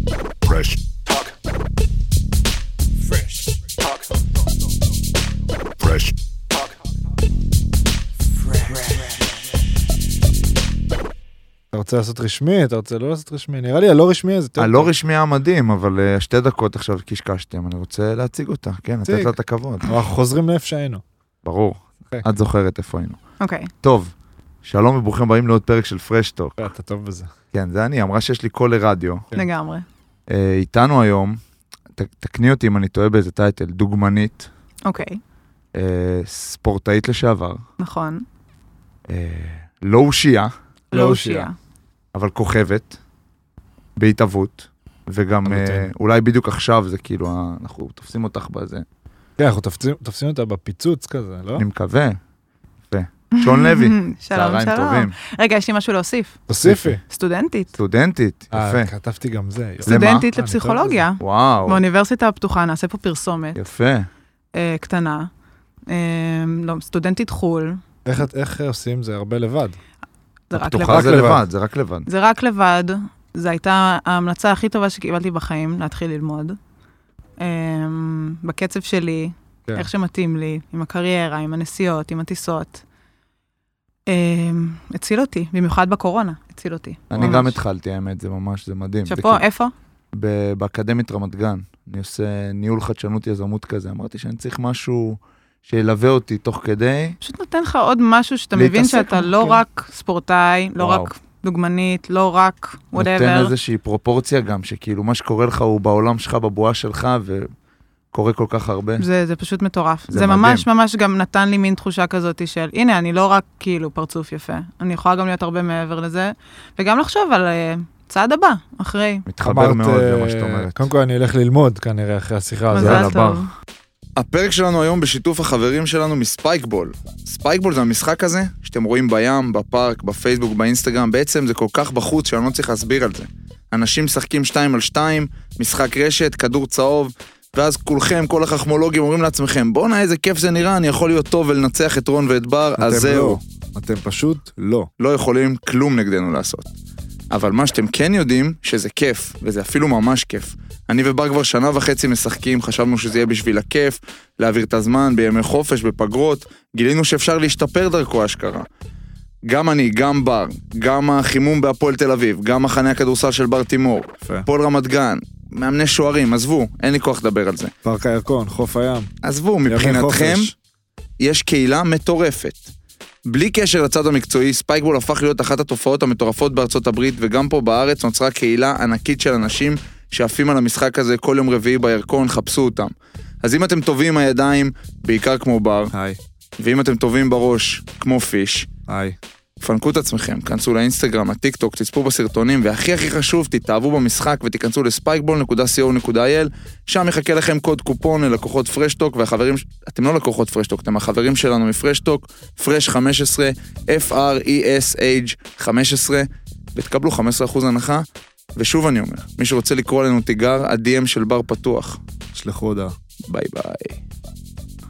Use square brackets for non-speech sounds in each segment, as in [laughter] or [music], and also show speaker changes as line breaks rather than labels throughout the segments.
Fresh talk. Fresh talk. Fresh talk.
אתה רוצה לעשות רשמי? אתה רוצה לא לעשות רשמי? נראה לי הלא רשמי הזה. יותר
הלא
טוב.
רשמי היה אה, לא מדהים, אבל אה, שתי דקות עכשיו קשקשתם, אני רוצה להציג אותה, כן, לתת
תציג.
לה את הכבוד,
אבל אנחנו חוזרים לאיפה שהיינו.
ברור.
אוקיי.
את זוכרת איפה היינו.
אוקיי.
טוב, שלום וברוכים הבאים לעוד פרק של פרשטוק.
אתה טוב בזה.
כן, זה אני, אמרה שיש לי קול לרדיו.
כן.
לגמרי.
אה, איתנו היום, ת- תקני אותי אם אני טועה באיזה טייטל, דוגמנית,
אוקיי.
אה, ספורטאית לשעבר,
נכון.
אה, לא אושייה,
לא
לא
אושייה.
אושייה.
אבל כוכבת, בהתהוות, וגם אה,
אמיתי.
אולי בדיוק עכשיו זה כאילו, ה- אנחנו תופסים אותך בזה,
כן, אנחנו תופסים- תופסים אותה בפיצוץ כזה, לא?
אני מקווה. יפה. שון לוי,
[laughs] שלום,
צהריים
שלום.
טובים.
רגע, יש לי משהו להוסיף.
תוסיפי.
סטודנטית.
סטודנטית,
אה,
יפה.
כתבתי גם זה. יופי.
למה?
סטודנטית
אה, אני טוב
לפסיכולוגיה.
וואו,
באוניברסיטה הפתוחה, נעשה פה פרסומת
יפה.
אה, קטנה. אה, לא, סטודנטית חו"ל.
איך את- איך עושים זה הרבה לבד?
זה רק
פתוחה
לבד.
זה
לבד.
לבד, זה רק לבד.
זה רק לבד. זו הייתה ההמלצה הכי טובה שקיבלתי בחיים, להתחיל ללמוד. אה, בקצב שלי,
כן.
איך שמתאים לי, עם הקריירה, עם הנסיעות, עם הטיסות. אה, הציל אותי, במיוחד בקורונה, הציל אותי.
אני
ממש.
גם התחלתי, האמת, זה ממש, זה מדהים. זה
שאפו, אה. איפה?
ב- באקדמית רמת גן. אני עושה ניהול חדשנות יזמות כזה. אמרתי שאני צריך משהו שילווה אותי תוך כדי.
פשוט נותן לך עוד משהו שאתה
להתעסק
מבין שאתה
עם-
לא
כן.
רק ספורטאי, לא
וואו.
רק דוגמנית, לא רק
נותן
וואטאבר.
איזושהי פרופורציה גם, שכאילו מה שקורה לך הוא בעולם שלך, בבועה שלך, וקורה כל כך הרבה.
זה, זה פשוט מטורף.
כן. זה
זה,
מדהים.
ממש ממש גם נתן לי מין תחושה כזאת של, הנה, אני לא רק כאילו פרצוף יפה, אני יכולה גם להיות הרבה מעבר לזה, וגם לחשוב על uh, צעד הבא, אחרי.
מתחבר
אמרת,
מאוד למה
אה,
שאת אומרת.
קודם כל אני אלך ללמוד כנראה אחרי השיחה הזאת.
יאללה,
מזל
בר.
טוב.
הפרק שלנו היום בשיתוף החברים שלנו מספייקבול. ספייקבול זה המשחק הזה שאתם רואים בים, בפארק, בפייסבוק, באינסטגרם, בעצם זה כל כך בחוץ שאני לא צריך להסביר על זה. אנשים משחקים שתיים על שתיים, משחק רשת, כדור צהוב, ואז כולכם, כל החכמולוגים אומרים לעצמכם, בואנה איזה כיף זה נראה, אני יכול להיות טוב ולנצח את רון ואת בר, אז
אתם
זהו.
לא. אתם פשוט לא.
לא יכולים כלום נגדנו לעשות. אבל מה שאתם כן יודעים, שזה כיף, וזה אפילו ממש כיף. אני ובר כבר שנה וחצי משחקים, חשבנו שזה יהיה בשביל הכיף, להעביר את הזמן בימי חופש, בפגרות, גילינו שאפשר להשתפר דרכו אשכרה. גם אני, גם בר, גם החימום בהפועל תל אביב, גם מחנה הכדורסל של בר תימור,
יפה.
הפועל רמת גן, מאמני שוערים, עזבו, אין לי כוח לדבר על זה.
פארק הירקון, חוף הים.
עזבו,
ימי
מבחינתכם,
חופש.
יש קהילה מטורפת. בלי קשר לצד המקצועי, ספייקבול הפך להיות אחת התופעות המטורפות בארצות הברית, וגם פה בארץ נוצרה קהילה ענקית של אנשים שעפים על המשחק הזה כל יום רביעי בירקון, חפשו אותם. אז אם אתם טובים עם הידיים, בעיקר כמו בר,
היי,
ואם אתם טובים בראש, כמו פיש,
היי.
פנקו את עצמכם, כנסו לאינסטגרם, הטיק טוק, תצפו בסרטונים, והכי הכי חשוב, תתאהבו במשחק ותיכנסו לספייקבול.co.il, שם יחכה לכם קוד קופון ללקוחות פרשטוק, והחברים, ש- אתם לא לקוחות פרשטוק, אתם החברים שלנו מפרשטוק, פרש 15, E F-R-E-S-H 15, ותקבלו 15% הנחה. ושוב אני אומר, מי שרוצה לקרוא לנו תיגר, ה-DM של בר פתוח.
שלחו הודעה.
ביי ביי.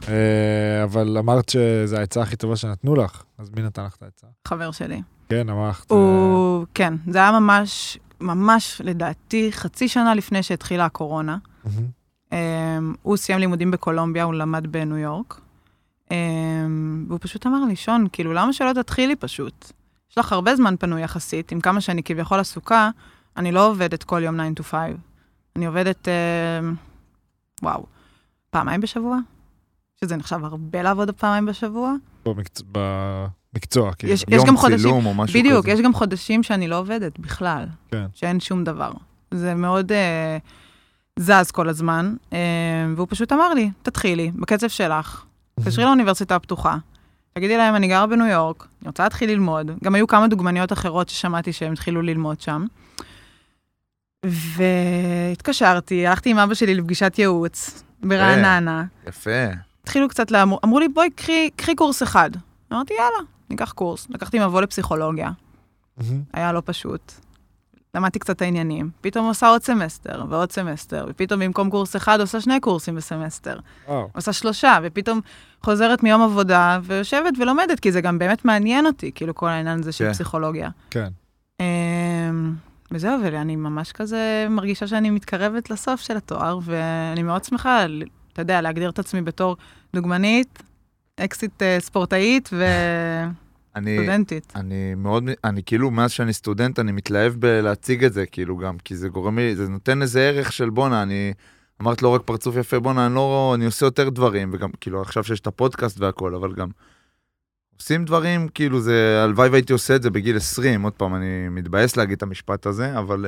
אה, אבל אמרת שזו העצה הכי טובה שנתנו לך, אז מי נתן לך את העצה?
חבר שלי.
כן, אמרת. אה,
הוא, כן, זה היה ממש, ממש, לדעתי, חצי שנה לפני שהתחילה הקורונה.
מהמם.
אמ, הוא סיים לימודים בקולומביה, הוא למד בניו יורק. אמ, והוא פשוט אמר לי, שון, כאילו, למה שלא תתחילי פשוט? יש לך הרבה זמן פנוי יחסית, עם כמה שאני כביכול עסוקה, אני לא עובדת כל יום 9 to 5. אני עובדת, אמ, וואו, פעמיים בשבוע? שזה נחשב הרבה לעבוד פעמיים בשבוע.
במקצוע- במקצוע, כאילו.
יש- גם חודשים-
צילום או משהו
בדיוק,
כזה.
יש גם חודשים שאני לא עובדת בכלל,
כן.
שאין שום דבר. זה מאוד אה, זז כל הזמן, אה, והוא פשוט אמר לי, תתחילי, בקצב שלך, תתקשרי לאוניברסיטה הפתוחה, תגידי להם, אני גרה בניו יורק, אני רוצה להתחיל ללמוד. גם היו כמה דוגמניות אחרות ששמעתי שהן התחילו ללמוד שם. והתקשרתי, הלכתי עם אבא שלי לפגישת ייעוץ ברעננה.
יפה.
התחילו קצת לאמור, אמרו לי, בואי, קחי, קחי קורס אחד. אמרתי, יאללה, ניקח קורס. לקחתי מבוא לפסיכולוגיה.
מהמם.
היה לא פשוט. למדתי קצת את העניינים, פתאום עושה עוד סמסטר ועוד סמסטר, ופתאום במקום קורס אחד עושה שני קורסים בסמסטר,
וואו.
עושה שלושה, ופתאום חוזרת מיום עבודה ויושבת ולומדת, כי זה גם באמת מעניין אותי, כאילו כל העניין הזה של
כן.
פסיכולוגיה.
כן.
אמ, וזהו, ואני ממש כזה מרגישה שאני מתקרבת לסוף של התואר, ואני מאוד שמחה, ל- אתה יודע, להגדיר את עצמי בתור דוגמנית, אקזיט אה, ספורטאית
אני,
וסטודנטית.
אני מאוד, אני כאילו, מאז שאני סטודנט, אני מתלהב בלהציג את זה, כאילו גם, כי זה גורם לי, זה נותן איזה ערך של בואנה, אני, אמרת לא רק פרצוף יפה, בואנה, אני לא, אני עושה יותר דברים, וגם, כאילו, עכשיו שיש את הפודקאסט והכל, אבל גם, עושים דברים, כאילו, זה, הלוואי והייתי עושה את זה בגיל 20, עוד פעם, אני מתבאס להגיד את המשפט הזה, אבל...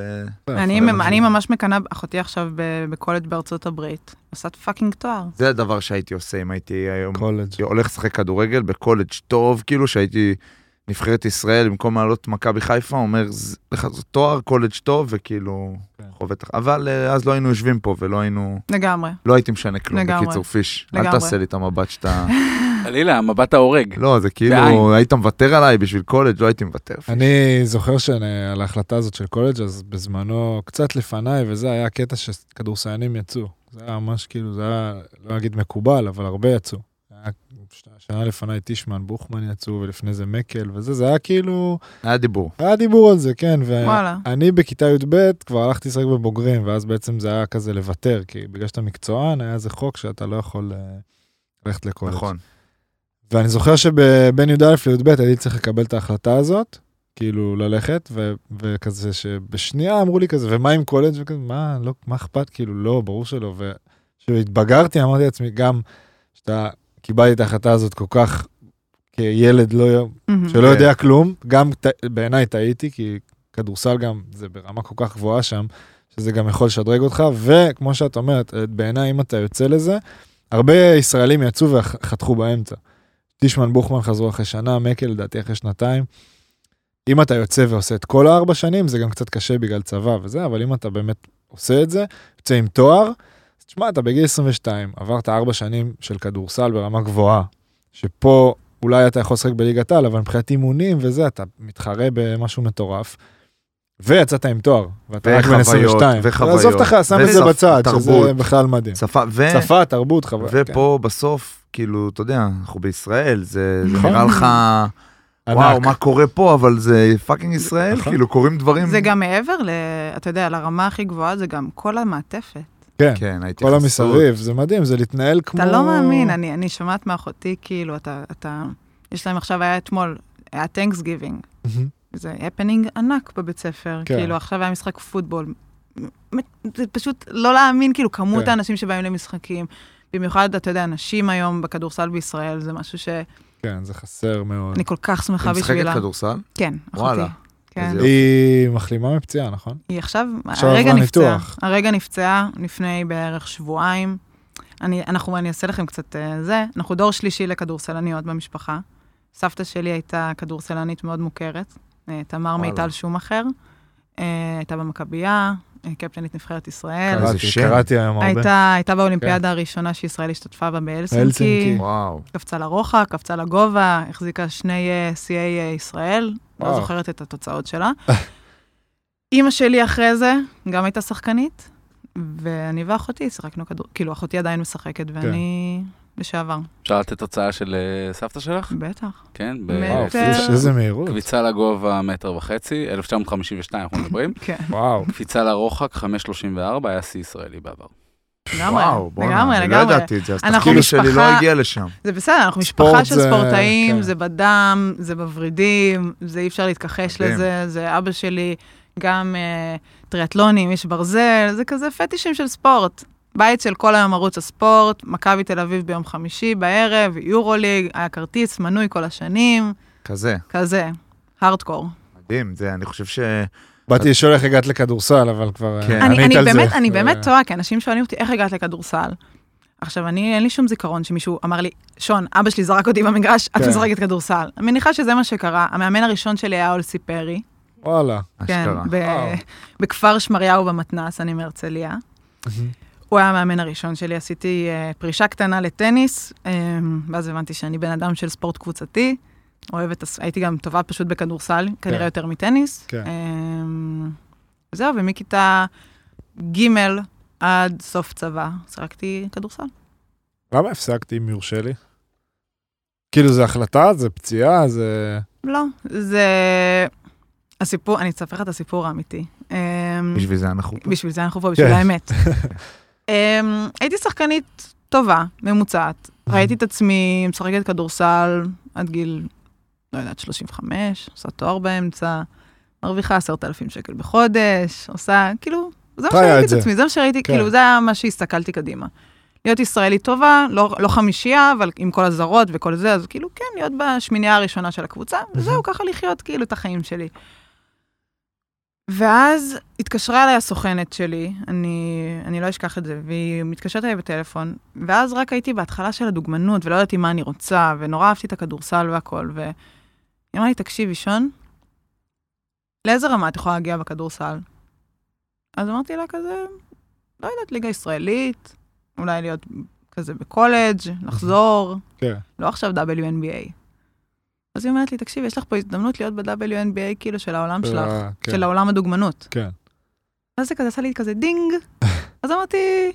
אה,
אני ממ- אני
לא-
ממש מקנאה, אחותי עכשיו ב- בקולג' בארצות הברית, עושה פאקינג תואר.
זה הדבר שהייתי עושה אם הייתי היום
קולג'.
הייתי הולך לשחק כדורגל בקולג' טוב, כאילו שהייתי נבחרת ישראל במקום לעלות מכבי חיפה, אומר, "ז- לך זה תואר קולג' טוב, וכאילו,
כן.
חווה את הח... אבל אה, אז לא היינו יושבים פה ולא היינו,
לגמרי.
לא הייתי משנה כלום,
לגמרי.
בקיצור פיש. אל
לגמרי.
תעשה לי את המבט שאתה... [laughs]
חלילה, המבט ההורג.
לא, זה כאילו,
בעין.
היית מוותר עליי בשביל קולג', לא הייתי מוותר. פיש.
אני זוכר שעל ההחלטה הזאת של קולג', אז בזמנו, קצת לפניי, וזה היה הקטע שכדורסיינים יצאו. זה היה ממש כאילו, זה היה, לא אגיד מקובל, אבל הרבה יצאו. היה ש- שנה לפניי טישמן, בוכמן יצאו, ולפני זה מקל, וזה, זה היה כאילו,
היה דיבור.
היה דיבור על זה, כן.
אה,
ו...
וואלה.
אני בכיתה י"ב כבר הלכתי לשחק בבוגרים, ואז בעצם זה היה כזה לוותר, כי בגלל שאתה מקצוען, היה איזה חוק שאתה לא יכול אה, ללכת לקולג'.
נכון.
ואני זוכר שבין י"א לי"ב הייתי צריך לקבל את ההחלטה הזאת, כאילו ללכת, ו- וכזה שבשנייה אמרו לי כזה, ומה עם קולג' וכזה, מה, לא, מה אכפת? כאילו, לא, ברור שלא. וכשהתבגרתי אמרתי לעצמי, גם שאתה קיבלתי את ההחלטה הזאת כל כך, כילד לא,
מהמם.
שלא יודע כלום, גם ט- בעיניי טעיתי, כי כדורסל גם, זה ברמה כל כך גבוהה שם, שזה גם יכול לשדרג אותך, וכמו שאת אומרת, אה, בעיניי אם אתה יוצא לזה, הרבה ישראלים יצאו וחתכו באמצע. טישמן בוכמן חזרו אחרי שנה, מקל לדעתי אחרי שנתיים. אם אתה יוצא ועושה את כל הארבע שנים, זה גם קצת קשה בגלל צבא וזה, אבל אם אתה באמת עושה את זה, יוצא עם תואר, אז תשמע, אתה בגיל 22, עברת ארבע שנים של כדורסל ברמה גבוהה, שפה אולי אתה יכול לשחק בליגת העל, אבל מבחינת אימונים וזה, אתה מתחרה במשהו מטורף. ויצאת עם תואר, ואתה רק בן
וחוויות,
22.
וחוויות.
עזוב אותך, שם את זה
ושפ-
בצד, שזה
תרבות.
בכלל מדהים.
שפה, ו...
שפה, תרבות, חוויה. כן.
ופה בסוף, כאילו, אתה יודע, אנחנו בישראל, זה זה
נכון.
נראה לך...
כן. ענק.
וואו, מה קורה פה, אבל זה פאקינג ישראל,
נכון.
כאילו קורים דברים.
זה גם מעבר ל... אתה יודע, לרמה הכי גבוהה, זה גם כל המעטפת.
כן,
כן, הייתי
כל המסביב, זה מדהים, זה להתנהל כמו...
אתה לא מאמין, אני, אני שומעת מאחותי, כאילו, אתה, אתה, יש להם עכשיו, היה אתמול, היה טנקס גיבינג,
מהמם.
זה הפנינג ענק בבית ספר,
כן.
כן. כאילו, עכשיו היה משחק פוטבול. מ- זה פשוט לא להאמין, כאילו, כמות
כן.
כן. האנשים שבאים למשחקים, במיוחד, אתה יודע, נשים היום בכדורסל בישראל, זה משהו שאני
כן, זה חסר מאוד.
כל כך שמחה
נכון. היא משחקת
בשבילה.
כדורסל?
כן, אחותי.
וואלה.
כן.
איזה יופי.
היא מחלימה מפציעה, נכון?
היא עכשיו,
עכשיו
הרגע
עברה
נפצעה,
ניתוח.
הרגע נפצעה לפני בערך שבועיים. אני, אנחנו, אני אעשה לכם קצת אה, זה, אנחנו דור שלישי לכדורסלניות במשפחה. סבתא שלי הייתה כדורסלנית מאוד מוכרת, אה, תמר מיטל שומאחר, אה, הייתה במכבייה, אה, קפטנית נבחרת ישראל,
איזה
קראתי,
שם.
קראתי היום הרבה.
כן.
כן.
הייתה, הייתה באולימפיאדה הראשונה שישראל השתתפה בה
בהלסינקי.
בהלסינקי,
וואו.
קפצה לרוחק, קפצה לגובה, החזיקה שני אה, שיאי אה, ישראל,
וואו.
לא זוכרת את התוצאות שלה. [laughs] אימא שלי אחרי זה גם הייתה שחקנית, ואני ואחותי שיחקנו כדור, כאילו אחותי עדיין משחקת,
כן.
ואני לשעבר,
אפשר לתת תוצאה של אה, סבתא שלך?
בטח.
כן,
וואו,
אה,
פיש, איזה מהירות.
בקביצה לגובה מטר וחצי, 1952 אנחנו מדברים. [laughs]
כן,
וואו.
קפיצה לרוחק 5.34, היה שיא ישראלי בעבר. [laughs]
לגמרי,
וואו, בוא'נה,
לגמרי,
אני לא
לגמרי.
ידעתי את זה, אז
אנחנו
תחקיר שלי לא
משפחה-
הגיע לשם.
זה בסדר, אנחנו
ספורט
משפחה של
זה-
ספורטאים,
כן.
זה בדם, זה בוורידים, זה אי אפשר להתכחש
מדהים.
לזה, זה אבא שלי, גם אה, טריאטלונים, איש ברזל, זה כזה פטישים של ספורט. בית של כל היום ערוץ הספורט, מכבי תל אביב ביום חמישי בערב, יורוליג, היה כרטיס, מנוי כל השנים,
כזה,
כזה, הארדקור.
מדהים, זה, אני חושב ש...
באתי לשאול איך הגעת לכדורסל, אבל כבר אה,
כן.
ענית
אני, אני,
על זה.
באמת, אני באמת
אה,
טועה, כי אנשים שואלים אותי, איך הגעת לכדורסל? עכשיו, אני, אין לי שום זיכרון שמישהו אמר לי, שון, אבא שלי זרק אותי במגרש, את
כן.
משחקת כדורסל. אני מניחה שזה מה שקרה. המאמן הראשון שלי היה אולסי פרי,
אה, וואלה.
כן,
אשכרה.
ב-
וואו.
בכפר שמריהו במתנ"ס, אני מהרצליה.
מהמם.
הוא היה המאמן הראשון שלי, עשיתי אה, פרישה קטנה לטניס, אה, ואז הבנתי שאני בן אדם של ספורט קבוצתי, אוהבת, הס- הייתי גם טובה פשוט בכדורסל, כנראה יותר מטניס.
כן.
אה, זהו, ומכיתה ג' עד סוף צבא, שיחקתי כדורסל.
למה הפסקתי, אם יורשה לי? כאילו, זה החלטה, זה פציעה, זה...
לא, זה... הסיפור, אני אספר לך את הסיפור האמיתי. אמ,
בשביל זה אנחנו פה.
בשביל זה אנחנו פה, בשביל
כן.
האמת.
[laughs]
אמ, הייתי שחקנית טובה, ממוצעת. ראיתי את עצמי משחקת כדורסל עד גיל, לא יודעת, 35, עושה תואר באמצע, מרוויחה 10,000 שקל בחודש, עושה, כאילו, זה מה
חיה את
שראיתי
זה.
את עצמי, זה מה שראיתי,
כן.
כאילו, זה היה מה שהסתכלתי קדימה. להיות ישראלית טובה, לא, לא חמישייה, אבל עם כל הזרות וכל זה, אז כאילו, כן, להיות בשמינייה הראשונה של הקבוצה, וזהו, ככה לחיות כאילו את החיים שלי. ואז התקשרה אליי הסוכנת שלי, אני, אני לא אשכח את זה, והיא מתקשרת אליי בטלפון, ואז רק הייתי בהתחלה של הדוגמנות, ולא ידעתי מה אני רוצה, ונורא אהבתי את הכדורסל והכל, והיא אמרה לי, תקשיבי, שון, לאיזה רמה את יכולה להגיע בכדורסל? אז אמרתי לה כזה, לא יודעת, ליגה ישראלית, אולי להיות כזה בקולג', לחזור,
כן.
לא עכשיו WNBA. אז היא אומרת לי, תקשיבי, יש לך פה הזדמנות להיות ב-WNBA כאילו של העולם שלך.
אה, כן.
של העולם הדוגמנות.
כן.
אז זה כזה עשה לי כזה דינג, [laughs] אז אמרתי,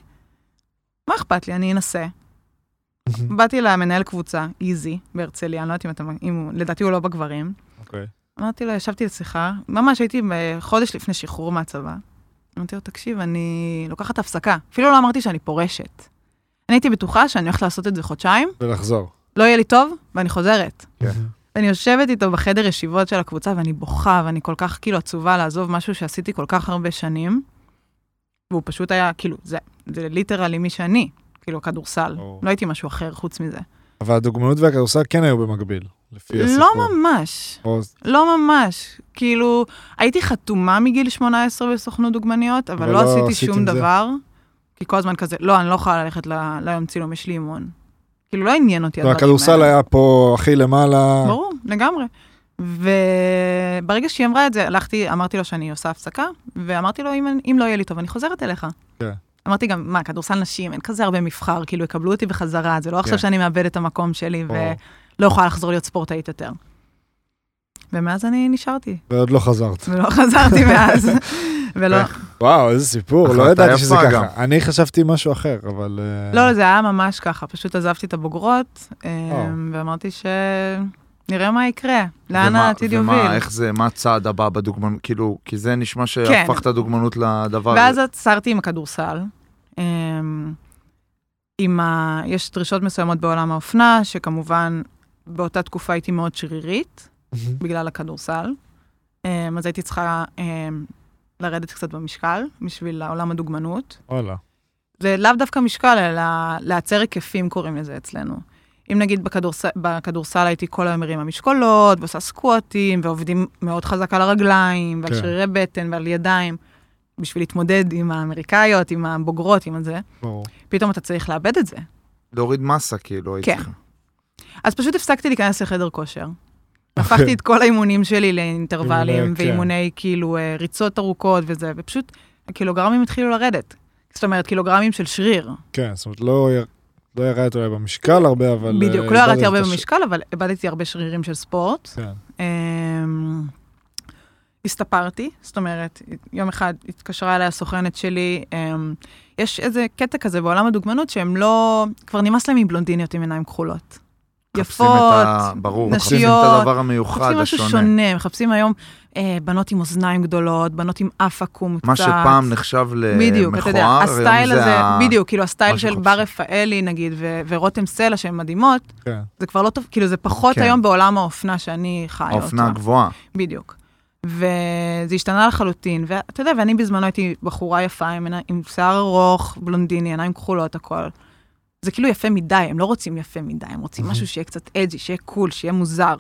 מה אכפת לי, אני אנסה. באתי למנהל קבוצה, איזי, בהרצליה, אני לא יודעת אם אתה, אם הוא, לדעתי הוא לא בגברים.
[laughs] אוקיי.
אמרתי לו, ישבתי לשיחה, ממש הייתי ב- חודש לפני שחרור מהצבא. אמרתי לו, תקשיב, אני לוקחת הפסקה. אפילו לא אמרתי שאני פורשת. אני הייתי בטוחה שאני הולכת לעשות את זה חודשיים,
ולחזור.
לא יהיה לי טוב, ואני חוזרת.
כן.
ואני יושבת איתו בחדר ישיבות של הקבוצה, ואני בוכה, ואני כל כך כאילו עצובה לעזוב משהו שעשיתי כל כך הרבה שנים. והוא פשוט היה, כאילו, זה, זה ליטרלי מי שאני, כאילו, כדורסל.
ברור.
לא הייתי משהו אחר חוץ מזה.
אבל הדוגמנות והכדורסל כן היו במקביל, לפי הסיפור.
לא ממש,
או-
לא ממש. כאילו, הייתי חתומה מגיל 18 בסוכנות דוגמניות, אבל,
אבל
לא
לא
עשיתי
עשית
שום
עם זה.
דבר. כי כל הזמן כזה, לא, אני לא יכולה ללכת ל- ליום צילום, יש לי אימון. כאילו, לא עניין אותי
לא,
הדברים האלה.
הכדורסל היה פה הכי למעלה.
ברור, לגמרי. וברגע שהיא אמרה את זה, הלכתי, אמרתי לו שאני עושה הפסקה, ואמרתי לו, אם, אני- אם לא יהיה לי טוב, אני חוזרת אליך.
כן.
אמרתי גם, מה, כדורסל נשים, אין כזה הרבה מבחר, כאילו, יקבלו אותי בחזרה, זה לא
כן.
עכשיו שאני מאבדת את המקום שלי
ברור.
ולא יכולה לחזור להיות ספורטאית יותר. ומאז אני נשארתי,
ועוד לא חזרת.
ולא
[laughs]
חזרתי מאז. ולא,
וואו, איזה סיפור, לא
החלטה
ידעתי
יפה
שזה
גם.
ככה. אני חשבתי משהו אחר, אבל... אה,
לא, זה היה ממש ככה, פשוט עזבתי את הבוגרות, אמ,
או.
אה.
ואמרתי ש... נראה מה יקרה, לאן
ומה-
העתיד יוביל. כן.
ומה, איך זה, מה הצעד הבא בדוגמנות? כאילו, כי זה נשמע שהפכת דוגמנות לדבר הזה.
ואז עצרתי עם הכדורסל. אמ, עם ה... יש דרישות מסוימות בעולם האופנה, שכמובן באותה תקופה הייתי מאוד שרירית, בגלל הכדורסל. אמ, אז הייתי צריכה אמ, לרדת קצת במשקל, בשביל העולם הדוגמנות.
וואלה.
זה לאו דווקא משקל, אלא להצר היקפים קוראים לזה אצלנו. אם נגיד בכדורסל, בכדורסל הייתי כל היום מרימה משקולות, ועושה סקווטים, ועובדים מאוד חזק על הרגליים, ועל
כן.
כן. שרירי בטן, ועל ידיים, בשביל להתמודד עם האמריקאיות, עם הבוגרות, עם הזה,
ברור.
פתאום אתה צריך לאבד את זה.
להוריד מסה, כאילו, הייתי
כן.
צריכה.
אז פשוט הפסקתי להיכנס
[laughs]
לחדר כושר. הפכתי את כל האימונים שלי לאינטרוולים,
אימוני, כן.
ואימוני כאילו אה, ריצות ארוכות וזה, ופשוט הקילוגרמים התחילו לרדת. זאת אומרת, קילוגרמים של שריר,
כן, זאת אומרת, לא יר- לא ירדת אולי במשקל הרבה, אבל... אה,
בדיוק, לא
איבדת
ירדתי הרבה
את הש-
במשקל, אבל איבדתי הרבה שרירים של ספורט.
כן.
אמ, הסתפרתי, זאת אומרת, יום אחד התקשרה אליי הסוכנת שלי, אמ, יש איזה קטע כזה בעולם הדוגמנות שהם לא, כבר נמאס להם מבלונדיניות עם עיניים כחולות.
מחפשים
יפות,
את ה- ברור, מחפשים את
נשיות,
הדבר המיוחד,
מחפשים משהו
השונה.
שונה, מחפשים היום אה, בנות עם אוזניים גדולות, בנות עם אף עקום קצת.
מה שפעם נחשב למכוער,
בדיוק, אתה יודע,
אה, היום
הסטייל
זה
הזה,
ה-
בדיוק, כאילו הסטייל
מה
של
שמחפשים.
בר רפאלי נגיד, ו- ורותם סלע שהן מדהימות,
כן.
זה כבר לא טוב, כאילו זה פחות
כן.
היום בעולם האופנה שאני חיה אותו.
האופנה הגבוהה.
בדיוק. וזה השתנה לחלוטין, ואתה יודע, ואני בזמנו הייתי בחורה יפה עם, עיני- עם שיער ארוך, בלונדיני, עיניים כחולות, הכל. זה כאילו יפה מדי, הם לא רוצים יפה מדי, הם רוצים משהו שיהיה קצת אג'י, שיהיה קול, שיהיה מוזר.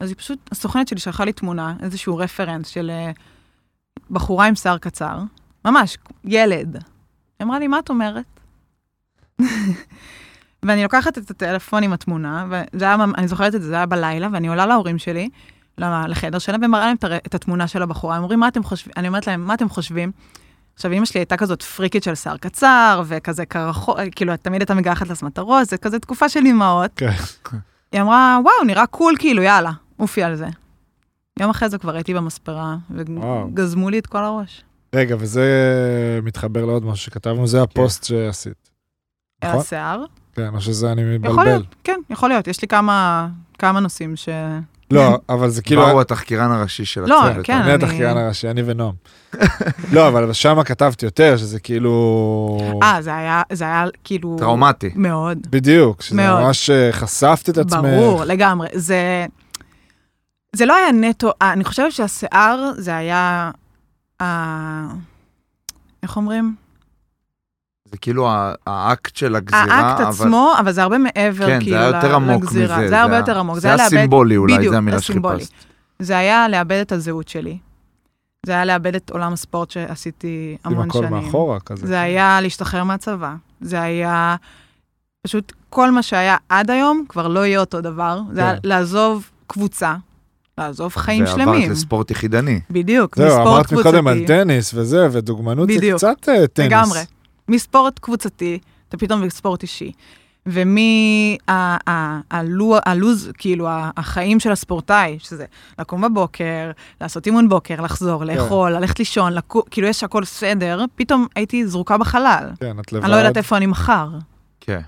אז היא פשוט, הסוכנת שלי שלחה לי תמונה, איזשהו רפרנס של אה, בחורה עם שיער קצר, ממש, ילד. היא אמרה לי, מה את אומרת? ואני לוקחת את הטלפון עם התמונה, וזה היה, ממ- אני זוכרת את זה, זה היה בלילה, ואני עולה להורים שלי, למה, לחדר שלה, ומראה להם את הר- את התמונה של הבחורה. הם אומרים, מה אתם חושבים? אני אומרת להם, מה אתם חושבים? עכשיו, אמא שלי הייתה כזאת פריקית של שיער קצר, וכזה קרחו, כאילו, תמיד הייתה מגחת לעצמה את הראש, זה כזה תקופה של אימהות.
כן.
היא אמרה, וואו, נראה קול, כאילו, יאללה, אופי על זה. יום אחרי זה כבר הייתי במספרה,
וואו.
וגזמו לי את כל הראש.
רגע, וזה מתחבר לעוד משהו שכתבנו, זה הפוסט שעשית. נכון.
השיער.
כן, או שזה אני
יכול
מתבלבל.
להיות, כן, יכול להיות. יש לי כמה, כמה נושאים ש...
לא, אבל זה כאילו...
כאילו... הוא התחקירן הראשי של
לא,
הצוות.
כן.
אני
אני-
התחקירן הראשי, אני ונועם. [laughs] לא, אבל שמה כתבתי יותר, שזה כאילו...
אה, זה היה, זה היה כאילו...
טראומטי.
מאוד.
בדיוק, שזה
מאוד.
ממש אה, חשפת את עצמך.
ברור, לגמרי. זה, זה לא היה נטו, אה, אני חושבת שהשיער זה היה, אה, איך אומרים?
זה כאילו ה- האקט של הגזירה,
האקט
אבל-
עצמו, אבל זה הרבה מעבר
כן,
כאילו
זה היה יותר
ל-
עמוק מזה.
לגזירה. זה היה הרבה יותר עמוק.
זה היה
לאבד-
סימבולי אולי,
בדיוק,
זו המילה
הסימבולי.
שחיפשתי.
זה היה לאבד את הזהות שלי. זה היה לאבד את עולם הספורט שעשיתי
עם
המון
הכל
שנים.
מאחורה כזה.
זה היה להשתחרר מהצבא. זה היה פשוט כל מה שהיה עד היום כבר לא יהיה אותו דבר. זה היה
כן.
לעזוב קבוצה, לעזוב חיים
ועברת
שלמים.
לספורט יחידני.
בדיוק,
זהו,
מספורט
אמרת
קבוצתי.
מקודם על טניס וזה, ודוגמנות זה
בדיוק.
קצת אה, טניס.
לגמרי. מספורט קבוצתי, אתה פתאום בספורט אישי. ומהלו"ז, כאילו, ה- החיים של הספורטאי, שזה לקום בבוקר, לעשות אימון בוקר,
כן.
לחזור, לאכול, ללכת לישון, לקו- כאילו, יש הכל סדר, פתאום הייתי זרוקה בחלל.
כן, את
אני לא יודעת
לבד.
איפה אני מחר.
כן.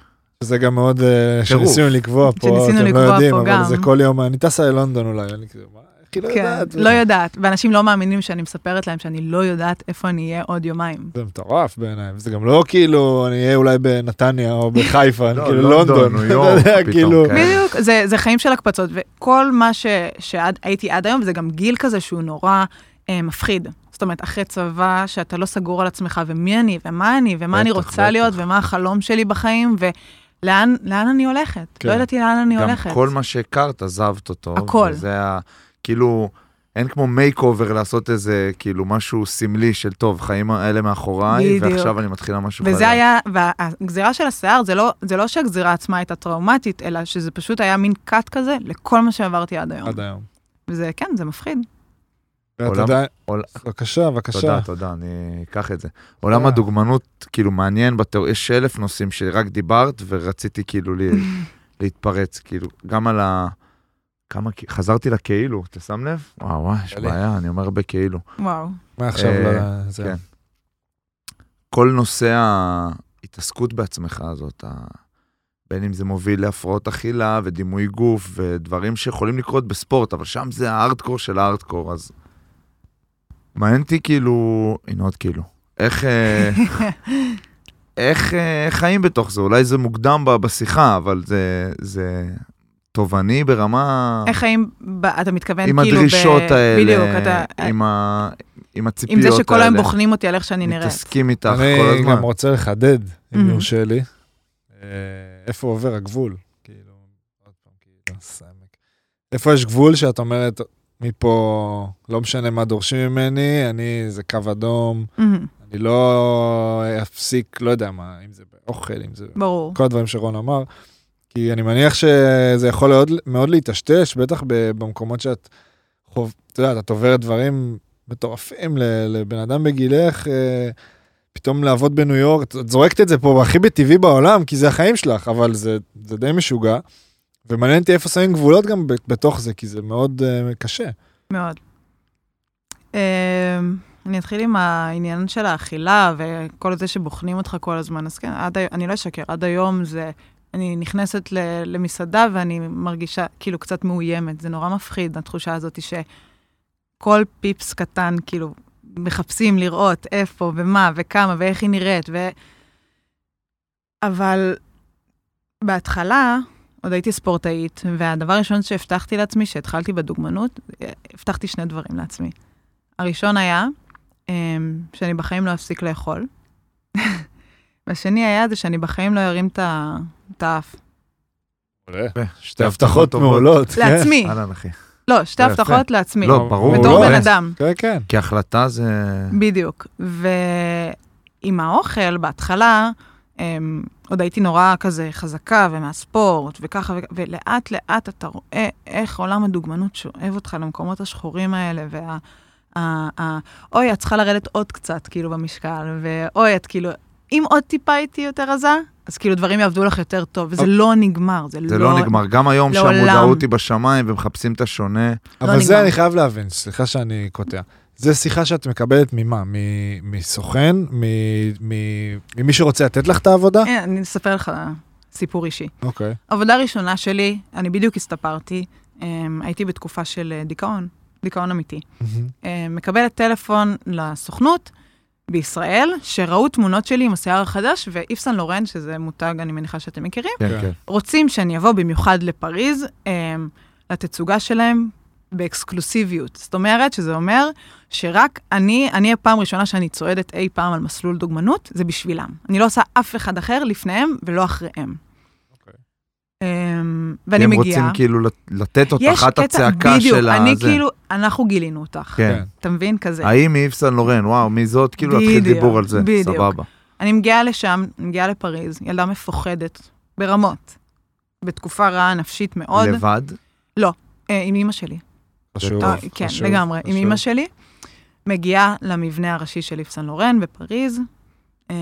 שזה גם מאוד, אה, שניסינו לקבוע פה,
שניסינו
אתם לא
לקבוע
יודעים,
פה
אבל
גם.
זה כל יום, אני טסה ללונדון אולי, אני כאילו, מה, איך היא לא
כן,
יודעת?
לא יודעת. ואנשים לא מאמינים שאני מספרת להם שאני לא יודעת איפה אני אהיה עוד יומיים.
זה מטורף בעיניי, וזה גם לא כאילו, אני אהיה אולי בנתניה או בחיפה, אני
לא,
כאילו
לונדון,
לונדון,
ניו
אתה
יורק,
יודע,
פתאום,
כאילו,
כן.
בדיוק, זה, זה חיים של הקפצות, וכל מה ש, שהייתי עד היום, זה גם גיל כזה שהוא נורא אה, מפחיד. זאת אומרת, אחרי צבא, שאתה לא סגור על עצמך, ומי אני, ומה אני, ומה אני
בטח,
רוצה
בטח.
להיות, ומה החלום שלי בחיים, ולאן לאן אני הולכת.
כן.
לא ידעתי לאן אני
גם
הולכת.
כל מה שהכרת, עזבת אותו.
הכל.
זה היה, כאילו, אין כמו מייק אובר לעשות איזה, כאילו, משהו סמלי של, טוב, חיים האלה מאחוריי,
בדיוק.
ועכשיו אני מתחילה משהו
וזה היה, והגזירה של השיער, זה לא, זה לא שהגזירה עצמה הייתה טראומטית, אלא שזה פשוט היה מין קאט כזה לכל מה שעברתי עד היום.
עד היום.
וזה, כן, זה מפחיד.
ואתה
עולם-
עדיין-
עול-
בבקשה,
תודה,
בבקשה.
תודה, אני אקח את זה. עולם הדוגמנות, כאילו, מעניין, בתיאור- יש אלף נושאים שרק דיברת, ורציתי כאילו ל- להתפרץ, כאילו, גם על ה... כמה, חזרתי לכאילו, אתה שם לב? וואו, וואי, יש
מלא.
בעיה, אני אומר הרבה כאילו.
וואו.
מעכשיו
אה,
ל- זה.
כן. כל נושא ההתעסקות בעצמך הזאת, ה- בין אם זה מוביל להפרעות אכילה ודימוי גוף ודברים שיכולים לקרות בספורט, אבל שם זה הארדקור של הארדקור, אז מעניין אותי כאילו, הנה עוד כאילו, איך, אה, איך אה, חיים בתוך זה, אולי זה מוקדם ב- בשיחה, אבל זה, זה תובעני ברמה,
[laughs] איך חיים, ב- אתה מתכוון
עם
כאילו... ב-
הדרישות האלה,
בדיוק, אתה...
עם, ה, עם הציפיות
עם
האלה,
זה שכל היום בוחנים אותי על איך שאני נראית.
מתעסקים איתך כל
אני
הזמן.
גם רוצה לחדד, אם
Mhm.
יורשה לי, אה, איפה עובר הגבול? כאילו, עוד פעם, כאילו, סמק. איפה יש גבול שאת אומרת, מפה, לא משנה מה דורשים ממני, אני, זה קו אדום,
מהמם,
אני לא אפסיק, לא יודע מה, אם זה באוכל, אם זה...
ברור.
כל הדברים שרון אמר, כי אני מניח שזה יכול מאוד, מאוד להיטשטש, בטח ב- במקומות שאת חוב... אתה יודע, את עוברת דברים מטורפים ל- לבן אדם בגילך, אה, פתאום לעבוד בניו יורק, את- את זורקת את זה פה הכי בטבעי בעולם, כי זה החיים שלך, אבל זה, זה די משוגע. ומעניין אותי איפה שמים גבולות גם ב- בתוך זה, כי זה מאוד אה, קשה.
מאוד. אמ, אני אתחיל עם העניין של האכילה וכל זה שבוחנים אותך כל הזמן. אז כן, עד היום, אני לא אשקר, עד היום זה... אני נכנסת ל- למסעדה ואני מרגישה כאילו קצת מאוימת. זה נורא מפחיד, התחושה הזאת שכל פיפס קטן, כאילו, מחפשים לראות איפה ומה וכמה ואיך היא נראית. ו... אבל בהתחלה, עוד הייתי ספורטאית, והדבר הראשון שהבטחתי לעצמי, שהתחלתי בדוגמנות, הבטחתי שני דברים לעצמי. הראשון היה אמ, שאני בחיים לא אפסיק לאכול, [laughs] והשני היה זה שאני בחיים לא ארים את ה- את האף.
כן. שתי הבטחות מעולות. כן.
לעצמי.
אהלן, אחי.
לא, שתי
אה, יפה.
הבטחות לעצמי.
לא, ברור.
בתור
לא,
בן
אין.
אדם.
כן, כן.
כי החלטה זה...
בדיוק. ועם האוכל, בהתחלה, הם, עוד הייתי נורא כזה חזקה ומהספורט וככה, ו... ולאט לאט אתה רואה איך עולם הדוגמנות שואב אותך למקומות השחורים האלה, וה... ה- ה- אוי, את צריכה לרדת עוד קצת, כאילו, במשקל, ואוי, את כאילו, אם עוד טיפה הייתי יותר עזה, אז כאילו דברים יעבדו לך יותר טוב, וזה לא נגמר, זה,
אוקיי. זה לא נגמר. גם היום
לעולם.
שהמודעות היא בשמיים ומחפשים את השונה,
אבל
לא
זה
נגמר.
אני חייב להבין, סליחה שאני קוטע. זה שיחה שאת מקבלת ממה? מ- מסוכן? מ- מ- ממי שרוצה לתת לך את העבודה?
אה, אני אספר לך סיפור אישי.
אוקיי.
עבודה ראשונה שלי, אני בדיוק הסתפרתי, אמ, הייתי בתקופה של אה, דיכאון, דיכאון אמיתי.
כן.
אה, מקבלת טלפון לסוכנות בישראל, שראו תמונות שלי עם השיער החדש, ואיף סן לורן, שזה מותג, אני מניחה שאתם מכירים,
כן, כן.
רוצים שאני אבוא במיוחד לפריז, אמ, לתצוגה שלהם באקסקלוסיביות. זאת אומרת, שזה אומר שרק אני, אני הפעם הראשונה שאני צועדת אי פעם על מסלול דוגמנות, זה בשבילם. אני לא עושה אף אחד אחר לפניהם ולא אחריהם.
אוקיי.
אמ, ואני
הם רוצים
מגיעה.
כאילו לת- לתת אותך,
יש
את
קטע,
הצעקה
בדיוק,
של ה...
אני
זה.
כאילו, אנחנו גילינו אותך.
כן.
אתה מבין? כזה.
האם מאיב סן לורן, וואו, מי זאת? כאילו להתחיל
בדיוק,
דיבור על זה,
בדיוק.
סבבה.
אני מגיעה לשם, אני מגיעה לפריז, ילדה מפוחדת, ברמות, בתקופה רעה נפשית מאוד,
לבד?
אה, עם אימא שלי.
חשוב,
אה, כן,
חשוב,
לגמרי, עם
חשוב.
אימא שלי. מגיעה למבנה הראשי של איף סן לורן בפריז, אה,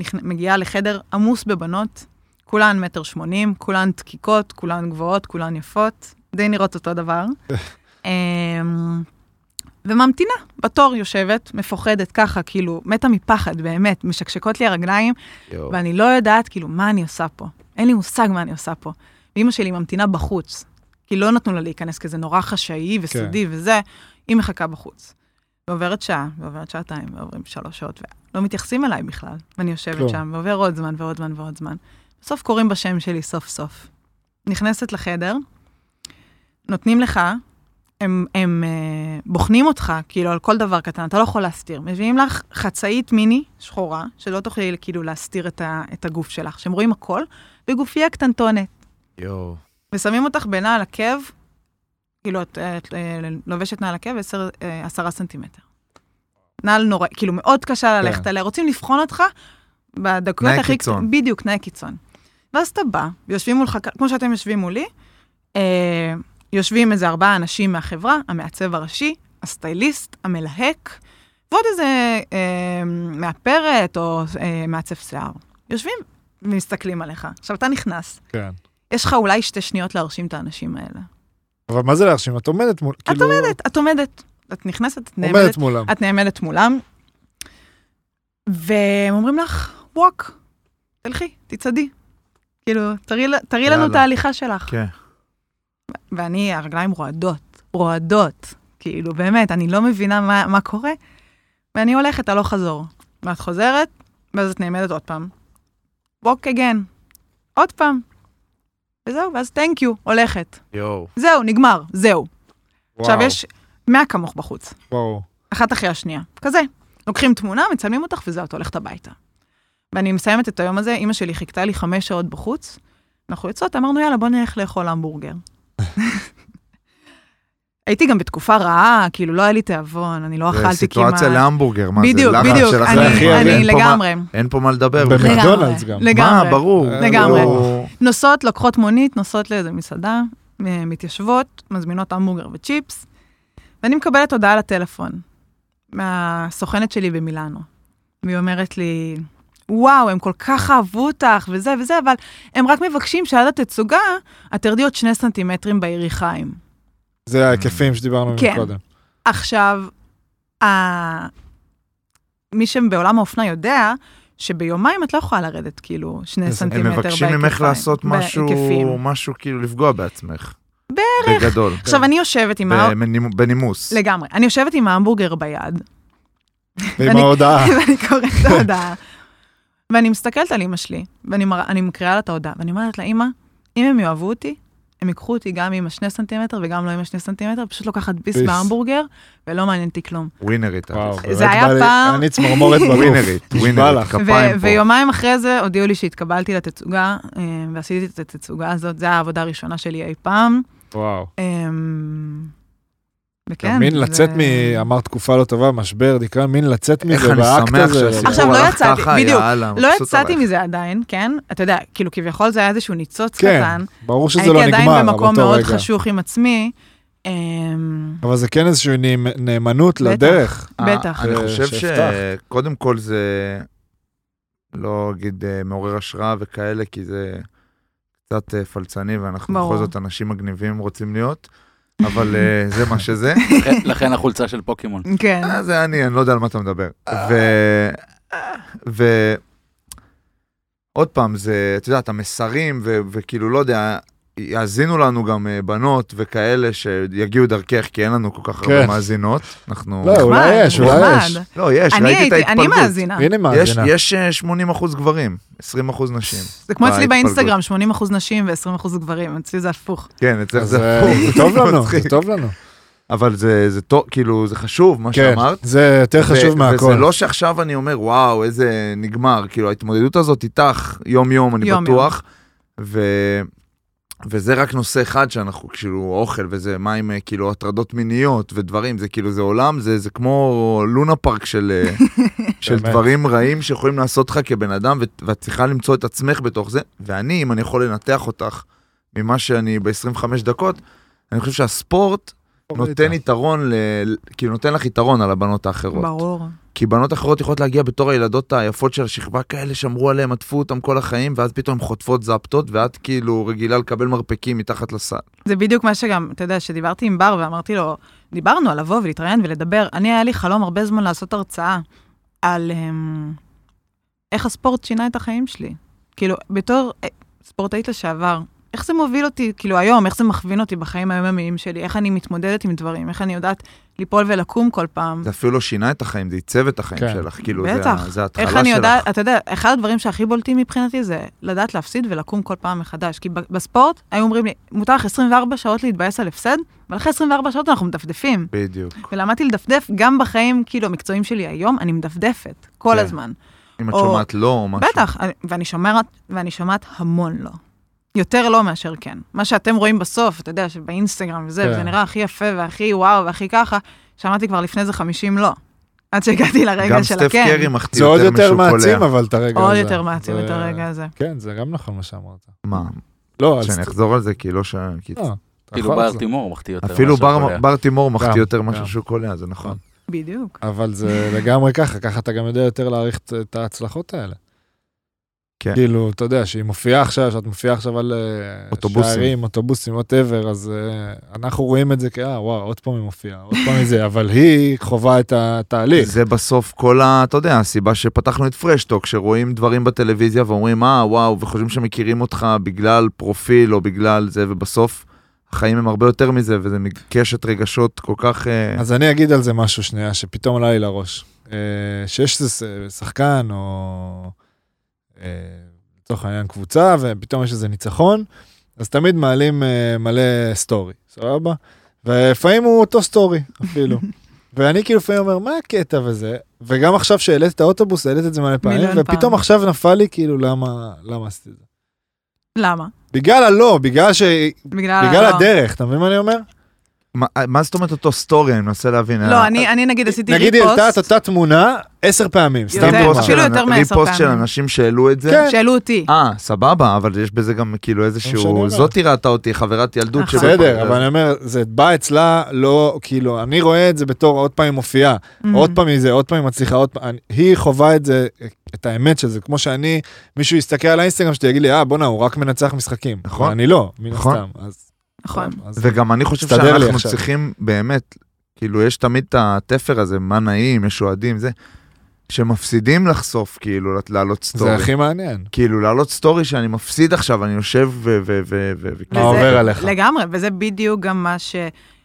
נכנ- מגיעה לחדר עמוס בבנות, כולן מטר שמונים, כולן דקיקות, כולן גבוהות, כולן יפות, די נראות אותו דבר.
[laughs]
אה, וממתינה, בתור יושבת, מפוחדת ככה, כאילו, מתה מפחד, באמת, משקשקות לי הרגליים,
יואו.
ואני לא יודעת, כאילו, מה אני עושה פה. אין לי מושג מה אני עושה פה. ואימא שלי ממתינה בחוץ, כי לא נתנו לה להיכנס, כי זה נורא חשאי וסודי כן. וזה, היא מחכה בחוץ. ועוברת שעה, ועוברת שעתיים, ועוברים שלוש שעות, ולא מתייחסים אליי בכלל. ואני יושבת
כלום.
שם, ועובר עוד זמן ועוד זמן ועוד זמן. בסוף קוראים בשם שלי סוף סוף. נכנסת לחדר, נותנים לך, הם, הם אה, בוחנים אותך, כאילו, על כל דבר קטן, אתה לא יכול להסתיר. מביאים לך חצאית מיני שחורה, שלא תוכלי כאילו להסתיר את, ה, את הגוף שלך, שהם רואים הכל, וגופייה קטנטונת.
יואו.
ושמים אותך בנעל עקב, כאילו, את, את, אה, לובשת נעל עקב 10, 10 סנטימטר. נעל נורא, כאילו, מאוד קשה ללכת עליה, רוצים לבחון אותך בדקויות
כן. תנאי
הכי...
קיצון.
בדיוק, תנאי קיצון. ואז אתה בא, ויושבים מולך, כמו שאתם יושבים מולי, אה, יושבים איזה ארבעה אנשים מהחברה, המעצב הראשי, הסטייליסט, המלהק, ועוד איזה אה, מאפרת או אה, מעצב שיער. יושבים ומסתכלים עליך. עכשיו, אתה נכנס,
כן.
יש לך אולי שתי שניות להרשים את האנשים האלה.
אבל מה זה להרשים? את עומדת מול,
את
כאילו...
עומדת, את עומדת, את נכנסת, את נעמדת, אה.
עומדת מולם.
את נעמדת מולם, והם אומרים לך, walk, תלכי, תצעדי. כאילו, תראי, ל- תראי לנו
יאללה.
את ההליכה שלך.
כן.
ואני, הרגליים רועדות, רועדות. כאילו, באמת, אני לא מבינה מה, מה קורה, ואני הולכת הלוך חזור. ואת חוזרת, ואז את נעמדת עוד פעם. walk again, עוד פעם. וזהו, ואז thank you, הולכת.
יואו.
זהו, נגמר, זהו.
וואו,
עכשיו יש 100 כמוך בחוץ,
וואו.
אחת אחרי השנייה, כזה. לוקחים תמונה, מצלמים אותך וזהו, את הולכת הביתה. ואני מסיימת את היום הזה, אימא שלי חיכתה לי חמש שעות בחוץ, אנחנו יוצאות, אמרנו יאללה בוא נלך
[laughs]
לאכול המבורגר. הייתי גם בתקופה רעה, כאילו לא היה לי תיאבון, אני לא
זה
אכלתי כמעט.
סיטואציה להמבורגר, מה זה?
בדיוק,
לחץ
בדיוק,
של
אני-
אחרי
הכי
אחרי,
הרבה,
אני
אין פה מה-
לגמרי,
אין פה מה לדבר.
במקדונלדס גם.
לגמרי.
מה, ברור.
לגמרי.
ברור.
נוסעות, לוקחות מונית, נוסעות לאיזה מסעדה, אה, מתיישבות, מזמינות המבורגר וצ'יפס, ואני מקבלת הודעה לטלפון מהסוכנת שלי במילאנו. והיא אומרת לי, וואו, הם כל כך אהבו אותך וזה וזה, אבל הם רק מבקשים שעד התצוגה, את תרדי עוד שני סנטימטרים ביריחיים.
זה ההיקפים
Mm.
שדיברנו
כן.
עליהם
[laughs]
קודם.
עכשיו, ה- מי שבעולם האופנה יודע, שביומיים את לא יכולה לרדת כאילו שני
אז הם
סנטימטר
הם
בהיקפיים.
מבקשים ממך לעשות
בהיקפים.
משהו, משהו כאילו לפגוע בעצמך. בערך. בגדול.
עכשיו, אני יושבת עם ה...
בנימו- בנימוס.
לגמרי. אני יושבת עם ההמבורגר ביד,
ועם
אני-
ההודעה.
[laughs] ואני קוראת את ההודעה, ואני מסתכלת על אימא שלי, ואני מרא- אני מקריאה לה את ההודעה, ואני אומרת לה, אימא, אם הם יאהבו אותי, הם ייקחו אותי גם עם השני סנטימטר וגם לא עם השני סנטימטר, פשוט לוקחת ביס
ביס.
בהמבורגר, ולא מעניין אותי כלום.
ווינרית. את.
וואו, באמת
היה
בא לי-
פעם-
אני צמרמורת בגוף.
ווינרית,
נשבע
ווינרית,
לך.
כפיים
ו-
פה.
ויומיים אחרי זה הודיעו לי שהתקבלתי לתצוגה, אה, ועשיתי את התצוגה הזאת, זו העבודה הראשונה שלי אי פעם.
וואו.
אה, וכן.
גם מין
כן. זה-
לצאת מ... אמרת תקופה לא טובה, משבר, דיכאון, מין לצאת
איך
מזה
אני
באקט
שמח
הזה.
שהסיפור
עכשיו, לא
הלך
יצאתי,
ככה,
בדיוק.
יאללה,
לא
מבסוט
יצאתי
עלייך.
מזה עדיין, כן? אתה יודע, כאילו כביכול זה היה איזשהו ניצוץ
כן,
קטן.
ברור שזה
הייתי
לא
עדיין
נגמר
במקום
באותו
מאוד
רגע.
חשוך עם עצמי. אמ,
אבל זה כן איזושהי נאמ- נאמנות
בטח.
לדרך.
בטח.
אני
אה,
חושב
שהבטחת.
שקודם כל זה, לא אגיד אה, מעורר השראה וכאלה, כי זה קצת אה, פלצני, ואנחנו
ברור.
בכל זאת אנשים מגניבים רוצים להיות, אבל
[laughs]
אה, זה מה שזה.
לכן- כן, לכן החולצה של פוקימון.
כן,
אה, זה אני, אני לא יודע על מה אתה מדבר. ו...
אה.
ו... עוד פעם, זה, את יודעת, המסרים, ו- וכאילו, לא יודע, יאזינו לנו גם אה, בנות וכאלה שיגיעו דרכך, כי אין לנו כל כך הרבה
כן.
מאזינות. אנחנו...
לא, אולי
נחמד,
יש, אולי
נחמד.
יש.
לא, יש,
אני
ראיתי את
הייתי, אני
ההתפלגות.
מאזינה.
הנה
יש,
מאזינה.
יש אה, 80 אחוז גברים, 20 אחוז נשים.
זה כמו אצלי
בהתפלגות.
באינסטגרם, 80% נשים ו-20% גברים, אצלי זה הפוך.
כן, אצלך
אז,
זה
אה,
הפוך.
זה טוב לנו,
מצחיק.
זה טוב לנו.
אבל זה, זה טוב, כאילו, זה חשוב, מה
כן,
שאמרת.
זה יותר חשוב
ו-
מהכל.
וזה לא שעכשיו אני אומר, וואו, איזה נגמר. כאילו, ההתמודדות הזאת איתך יום-יום, אני
יום-יום.
בטוח. ו... וזה רק נושא אחד שאנחנו, כאילו, אוכל וזה, מה עם, אה, כאילו, הטרדות מיניות ודברים, זה כאילו, זה עולם, זה, זה כמו לונה פארק של, אה, של
באמת.
דברים רעים שיכולים לעשות לך כבן אדם, ו- ואת צריכה למצוא את עצמך בתוך זה. ואני, אם אני יכול לנתח אותך ממה שאני ב-25 דקות, אני חושב שהספורט נותן יתרון, ל... כאילו, נותן לך יתרון על הבנות האחרות.
ברור.
כי בנות אחרות יכולות להגיע בתור הילדות היפות של השכבה כאלה, שמרו עליהן, עטפו אותן כל החיים, ואז פתאום הן חוטפות זפטות, ואת כאילו רגילה לקבל מרפקים מתחת לסל.
זה בדיוק מה שגם, אתה יודע, שדיברתי עם בר ואמרתי לו, דיברנו על לבוא ולהתראיין ולדבר. אני, היה לי חלום הרבה זמן לעשות הרצאה על אמ, איך הספורט שינה את החיים שלי. כאילו, בתור אה, ספורטאית לשעבר, איך זה מוביל אותי, כאילו היום, איך זה מכווין אותי בחיים היומיומיים שלי, איך אני מתמודדת עם דברים, איך אני יודעת ליפול ולקום כל פעם.
זה אפילו לא שינה את החיים, זה עיצב את החיים
כן.
שלך. כאילו,
בטח.
זה, ה- זה ההתחלה
איך
שלך.
אני יודעת, אתה יודע, אחד הדברים שהכי בולטים מבחינתי זה לדעת להפסיד ולקום כל פעם מחדש. כי ב- בספורט, היו אומרים לי, מותר לך 24 שעות להתבאס על הפסד, אבל אחרי 24 שעות אנחנו מדפדפים.
בדיוק.
ולמדתי לדפדף גם בחיים, כאילו, המקצועיים שלי היום, אני מדפדפת כל
כן.
הזמן.
אם את
או-
שומעת לא או משהו.
בטח, אני- ואני שומעת, ואני שומעת המון לא. יותר לא מאשר כן. מה שאתם רואים בסוף, אתה יודע, שבאינסטגרם וזה,
כן.
וזה נראה הכי יפה והכי וואו והכי ככה, שמעתי כבר לפני זה 50 לא. עד שהגעתי לרגע
גם
של כן.
סטף
הכן.
קרי מחטיא
זה עוד יותר
משהוא
מעצים
קולע.
אבל את הרגע הזה.
עוד יותר מעצים את
זה-
הרגע הזה.
כן, זה גם נכון מה שאמרת.
מה,
לא, אז...
שאני אחזור על זה, כי לא ש... כי-
לא, אתה
אפילו
יכול
כאילו בר
לחזור.
תימור מחטיא יותר.
נכון. אפילו
מאשר
בר-
קולע.
בר תימור מחטיא
גם,
יותר
גם.
משהו שהוא קולע, זה נכון.
בדיוק.
אבל זה לגמרי ככה, ככה אתה גם יודע יותר להעריך את- את ההצלחות האלה.
כן.
כאילו, אתה יודע, שהיא מופיעה עכשיו, שאת מופיעה עכשיו על אה,
אוטובוסים.
שערים, אוטובוסים, וואטאבר, אז אה, אנחנו רואים את זה כ... אה, וואו, עוד פעם היא מופיעה, עוד פעם היא זה, אבל היא חווה את התהליך.
זה בסוף כל ה... אתה יודע, הסיבה שפתחנו את פרשטוק, שרואים דברים בטלוויזיה ואומרים, אה, וואו, וחושבים שמכירים אותך בגלל פרופיל או בגלל זה, ובסוף החיים הם הרבה יותר מזה, וזה מקשת רגשות כל כך...
כן.
אה,
אז אני אגיד על זה משהו שנייה, שפתאום עלה לי לראש. אה, שיש איזה ש- שחקן, או אה, לצורך העניין קבוצה, ופתאום יש איזה ניצחון, אז תמיד מעלים אה, מלא סטורי, סבבה? ולפעמים הוא אותו סטורי
[laughs]
אפילו. ואני כאילו לפעמים אומר, מה הקטע וזה? וגם עכשיו שהעלית את האוטובוס, העלית את זה מלא פעמים,
מיליון
ופתאום
פעם.
עכשיו נפל לי, כאילו, למה למה עשיתי את זה?
למה?
בגלל הלא, בגלל ש...
בגלל...
בגלל
לא.
הדרך, אתה מבין מה אני אומר?
מה- אה, מה זאת אומרת אותו סטורי? אני מנסה להבין. אה,
לא, אני- אני נגיד עשיתי
נגיד היא העלתה את
ריפוסט,
אותה תמונה עשר פעמים, סתם
יותר,
דוגמה.
ריפוסט של
אפילו יותר
אנ-
מעשר
ריפוסט של
פעמים.
אנשים שהעלו את זה.
כן.
שאלו אותי.
אה, סבבה, אבל יש בזה גם כאילו
משנה,
איזשהו...
אבל.
זאתי ראתה אותי, חברת ילדות
נכון.
שלי.
בסדר, אבל אני אומר, זה בא אצלה, לא, כאילו, אני רואה את זה בתור עוד פעם היא מופיעה,
Mm-hmm. אמ,
עוד פעם היא זה, עוד פעם היא מצליחה, עוד פעם, אני- היא חווה את זה, את האמת של זה, כמו שאני, מישהו יסתכל על האינסטגרם שלי, יגיד לי, אה, בואנה, הוא רק מנצח משחקים.
נכון.
אני לא, מן
נכון.
הסתם. אז-
נכון.
אז-
וגם אני חושב
הסתדר לי
שאנחנו
עכשיו.
צריכים באמת, כאילו, יש תמיד את התפר הזה, מה נעים, יש אוהדים, זה, שמפסידים לחשוף, כאילו, לה- להעלות סטורי.
זה הכי מעניין.
כאילו, להעלות סטורי שאני מפסיד עכשיו, אני יושב ו... ו... ו... ו... כאילו, ו-
מה
וזה-
עובר עליך?
לגמרי, וזה בדיוק גם מה ש...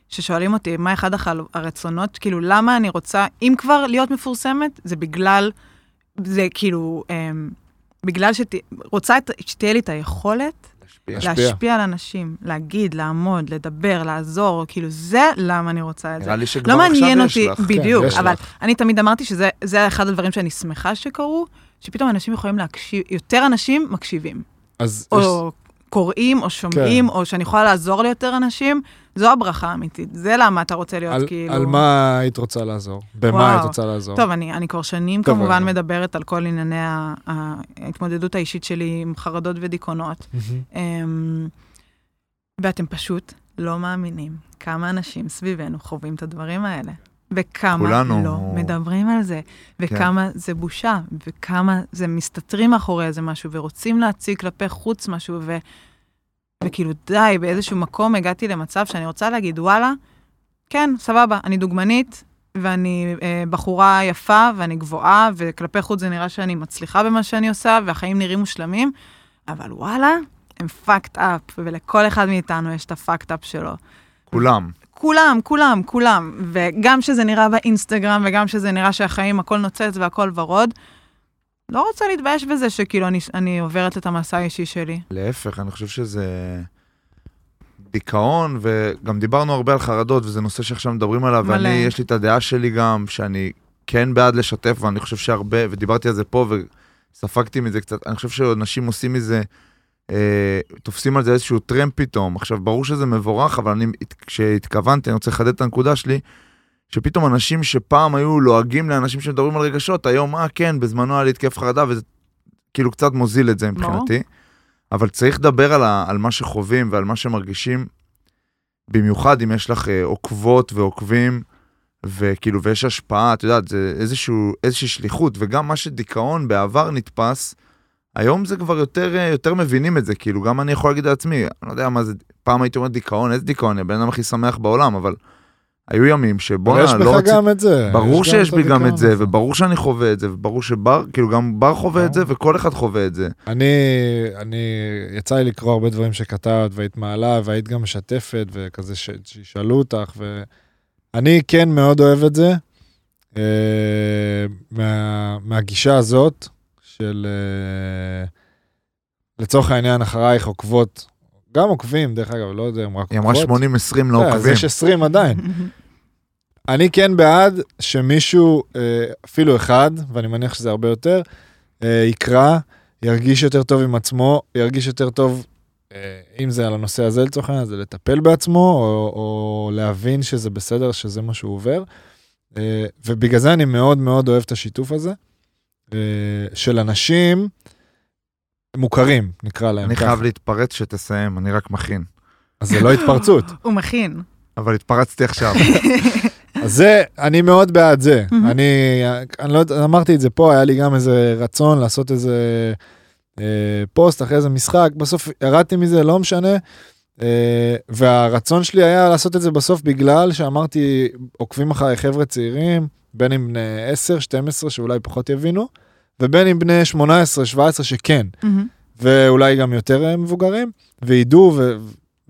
ששואלים אותי, מה אחד החל... הרצונות, כאילו, למה אני רוצה, אם כבר להיות מפורסמת, זה בגלל, זה כאילו, אמ, בגלל שת... רוצה את... שתהיה לי את היכולת
להשפיע.
להשפיע. להשפיע על אנשים, להגיד, לעמוד, לדבר, לעזור, כאילו, זה למה אני רוצה את זה.
נראה לי שכבר
לא
עכשיו
מעניין
יש
אותי,
לך.
בדיוק,
כן, יש
אבל אני תמיד אמרתי שזה זה אחד הדברים שאני שמחה שקרו, שפתאום אנשים יכולים להקשיב, יותר אנשים מקשיבים,
אז יש- כן.
או קוראים, או שומעים, או שאני יכולה לעזור ליותר אנשים, זו הברכה האמיתית, זה למה אתה רוצה להיות
על-
כאילו...
על מה היית רוצה לעזור? במה
וואו.
היית רוצה לעזור?
טוב, אני, אני כבר שנים
טוב,
כמובן
אבל-
מדברת על כל ענייני ה- ההתמודדות האישית שלי עם חרדות ודיכאונות.
מהמם.
אמ, ואתם פשוט לא מאמינים כמה אנשים סביבנו חווים את הדברים האלה. וכמה
כולנו.
לא מדברים על זה, וכמה זה בושה, וכמה זה מסתתרים מאחורי איזה משהו, ורוצים להציג כלפי חוץ משהו, ו... וכאילו די, באיזשהו מקום הגעתי למצב שאני רוצה להגיד, וואלה, כן, סבבה, אני דוגמנית, ואני אה, בחורה יפה, ואני גבוהה, וכלפי חוץ זה נראה שאני מצליחה במה שאני עושה, והחיים נראים מושלמים, אבל וואלה, הם fucked up, ולכל אחד מאיתנו יש את ה-fucked up שלו.
כולם.
כולם, כולם, כולם. וגם שזה נראה באינסטגרם, וגם שזה נראה שהחיים, הכל נוצץ והכל ורוד, לא רוצה להתבייש בזה שכאילו אני, אני עוברת את המסע האישי שלי.
להפך, אני חושב שזה דיכאון, וגם דיברנו הרבה על חרדות, וזה נושא שעכשיו מדברים עליו,
מלא.
ואני, יש לי את הדעה שלי גם, שאני כן בעד לשתף, ואני חושב שהרבה, ודיברתי על זה פה, וספגתי מזה קצת, אני חושב שאנשים עושים מזה, אה, תופסים על זה איזשהו טרמפ פתאום. עכשיו, ברור שזה מבורך, אבל אני, כשהתכוונתי, אני רוצה לחדד את הנקודה שלי, שפתאום אנשים שפעם היו לועגים לאנשים שמדברים על רגשות, היום, אה, כן, בזמנו היה לי התקף חרדה, וזה כאילו קצת מוזיל את זה
ברור.
מבחינתי. אבל צריך לדבר על, ה, על מה שחווים ועל מה שמרגישים, במיוחד אם יש לך אה, עוקבות ועוקבים, וכאילו, ויש השפעה, את יודעת, זה איזשהו, איזושהי שליחות, וגם מה שדיכאון בעבר נתפס, היום זה כבר יותר, אה, יותר מבינים את זה, כאילו, גם אני יכול להגיד לעצמי, אני לא יודע מה זה, פעם הייתי אומר דיכאון, איזה דיכאון, אני הבן אדם הכי שמח בעולם, אבל היו ימים
אבל יש
שבואנה, לא
בך
רציתי...
גם את זה.
ברור
יש גם
שיש
את
בי גם
הדיכאון
את זה,
הזה.
וברור שאני חווה את זה, וברור שבר, כאילו גם בר חווה את זה, וכל אחד חווה את זה.
אני, אני, יצא לי לקרוא הרבה דברים שכתבת, והיית מעלה, והיית גם משתפת, וכזה ש- שישאלו אותך, ואני כן מאוד אוהב את זה, אה, מה, מהגישה הזאת של, אה, לצורך העניין, אחרייך עוקבות, גם עוקבים, דרך אגב, לא יודע אם רק
היא אמרה 80-20
עוקבות.
לא
אה, אז
עוקבים.
יש 20 עדיין. אני כן בעד שמישהו, אה, אפילו אחד, ואני מניח שזה הרבה יותר, אה, יקרא, ירגיש יותר טוב עם עצמו, ירגיש יותר טוב, אה, אם זה על הנושא הזה לצורך העניין, זה לטפל בעצמו, או, או להבין שזה בסדר, שזה מה שהוא עובר. אה, ובגלל זה אני מאוד מאוד אוהב את השיתוף הזה, אה, של אנשים מוכרים, נקרא להם
אני
ככה.
חייב להתפרץ שתסיים, אני רק מכין.
אז זה לא התפרצות. [coughs]
הוא מכין.
אבל התפרצתי עכשיו.
אז זה, אני מאוד בעד זה. אני, אני לא יודע, אמרתי את זה פה, היה לי גם איזה רצון לעשות איזה אה, פוסט אחרי איזה משחק, בסוף ירדתי מזה, לא משנה. אה, והרצון שלי היה לעשות את זה בסוף בגלל שאמרתי, עוקבים אחרי חבר'ה צעירים, בין אם בני 10, 12, שאולי פחות יבינו, ובין אם בני 18, 17, שכן.
מהמם.
ואולי גם יותר אה, מבוגרים, וידעו, ו...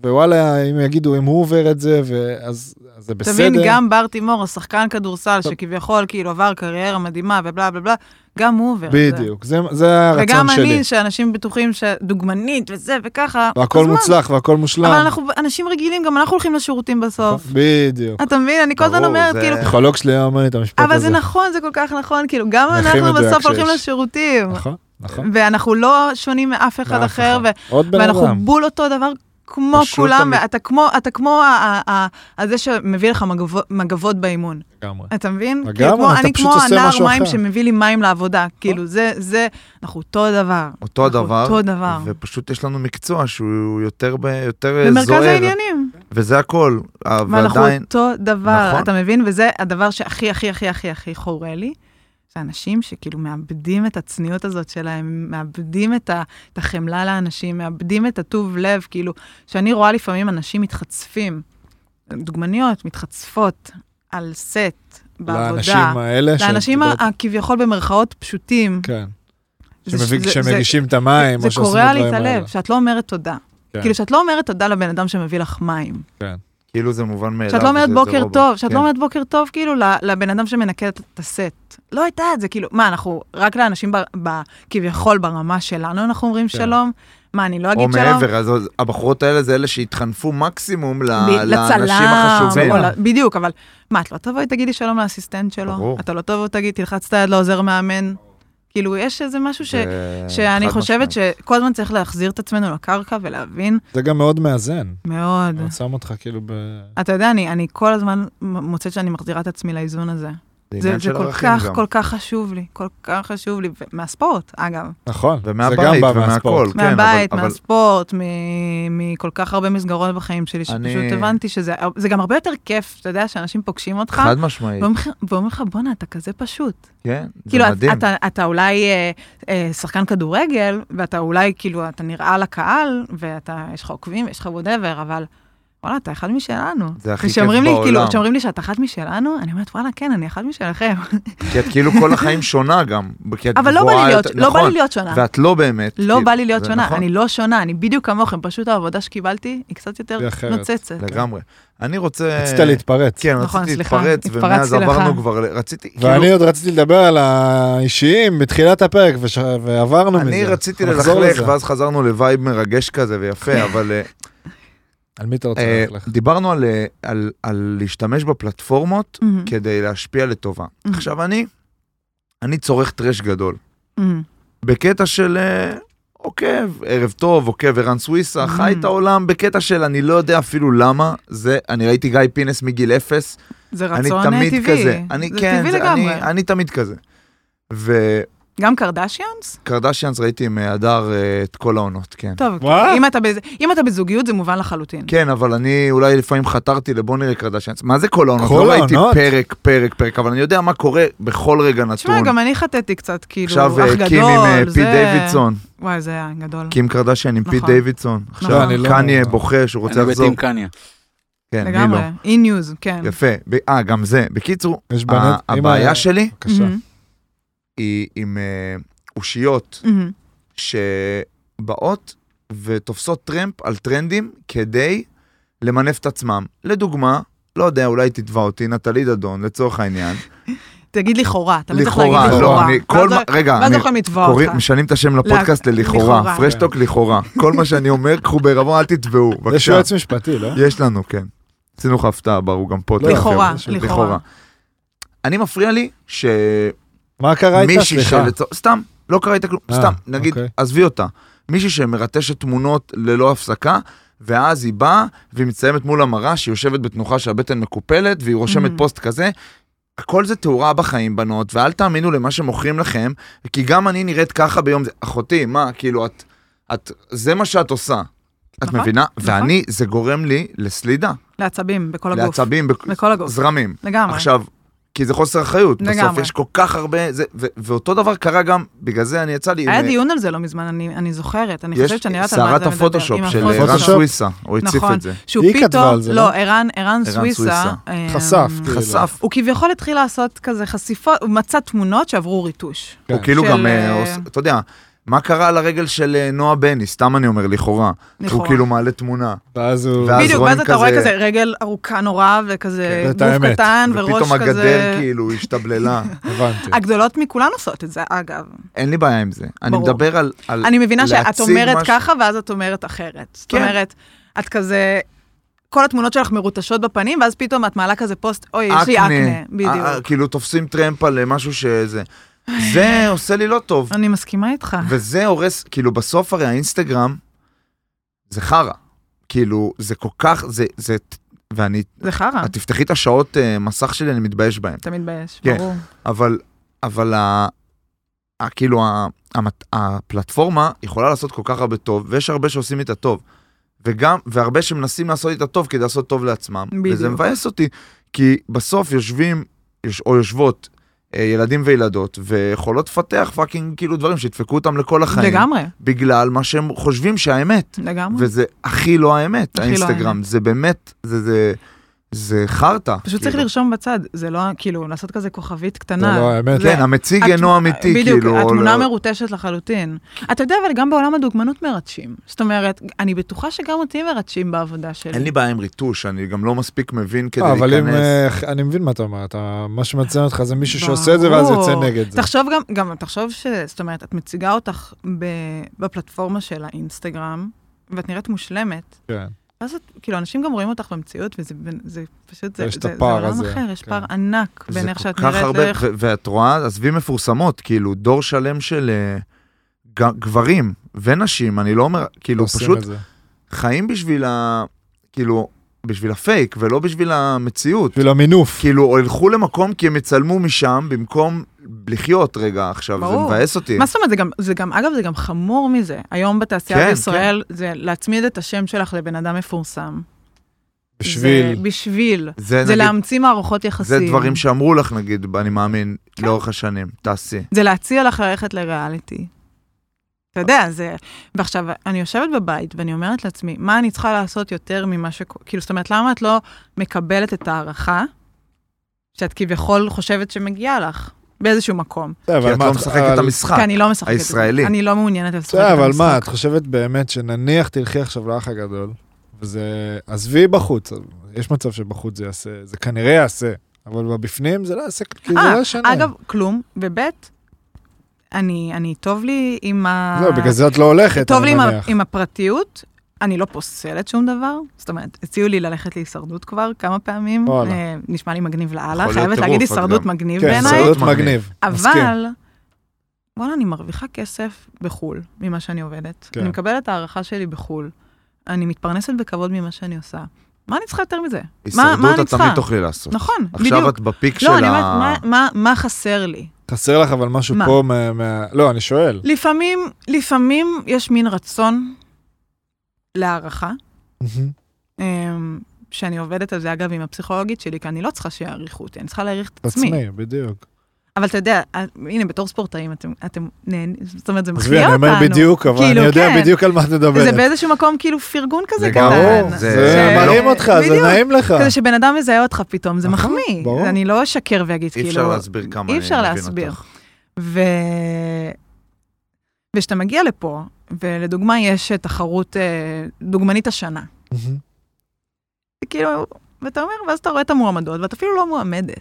ווואלה, אם יגידו, אם הוא עובר את זה, ואז אז זה בסדר.
תבין, גם בר תימור, השחקן כדורסל, שכביכול כאילו עבר קריירה מדהימה ובלה בלה בלה, גם הוא עובר את כן, זה.
בדיוק, זה, זה הרצון
וגם
שלי.
אני, שאנשים בטוחים שדוגמנית וזה וככה,
והכל
אז מה?
מוצלח והכל מושלם.
אבל אנחנו אנשים רגילים, גם אנחנו הולכים לשירותים בסוף.
בדיוק.
אתה מבין? אני כל הזמן
ברור,
אומרת,
זה-
כאילו,
הפסיכולוג שלי היה אומר לי את המשפט הזה.
אבל זה נכון, זה כל כך נכון, כאילו, גם
הכי
אנחנו
מדויק
בסוף הולכים
שיש.
לשירותים.
נכון, נכון.
ואנחנו לא שונים מאף אחד
מאף
אחר,
אחד.
ו-
עוד בן
ואנחנו
אדם.
בול אותו דבר כמו
פשוט
כולם,
המ-
ואתה כמו, אתה כמו ה- ה- ה- ה- זה שמביא לך מגבו- מגבות באימון.
לגמרי.
אתה מבין?
לגמרי,
כאילו, כמו-
אתה פשוט
אני
עושה
כמו הנער
משהו
מים
אחר. נכון.
שמביא לי מים לעבודה. כאילו, זה, זה, אנחנו אותו דבר.
אותו
אנחנו
הדבר,
נכון, אותו דבר.
ופשוט יש לנו מקצוע שהוא יותר ב- יותר
במרכז
זוהר,
העניינים.
וזה הכל. אה,
ואנחנו
ועדיין,
אותו דבר,
נכון.
אתה מבין? וזה הדבר שהכי, הכי, הכי, הכי, הכי חורה לי. זה אנשים שכאילו מאבדים את הצניעות הזאת שלהם, מאבדים את ה- את החמלה לאנשים, מאבדים את הטוב לב, כאילו, שאני רואה לפעמים אנשים מתחצפים, דוגמניות מתחצפות על סט, בעבודה.
לאנשים האלה. שאת
לאנשים ה-
יודעת-
הכביכול במרכאות פשוטים.
כן.
זה-
שמביא-
זה-
שמגישים את המים,
זה
או שעושים את
קורע לי
הדברים
את
האלה.
הלב, שאת לא אומרת תודה.
כן.
כאילו, שאת לא אומרת תודה לבן אדם שמביא לך מים.
כאילו זה מובן מאליו.
שאת לא אומרת
זה- זה
בוקר
רובוט.
טוב, שאת
כן.
לא אומרת בוקר טוב, כאילו, ל- לבן אדם שמנקה את את הסט. לא הייתה את זה, כאילו, מה, אנחנו, רק לאנשים ב- ב- כביכול ברמה שלנו אנחנו אומרים
כן.
שלום? מה, אני לא
או
אגיד שלום?
מעבר, אז אז הבחורות האלה זה אלה שהתחנפו מקסימום ל-
ב-
לאנשים
או לא-
החשובים.
ל- בדיוק, אבל מה, את לא תבואי, תגידי שלום לאסיסטנט שלו.
ברור.
אתה לא תבוא, תגיד, תלחץ את היד לעוזר מאמן. כאילו, יש איזה משהו ש...
זה-
שאני
חד
חושבת
משמעית.
שכל הזמן צריך להחזיר את עצמנו לקרקע ולהבין
זה גם מאוד מאזן.
מאוד.
הוא שם אותך כאילו ב...
אתה יודע, אני, אני כל הזמן מוצאת שאני מחזירה את עצמי לאיזון הזה. זה,
עניין
זה
של
כל
ערכים
כך,
גם.
כל כך חשוב לי, כל כך חשוב לי, ו- מהספורט, אגב.
נכון. זה גם
ומהבית
בא
ומהכל,
מהספורט.
כן, אבל-
מהבית,
אבל
מהספורט, מ- מכל כך הרבה מסגרות בחיים שלי, שפשוט
אני-
הבנתי שזה זה גם הרבה יותר כיף, אתה יודע, שאנשים פוגשים אותך,
חד משמעית,
ואומרים לך- ואומרים לך, בואנה, אתה כזה פשוט.
כן, זה
כאילו, את-
מדהים.
אתה, אתה אולי אה, אה, שחקן כדורגל, ואתה אולי, כאילו, אתה נראה לקהל, ואתה, יש לך עוקבים, יש לך וואטאבר, אבל וואלה, אתה אחד משלנו.
זה הכי כיף
וכשאומרים לי, כאילו,
בעולם.
כשאומרים לי שאת אחת משלנו, אני אומרת, וואלה, כן, אני אחת
[laughs]
משלכם.
כי את כאילו כל החיים שונה גם. כי את
אבל לא בא
גבוהה
לי להיות,
יותר-
לא בא
נכון.
לי להיות שונה.
ואת לא באמת.
לא
כאילו,
בא לי להיות
זה
שונה,
נכון.
אני לא שונה, אני בדיוק כמוכם, פשוט העבודה שקיבלתי היא קצת יותר
היא אחרת.
נוצצת.
לגמרי. אני רוצה...
רצית להתפרץ.
כן,
נכון,
רציתי
סליחה,
להתפרץ, ומאז
התפרצתי לך.
עברנו כבר, ל- רציתי, כאילו,
ואני עוד רציתי לדבר על האישיים בתחילת הפרק, וש- ועברנו מזה.
אני רציתי
אנחנו לא נחזור
ללכלך,
לזה.
ואז חזרנו לווייב מרגש כזה ויפה, אבל
[laughs]
אה,
על מי אתה רוצה
אה,
ללכלך?
דיברנו על, אה, על- על להשתמש בפלטפורמות
מהמם,
כדי להשפיע לטובה.
Mhm.
עכשיו, אני, אני צורך טרש גדול.
מהמם.
בקטע של אה, עוקב, ערב טוב, עוקב ערן סוויסה, חי
Mm.
את העולם, בקטע של אני לא יודע אפילו למה, זה, אני ראיתי גיא פינס מגיל אפס,
זה
אני
רצון אה,
תמיד
טבעי.
כזה, אני,
זה
כן,
טבעי
זה-
לגמרי.
אני, אני תמיד כזה. וקרדשיאנס
גם קרדשיאנס?
ראיתי עם אה, הדר אה, את כל העונות, כן.
טוב,
מה?
אם אתה בזה- אם אתה בזוגיות זה מובן לחלוטין.
כן, אבל אני אולי לפעמים חתרתי לבוא נראה קרדשיאנס. מה זה כל העונות?
כל
לא ראיתי
העונות?
פרק, פרק, פרק, אבל אני יודע מה קורה בכל רגע נתון.
תשמע, גם אני חטאתי קצת, כאילו, אח
עכשיו
גדול,
אה,
זה...
קים עם אה, כן, פי דיווידסון,
וואי, זה היה גדול.
קים קרדשיאן עם פי
נכון.
דיווידסון. עכשיו
אני
לא-
קניה בוכה שהוא רוצה
אני
לחזור.
בטים קניה.
כן, מי
לגמרי,
לא?
אי-ניוז, כן.
יפה. ב- אה, גם זה. בקיצור,
יש
ה-
בנט? אמא,
הבעיה שלי
בבקשה.
מהמם,
היא עם אה, אושיות
מהמם.
שבאות ותופסות טרמפ על טרנדים כדי למנף את עצמם. לדוגמה, לא יודע, אולי תתבע אותי, נטלי דדון, לצורך העניין.
תגיד לכאורה, אתה לא צריך להגיד
לכאורה, לא,
לכאורה. לא
אני, כל מה, רגע,
ואז
אני,
יכולים לתבוע
קוראים,
אותך.
משנים את השם לפודקאסט ללכאורה,
לא, לכאורה.
פרשטוק לכאורה. כל מה שאני אומר, קחו בעירבון, אל תתבעו,
יש
בבקשה.
יועץ משפטי, לא?
יש לנו, כן. עשינו לך הפתעה, בר, הוא גם פה.
לא,
תכף.
לכאורה,
יש-
לכאורה.
אני מפריע לי ש...
מה קרה איתה?
מישהי
סליחה.
שלצורך, סתם, לא קרה איתה כלום,
אה,
סתם, נגיד,
אוקיי.
עזבי אותה. מישהי שמרטשת תמונות ללא הפסקה, ואז היא באה, והיא מציימת מול המראה, שהיא יושבת בתנוחה שהבטן מקופלת, והיא רושמת
Mhm.
פוסט כזה. הכל זה תאורה בחיים, בנות, ואל תאמינו למה שמוכרים לכם, כי גם אני נראית ככה ביום זה. אחותי, מה, כאילו, את... את זה מה שאת עושה. את
נכון,
מבינה?
נכון.
ואני, זה גורם לי לסלידה,
לעצבים, בכל הגוף.
לעצבים, בכ-
בכל הגוף,
זרמים.
לגמרי.
עכשיו, כי זה חוסר אחריות. בסוף
לגמרי.
יש כל כך הרבה, זה, ו- ואותו דבר קרה גם, בגלל זה אני יצא לי,
היה
עם,
דיון על זה לא מזמן, אני אני זוכרת. אני
כאילו, אה, יש
חושבת שאני יודעת על מה אתה
סערת
מדבר.
הפוטושופ
עם
של
הפוטושופ.
ערן
הפוטושופ.
סוויסה, הוא הציף
נכון.
את זה.
שהוא
היא
פתאום...
כתבה על זה, לא?
לא, ערן, ערן
סוויסה.
סוויסה. אה,
חשף, כאילו.
חשף,
הוא כביכול התחיל לעשות כזה חשיפות, הוא מצא תמונות שעברו ריטוש.
כן.
הוא כאילו
של,
גם,
אה,
אה, עוש- אתה יודע, מה קרה על הרגל של אה, נועה בני, סתם אני אומר, לכאורה. הוא
לכאורה.
כאילו מעלה תמונה,
ואז הוא...
ואז
בדיוק,
רואים
ואז אתה רואה
כזה-
כזה רגל ארוכה נורא, וכזה
כן, זאת
גוף
האמת.
קטן, וראש
ופתאום הגדר
כזה...
כאילו
[laughs]
השתבללה.
הבנתי.
הגדולות מכולן עושות את זה, אגב.
אין לי בעיה עם זה. אני
ברור.
מדבר על... על-
אני מבינה שאת
להציג
אומרת
משהו-
ככה, ואז את אומרת אחרת. זאת
כן.
אומרת, את כזה... כל התמונות שלך מרוטשות בפנים, ואז פתאום את מעלה כזה פוסט, אוי, יש לי אקנה,
אה, אה,
בדיוק.
כאילו תופסים טרמפ על אה, משהו שזה... זה עושה לי לא טוב.
אני מסכימה איתך.
וזה הורס, כאילו בסוף הרי האינסטגרם זה חרא. כאילו זה כל כך, זה, זה, ואני,
זה חרא,
את תפתחי את השעות אה, מסך שלי, אני מתבייש בהן.
אתה מתבייש,
כן.
ברור.
אבל, אבל ה, ה, כאילו ה, המת, הפלטפורמה יכולה לעשות כל כך הרבה טוב, ויש הרבה שעושים איתה טוב. וגם, והרבה שמנסים לעשות איתה טוב כדי לעשות טוב לעצמם.
בדיוק.
וזה מבאס אותי, כי בסוף יושבים, יש, או יושבות, אה, ילדים וילדות, ויכולות לפתח פאקינג כאילו דברים שידפקו אותם לכל החיים.
לגמרי,
בגלל מה שהם חושבים שהאמת,
לגמרי.
וזה הכי לא האמת,
הכי לא
האינסטגרם,
האמת.
זה באמת, זה- זה זה חרטא.
פשוט צריך
כאילו.
לרשום בצד, זה לא, כאילו, לעשות כזה כוכבית
זה
קטנה.
לא האמת.
כן, המציג אינו אמיתי, כאילו.
בדיוק, התמונה
לא-
מרוטשת לחלוטין. אתה יודע, אבל גם בעולם הדוגמנות מרטשים. זאת אומרת, אני בטוחה שגם אותי מרטשים בעבודה שלי.
אין לי בעיה עם ריטוש, אני גם לא מספיק מבין כדי
אה, אבל אם...
להיכנס.
אה, אני מבין מה אתה אומר, אתה- מה שמציין אותך זה מישהו שעושה את זה ואז
ברור.
יוצא נגד זה.
תחשוב גם, גם תחשוב ש... זאת אומרת, את מציגה אותך ב, בפלטפורמה של האינסטגרם, ואת נראית מושלמת.
כן.
ואז את, כאילו, אנשים גם רואים אותך במציאות, וזה בין- זה פשוט, זה,
יש את
זה, זה
הפער
עולם
הזה,
אחר, יש
כן.
פער ענק
זה
בין איך
כל
שאת
כך
נראית
הרבה-
לאיך...
ו- ואת רואה, עזבי מפורסמות, כאילו, דור שלם של אה, ג- גברים ונשים, אני לא אומר, כאילו,
עושים
פשוט
את זה.
חיים בשביל ה... כאילו, בשביל הפייק, ולא בשביל המציאות.
בשביל המינוף.
כאילו, או ילכו למקום כי הם יצלמו משם במקום לחיות רגע עכשיו, זה
ברור.
מבאס אותי.
מה זאת אומרת, זה גם, זה גם, אגב, זה גם חמור מזה. היום בתעשייה
כן,
בישראל, זה להצמיד את השם שלך לבן אדם מפורסם.
בשביל...
זה בשביל.
זה,
זה
נגיד,
להמציא מערכות
זה
יחסים.
דברים שאמרו לך,
כן.
נגיד, אני מאמין, לאורך השנים, תעשי.
זה להציע לך ללכת לריאליטי. אתה יודע, זה... ועכשיו, אני יושבת בבית ואני אומרת לעצמי, מה אני צריכה לעשות יותר ממה ש... כאילו, זאת אומרת, למה את לא מקבלת את ההערכה שאת כביכול חושבת שמגיעה לך באיזשהו מקום?
כי את לא משחקת את המשחק.
כי אני לא משחקת את זה.
הישראלי.
אני לא מעוניינת לשחק את
אה, בסדר,
המשחק.
אבל מה, את חושבת באמת שנניח תלכי עכשיו לאח הגדול, וזה... עזבי בחוץ, יש מצב שבחוץ זה יעשה, זה כנראה יעשה, אבל בבפנים זה לא יעשה, כי זה
אה,
לא ישנה.
אגב, כלום, ובית, אני, אני טוב לי עם ה...
לא, בגלל זה את לא הולכת,
טוב
אני
לי עם, ה-
מניח.
עם הפרטיות, אני לא פוסלת שום דבר. זאת אומרת, הציעו לי ללכת להישרדות כבר כמה פעמים.
וואלה.
אה, נשמע לי מגניב לאללה,
יכול להיות
חייבת
טירוף,
להגיד
את
הישרדות
גם-
מגניב
כן,
בעיניי.
סרט
מגניב.
מגניב. מסכים.
אבל, וואלה, אני מרוויחה כסף בחו"ל ממה שאני עובדת.
כן.
אני מקבלת את ההערכה שלי בחו"ל. אני מתפרנסת בכבוד ממה שאני עושה. מה אני צריכה יותר מזה? מה, מה
הישרדות
אני
את
צריכה?
תמיד תוכלי לעשות.
נכון,
עכשיו
בדיוק.
את בפיק של
לא, אני אומרת,
ה...
מה, מה, מה חסר לי?
חסר לך אבל משהו
מה?
פה מה- מה... לא, אני שואל.
לפעמים, לפעמים יש מין רצון להערכה, אמ, שאני עובדת על זה, אגב, עם הפסיכולוגית שלי, כי אני לא צריכה שיעריכו אותי, אני צריכה להעריך את עצמי.
עצמי, בדיוק.
אבל אתה יודע, אה, הנה, בתור ספורטאים אתם, אתם נהנים, זאת אומרת, זה
עזבי,
מחיה
אני
אותנו.
אומר בדיוק, אבל
כאילו,
אני יודע
כן.
בדיוק על מה את מדברת.
זה באיזשהו מקום כאילו פרגון כזה
זה
קטן.
ברור,
זה-
זה
זה
מרים
לא-
אותך, זה
בדיוק.
נעים לך.
כזה שבן אדם מזהה אותך פתאום, זה
נכון,
מחמיא.
ברור.
אני לא אשקר ואגיד כאילו...
אי אפשר להסביר כמה אני
אי
מבין
אפשר להסביר.
אותך.
ו... וכשאתה מגיע לפה, ולדוגמה יש אה, תחרות אה, דוגמנית השנה,
מהמם.
זה כאילו, ואתה אומר, ואז אתה רואה את המועמדות, ואת אפילו לא מועמדת.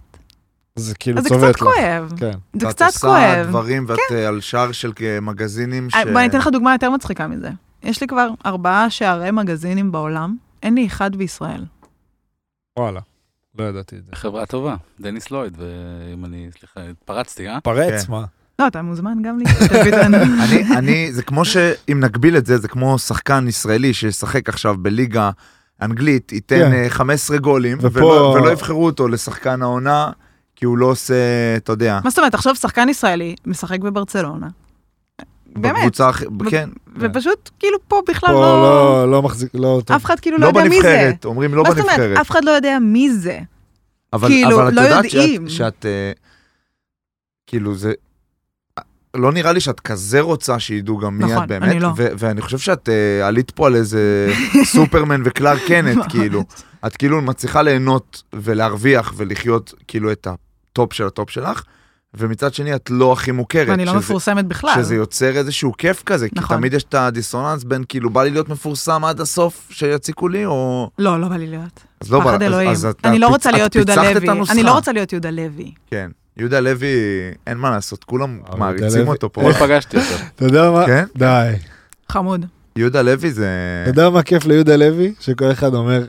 זה כאילו
אז זה
צובט
קצת
לך.
כואב,
כן.
זה
ואת
קצת
עושה
כואב. כן.
דברים ואת אה, על שער של אה, מגזינים ש...
אה, בוא, אני אתן לך דוגמה יותר מצחיקה מזה. יש לי כבר ארבעה שערי מגזינים בעולם, אין לי אחד בישראל.
וואלה, לא ידעתי
כן.
את זה.
חברה טובה, דניס לויד, ואם אני, סליחה, התפרצתי, אה?
פרץ,
כן.
מה?
לא, אתה מוזמן
[laughs]
גם להשתתף איתנו.
אני, אני, זה כמו שאם נגביל את זה, זה כמו שחקן ישראלי שישחק עכשיו בליגה אנגלית, ייתן
כן.
אה, 15 גולים,
ופה-
ולא, ולא יבחרו אותו לשחקן העונה, כי הוא לא עושה, אתה יודע,
מה זאת אומרת, תחשוב, שחקן ישראלי משחק בברצלונה.
כן.
באמת,
בקבוצה, הכי- כן,
ופשוט כאילו פה בכלל
פה
לא...
לא- לא מחזיק, לא אותו.
אף אחד כאילו לא
לא
יודע מי זה.
בנבחרת, אומרים לא
מה זאת אומרת,
בנבחרת.
אף אחד לא יודע מי זה.
אבל,
כאילו,
אבל את
לא
יודעת
יודעים.
שאת, שאת אה, כאילו זה, לא נראה לי שאת כזה רוצה שידעו גם מי
נכון,
את באמת,
אני לא.
ו- ואני חושב שאת אה, עלית פה על איזה [laughs] סופרמן וקלאר
[laughs]
קנט, כאילו, את כאילו מצליחה ליהנות ולהרוויח ולחיות כאילו את הטופ של הטופ שלך, ומצד שני את לא הכי מוכרת.
ואני לא
שזה-
מפורסמת בכלל.
שזה יוצר איזשהו כיף כזה, כי
נכון.
תמיד יש את הדיסוננס בין כאילו בא לי להיות מפורסם עד הסוף שיציקו לי, או...
לא, לא בא לי להיות.
אז לא בא,
פחד
אז-
אלוהים.
אז את-
אני לא
את
רוצה
פיצ- את
להיות יהודה
פיצחת את
לוי. אני
הנוסחה.
לא רוצה להיות יהודה לוי.
כן, יהודה לוי, אין מה לעשות, כולם
יהודה לוי-
מעריצים אותו פה.
אתמול
[laughs]
פגשתי אותו.
אתה יודע מה?
כן?
די.
חמוד.
יהודה לוי זה...
אתה יודע מה כיף ליהודה לוי? שכל אחד אומר,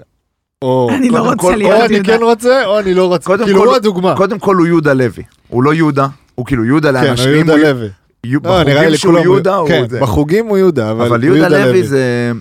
או
[laughs] אני לא
קודם
רוצה
כל-
להיות
או
יהודה.
אני כן רוצה, או אני לא רוצה.
קודם
כאילו,
כל-
הוא הדוגמה.
קודם כל הוא יהודה לוי, הוא לא יהודה, הוא כאילו יהודה
כן, הוא
לאנשים,
יהודה
הוא-
לוי.
יהיו-
לא, נראה
בחוגים
לי
שהוא
כולם...
יהודה, הוא
כן,
זה.
בחוגים הוא יהודה, אבל
אבל יהודה לוי זה...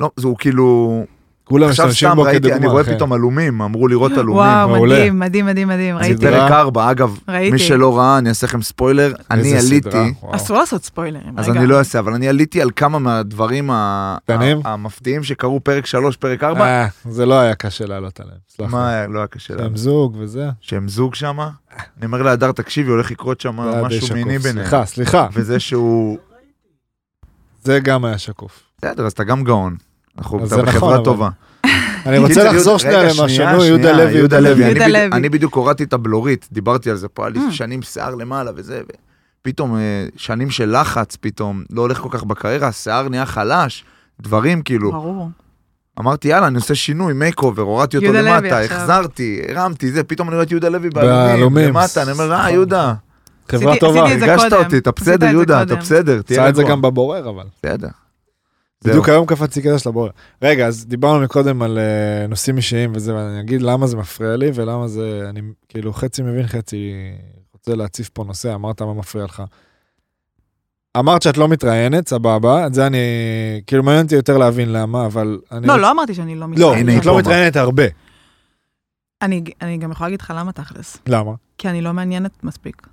לא, זה הוא כאילו...
כולם
עכשיו
משתמשים
סתם
לא, בו
ראיתי,
כדוגמה.
אני רואה
כן.
פתאום עלומים, אמרו
[laughs]
לראות עלומים.
וואו,
מעולה.
מדהים, מדהים, מדהים, מדהים.
זה
ראיתי.
דרך
פרק 4, אגב, מי
ראיתי.
שלא ראה, אני אעשה לכם ספוילר, אני
איזה
עליתי,
סדרה, וואו.
אסור לעשות ספוילרים,
אז
רגע.
אני לא אעשה, אבל אני עליתי על כמה מהדברים ה-
קטנים?
ה- המפתיעים שקרו פרק 3, פרק 4,
אה, זה לא היה קשה לעלות עליהם, סלח לי.
מה היה- לא היה קשה
הם
להבין.
זוג וזה.
שהם זוג שם, אני אומר להדר, תקשיבי, הולך לקרות שם
זה היה די
משהו
שקוף.
מיני ביניהם.
סליחה, סליחה.
וזה שהוא...
זה גם היה שקוף.
בסדר, אז אתה גם גאון. אנחנו
אז
אתה
זה נכון, אבל-
בחברה טובה.
אני רוצה
כאילו,
לחזור
יהודה-
שנייה
רגע,
למה
שנייה,
שנו, יהודה
שנייה,
לוי, יהודה לוי.
אני
יהודה
בדיוק-
לוי.
אני בדיוק הורדתי את הבלורית, דיברתי על זה פה, היה לי
Mm.
שנים שיער למעלה וזה, ו- פתאום אה, שנים של לחץ, פתאום לא הולך כל כך בקריירה, השיער נהיה חלש, דברים כאילו.
ברור.
אמרתי, יאללה, אני עושה שינוי, מייק אובר, הורדתי אותו
יהודה לוי
למטה,
עכשיו.
החזרתי, הרמתי, זה, פתאום אני רואה את יהודה לוי
בעלומים.
בעלומים, למטה, אני אומר, אה, יהודה,
חברה
עשיתי-
טובה.
נכון. עשיתי את זה
הרגשת
קודם.
אותי, אתה
עשית את
בסדר,
זה
יהודה, אתה
קודם.
בסדר, תהיה
עשה את זה
רגוע."
גם בבורר אבל.
בסדר.
בדיוק היום קפצתי קטע של הבורר. רגע, אז דיברנו מקודם על אה, נושאים אישיים וזה, ואני אגיד למה זה מפריע לי ולמה זה, אני כאילו חצי מבין, חצי רוצה להציף פה נושא, אמרת מה מפריע לך. אמרת שאת לא מתראיינת, סבבה, את זה אני, כאילו מעניין אותי יותר להבין למה, אבל אני...
לא, לא אמרתי שאני לא
לא,
מתראיינת.
הנה,
את לא
פה.
מתראיינת הרבה.
אני- אני גם יכולה להגיד לך למה תכלס.
למה?
כי אני לא מעניינת מספיק.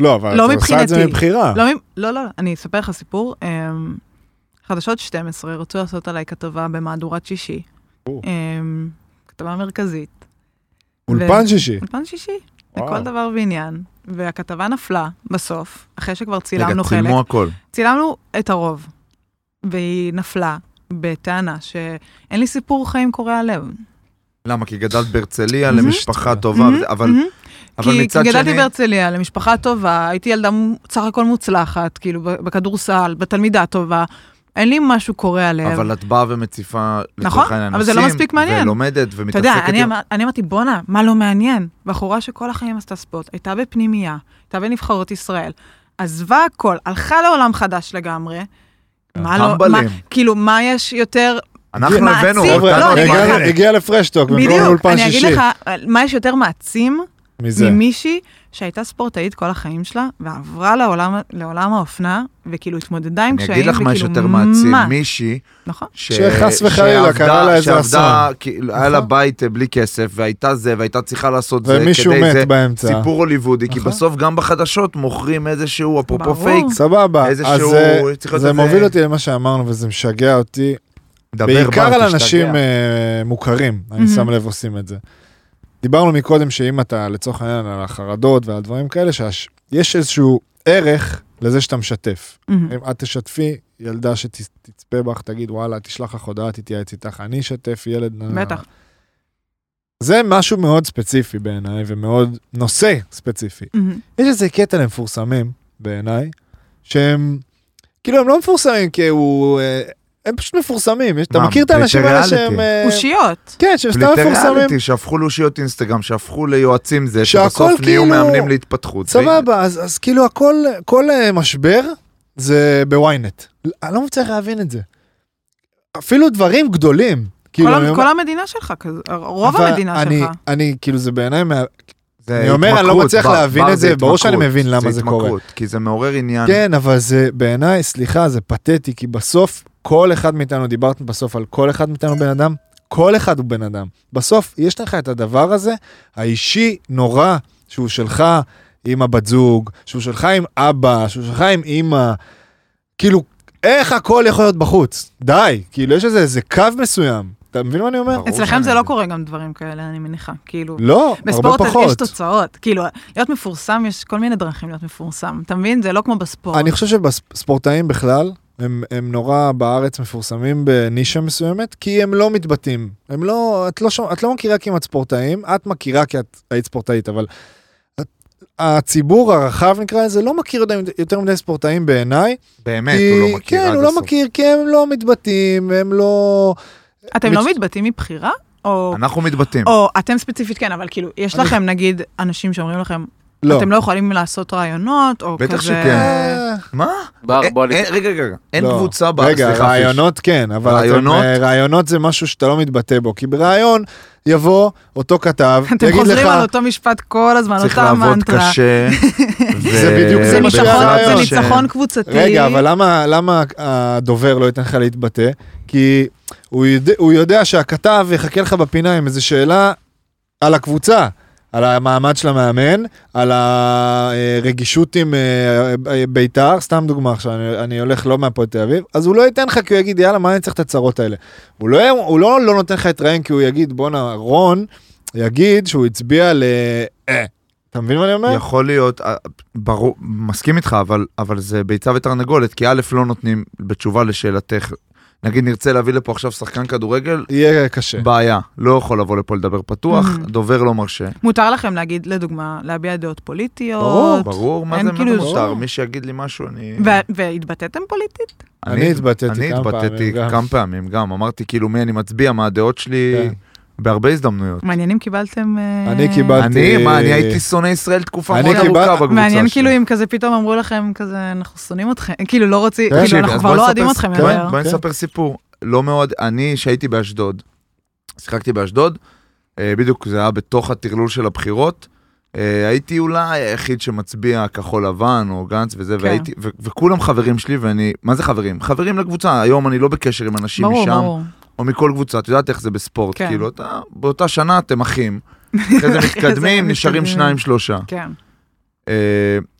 לא, אבל
לא
את עושה את זה
מבחינתי.
אה.
מבחירה.
לא, מ- לא, לא, לא, אני אספר לך סיפור. אמ, חדשות 12 רצו לעשות עליי כתבה במהדורת שישי.
או.
אמ, כתבה מרכזית.
כן.
אולפן שישי.
אולפן שישי. לכל דבר ועניין, והכתבה נפלה בסוף, אחרי שכבר
רגע,
צילמנו חלק.
צילמו הכל.
צילמנו את הרוב, והיא נפלה בטענה שאין לי סיפור חיים קורע לב.
למה? כי גדלת בהרצליה
מהמם.
למשפחה טובה,
מהמם,
וזה- אבל
מהמם.
אבל
כי
מצד
גדלתי
שני-
בהרצליה למשפחה טובה, הייתי ילדה מ- סך הכל מוצלחת, כאילו ב- בכדורסל, בתלמידה טובה, אין לי משהו קורע לב.
אבל את באה ומציפה לצורך
נכון,
העניין
אבל זה לא
נושאים,
מספיק מעניין.
ולומדת
אתה
ומתעסקת
יודע, אני,
עם...
אמר, אני אמרתי, בואנה, מה לא מעניין? בחורה שכל החיים עשתה ספורט, הייתה בפנימייה, הייתה בנבחרות ישראל, עזבה הכל, הלכה לעולם חדש לגמרי. מה לא, מה,
טמבלים.
כאילו, מה יש יותר
אנחנו
מעציב.
הבאנו
לא,
אותנו,
אני
הבאנו.
אגיד לך-
חבר'ה, הגיע לפרשטוק במקום
בדיוק,
אולפן
אני אגיד
לא, שישי.
לך, מה יש יותר מעצים
מזה.
ממישהי שהייתה ספורטאית כל החיים שלה, ועברה לעולם, לעולם האופנה, וכאילו התמודדה עם
אני
קשיים,
אגיד לך מה
וכאילו,
שיותר מעצים,
כאילו, מה?
מישהי
נכון.
ש-
שחס וחלילה,
שעבדה-
קרה לה איזה
שעבדה,
אסון.
כאילו, היה לה
נכון.
בית אה, בלי כסף, והייתה זה, והייתה צריכה לעשות זה,
ומישהו
כדי זה,
מת באמצע.
סיפור הוליוודי, כי
נכון.
בסוף גם בחדשות מוכרים איזשהו, אפרופו
ברור.
פייק,
סבבה, אז
איזשהו-
זה-
צריך להיות
זה
איזה-
מוביל אותי למה שאמרנו וזה משגע אותי,
דבר
בעיקר
בר,
על
תשתגע.
אנשים אה, מוכרים, אני
Mhm.
שם לב עושים את זה. דיברנו מקודם שאם אתה לצורך העניין על החרדות ועל דברים כאלה, שיש איזשהו ערך לזה שאתה משתף.
מהמם.
אם את תשתפי, ילדה שתצפה בך, תגיד וואלה, תשלח לך הודעה, תתייעץ איתך, אני אשתף, ילד... נ-
בטח.
זה משהו מאוד ספציפי בעיניי ומאוד נושא ספציפי.
מהמם.
יש איזה קטע למפורסמים, בעיניי, שהם, כאילו הם לא מפורסמים כי הוא, אה, הם פשוט מפורסמים, יש- אתה
מה,
מכיר את האנשים האלה
פליטי
שהם...
ריאליטי.
אה,
אושיות.
כן, שהם סתם
פליטי
מפורסמים.
ריאליטי שהפכו לאושיות אינסטגרם, שהפכו ליועצים זה,
שהכל
שבסוף נהיו
כאילו-
מאמנים להתפתחות.
סבבה, אז, אז כאילו הכל, כל אה, משבר זה בוויינט. אני לא מצליח להבין את זה. אפילו דברים גדולים. כאילו,
כל
אני
ה-
אומר-
כל המדינה שלך כזה, רוב
אבל
המדינה
אני,
שלך.
אני, כאילו זה בעיניי, מה-
זה
אני אומר, אני לא
התמכרות,
מצליח
בר-
להבין
בר
את זה, ברור שאני
התמכרות,
מבין למה זה קורה.
התמכרות, כי זה מעורר עניין.
כן, אבל זה בעיניי, סליחה, זה פתטי, כי בסוף כל אחד מאיתנו, דיברת בסוף על כל אחד מאיתנו בן אדם, כל אחד הוא בן אדם. בסוף יש לך את הדבר הזה, האישי נורא, שהוא שלך עם הבת זוג, שהוא שלך עם אבא, שהוא שלך עם אימא, כאילו, איך הכל יכול להיות בחוץ? די, כאילו, יש איזה, איזה קו מסוים. אתה מבין מה אני אומר?
ברור
אצלכם זה
שאני-
לא קורה גם דברים כאלה, אני מניחה. כאילו,
לא, הרבה
בספורט יש
פחות.
תוצאות. כאילו, להיות מפורסם, יש כל מיני דרכים להיות מפורסם. אתה מבין? זה לא כמו בספורט.
אני חושב שבספורטאים בכלל, הם, הם נורא בארץ מפורסמים בנישה מסוימת, כי הם לא מתבטאים. הם לא, את לא, שומע, את לא מכירה כמעט ספורטאים, את מכירה כי את היית ספורטאית, אבל את, הציבור הרחב נקרא לזה, לא מכיר יותר, יותר מדי ספורטאים בעיניי.
באמת,
כי-
הוא לא מכיר
כן,
עד
הוא לא
הסוף.
מכיר, כי הם לא מתבטאים, הם לא...
אתם לא
מצ-
מתבטאים מבחירה? או
אנחנו מתבטאים.
אה,
או אתם ספציפית כן, אבל כאילו, יש
אני-
לכם נגיד אנשים שאומרים לכם,
לא.
אתם לא יכולים לעשות רעיונות, או כזה...
בטח שכן.
אה,
מה?
בר,
אין-
בוא נ...
אין- רגע, רגע, רגע, אין
לא.
קבוצה בארץ,
רגע,
סליחה, פיש.
רעיונות כן, אבל
רעיונות?
רעיונות? רעיונות זה משהו שאתה לא מתבטא בו, כי ברעיון יבוא אותו כתב,
[laughs] אתם
יגיד
חוזרים
לך,
על אותו משפט כל הזמן,
צריך
אותה
לעבוד
[laughs]
מנטרה.
קשה.
זה בדיוק
זה
זה מה
ניצחון-
שהרעיון.
זה
ש-
ניצחון קבוצתי.
כאילו-
רגע, אבל למה, למה הדובר לא ייתן לך להתבטא? כי הוא יודע, הוא יודע שהכתב יחכה לך בפינה עם איזו שאלה על הקבוצה, על המעמד של המאמן, על הרגישות עם אה, אה, בית"ר, סתם דוגמה עכשיו, אני, אני הולך לא מהפועל תל אביב, אז הוא לא ייתן לך כי הוא יגיד, יאללה, מה אני צריך את הצרות האלה? הוא לא, הוא לא, לא נותן לך להתראיין כי הוא יגיד, בואנה, רון יגיד שהוא הצביע ל... אה." אתה מבין מה אני אומר?
יכול להיות, אה, ברור, מסכים איתך, אבל, אבל זה ביצה ותרנגולת, כי א', לא נותנים בתשובה לשאלתך. נגיד נרצה להביא לפה עכשיו שחקן כדורגל,
יהיה קשה.
בעיה, לא יכול לבוא לפה לדבר פתוח,
Mhm.
Mm-hmm.
דובר לא מרשה.
מותר לכם להגיד, לדוגמה, להביע דעות פוליטיות.
ברור,
ברור, מה
אין
זה מה זה
כאילו-
מותר? מי שיגיד לי משהו, אני...
ו- והתבטאתם פוליטית?
אני התבטאתי
אני
כמה פעמים
התבטאתי
גם.
כמה פעמים גם, אמרתי כאילו מי אני מצביע, מה הדעות שלי,
כן.
בהרבה הזדמנויות.
מעניין אם קיבלתם... אה,
אני קיבלתי-
אני, מה, אני הייתי שונא ישראל תקופה
אני
מאוד
קיבל-
ארוכה בקבוצה
מעניין
שלי.
כאילו אם כזה פתאום אמרו לכם כזה, אנחנו שונאים אתכם, [laughs] כאילו לא רוצים,
כן,
כאילו
תקשיב,
אנחנו
אז
כבר
בוא
לא
נספר
אוהדים
ס-
אתכם
כן,
יותר.
בוא
כן.
נספר סיפור. לא מאוד, אני, שהייתי באשדוד, שיחקתי באשדוד, אה, בדיוק זה היה בתוך הטרלול של הבחירות, אה, הייתי אולי היחיד שמצביע כחול לבן או גנץ וזה,
כן.
והייתי, ו- וכולם חברים שלי, ואני, מה זה חברים? חברים לקבוצה, היום אני לא בקשר עם אנשים
ברור,
משם,
ברור.
או מכל קבוצה, את יודעת איך זה בספורט,
כן.
כאילו, אתה, באותה שנה אתם אחים,
[laughs]
אחרי זה מתקדמים, נשארים
מתקדמים.
שניים שלושה.
כן.
אה,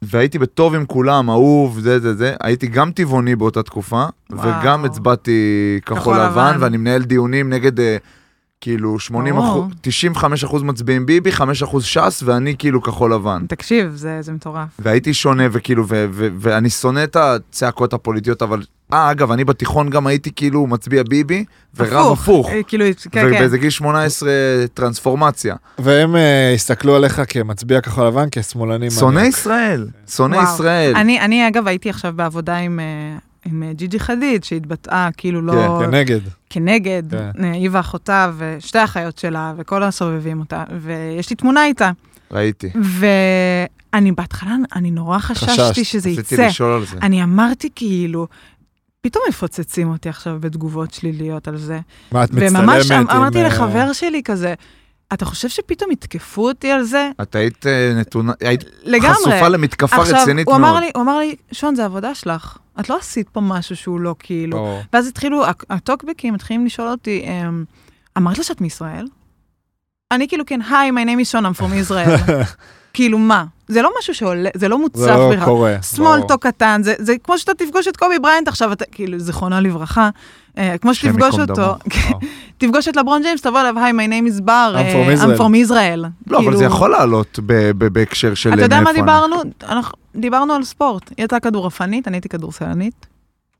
והייתי בטוב עם כולם, אהוב, זה זה זה. הייתי גם טבעוני באותה תקופה,
וואו.
וגם הצבעתי כחול
כחול
לבן,
לבן.
ואני מנהל דיונים נגד... אה, כאילו 80
ברור.
אחוז, 95 אחוז מצביעים ביבי, 5 אחוז ש"ס, ואני כאילו כחול לבן.
תקשיב, זה, זה מטורף.
והייתי שונה, וכאילו, ו- ו- ואני שונא את הצעקות הפוליטיות, אבל... אה, אגב, אני בתיכון גם הייתי כאילו מצביע ביבי, ורב הפוך.
אה, כאילו, כן, כן.
ובאיזה גיל 18 טרנספורמציה.
והם אה, הסתכלו עליך כמצביע כחול לבן, כן, כשמאלני.
שונא
מניאק.
ישראל, שונא
וואו.
ישראל.
אני, אני, אגב, הייתי עכשיו בעבודה עם... אה, עם אה, ג'יג'י חדיד, שהתבטאה כאילו לא...
כן,
כנגד.
כנגד,
כן.
אה, היא ואחותה ושתי האחיות שלה וכל הסובבים אותה, ויש לי תמונה איתה.
ראיתי.
ואני בהתחלה, אני נורא חששתי
חששת,
שזה
רציתי
יצא.
לשאול על זה.
אני אמרתי כאילו, פתאום מפוצצים אותי עכשיו בתגובות שליליות על זה.
מה, את מצטלמת
וממש
עם...
אמ- אמרתי
אה,
לחבר שלי כזה, אתה חושב שפתאום יתקפו אותי על זה?
את היית אה, נתונה, היית
לגמרי.
חשופה למתקפה
עכשיו,
רצינית
הוא אמר
מאוד.
לי, הוא אמר לי, שון, זה עבודה שלך. את לא עשית פה משהו שהוא לא כאילו.
ברור.
ואז התחילו, הק- הטוקבקים התחילים לשאול אותי, אמ, אמרת לה שאת מישראל? אני כאילו, כן, היי, my name is שון, I'm from
[laughs]
Israel. כאילו, מה? זה לא משהו שעולה, זה לא
זה
מוצף
לא
בכלל.
קורה. ברור.
סמולטוק קטן, זה, זה כמו שאתה תפגוש את קובי בריינט עכשיו, אתה, כאילו, זיכרונו לברכה, אה, כמו
השם
שתפגוש
ייקום
אותו,
וואו.
[laughs] תפגוש את לברון ג'יימס, תבוא אליו, היי, my name is בר,
I'm
אה,
from Israel."
I'm from Israel.
לא, אבל
כאילו,
זה יכול לעלות ב- ב- בהקשר של אה,
אתה יודע
מאיפה
מה
אני.
דיברנו? אנחנו דיברנו על ספורט. היא הייתה כדורפנית, אני הייתי כדורסלנית.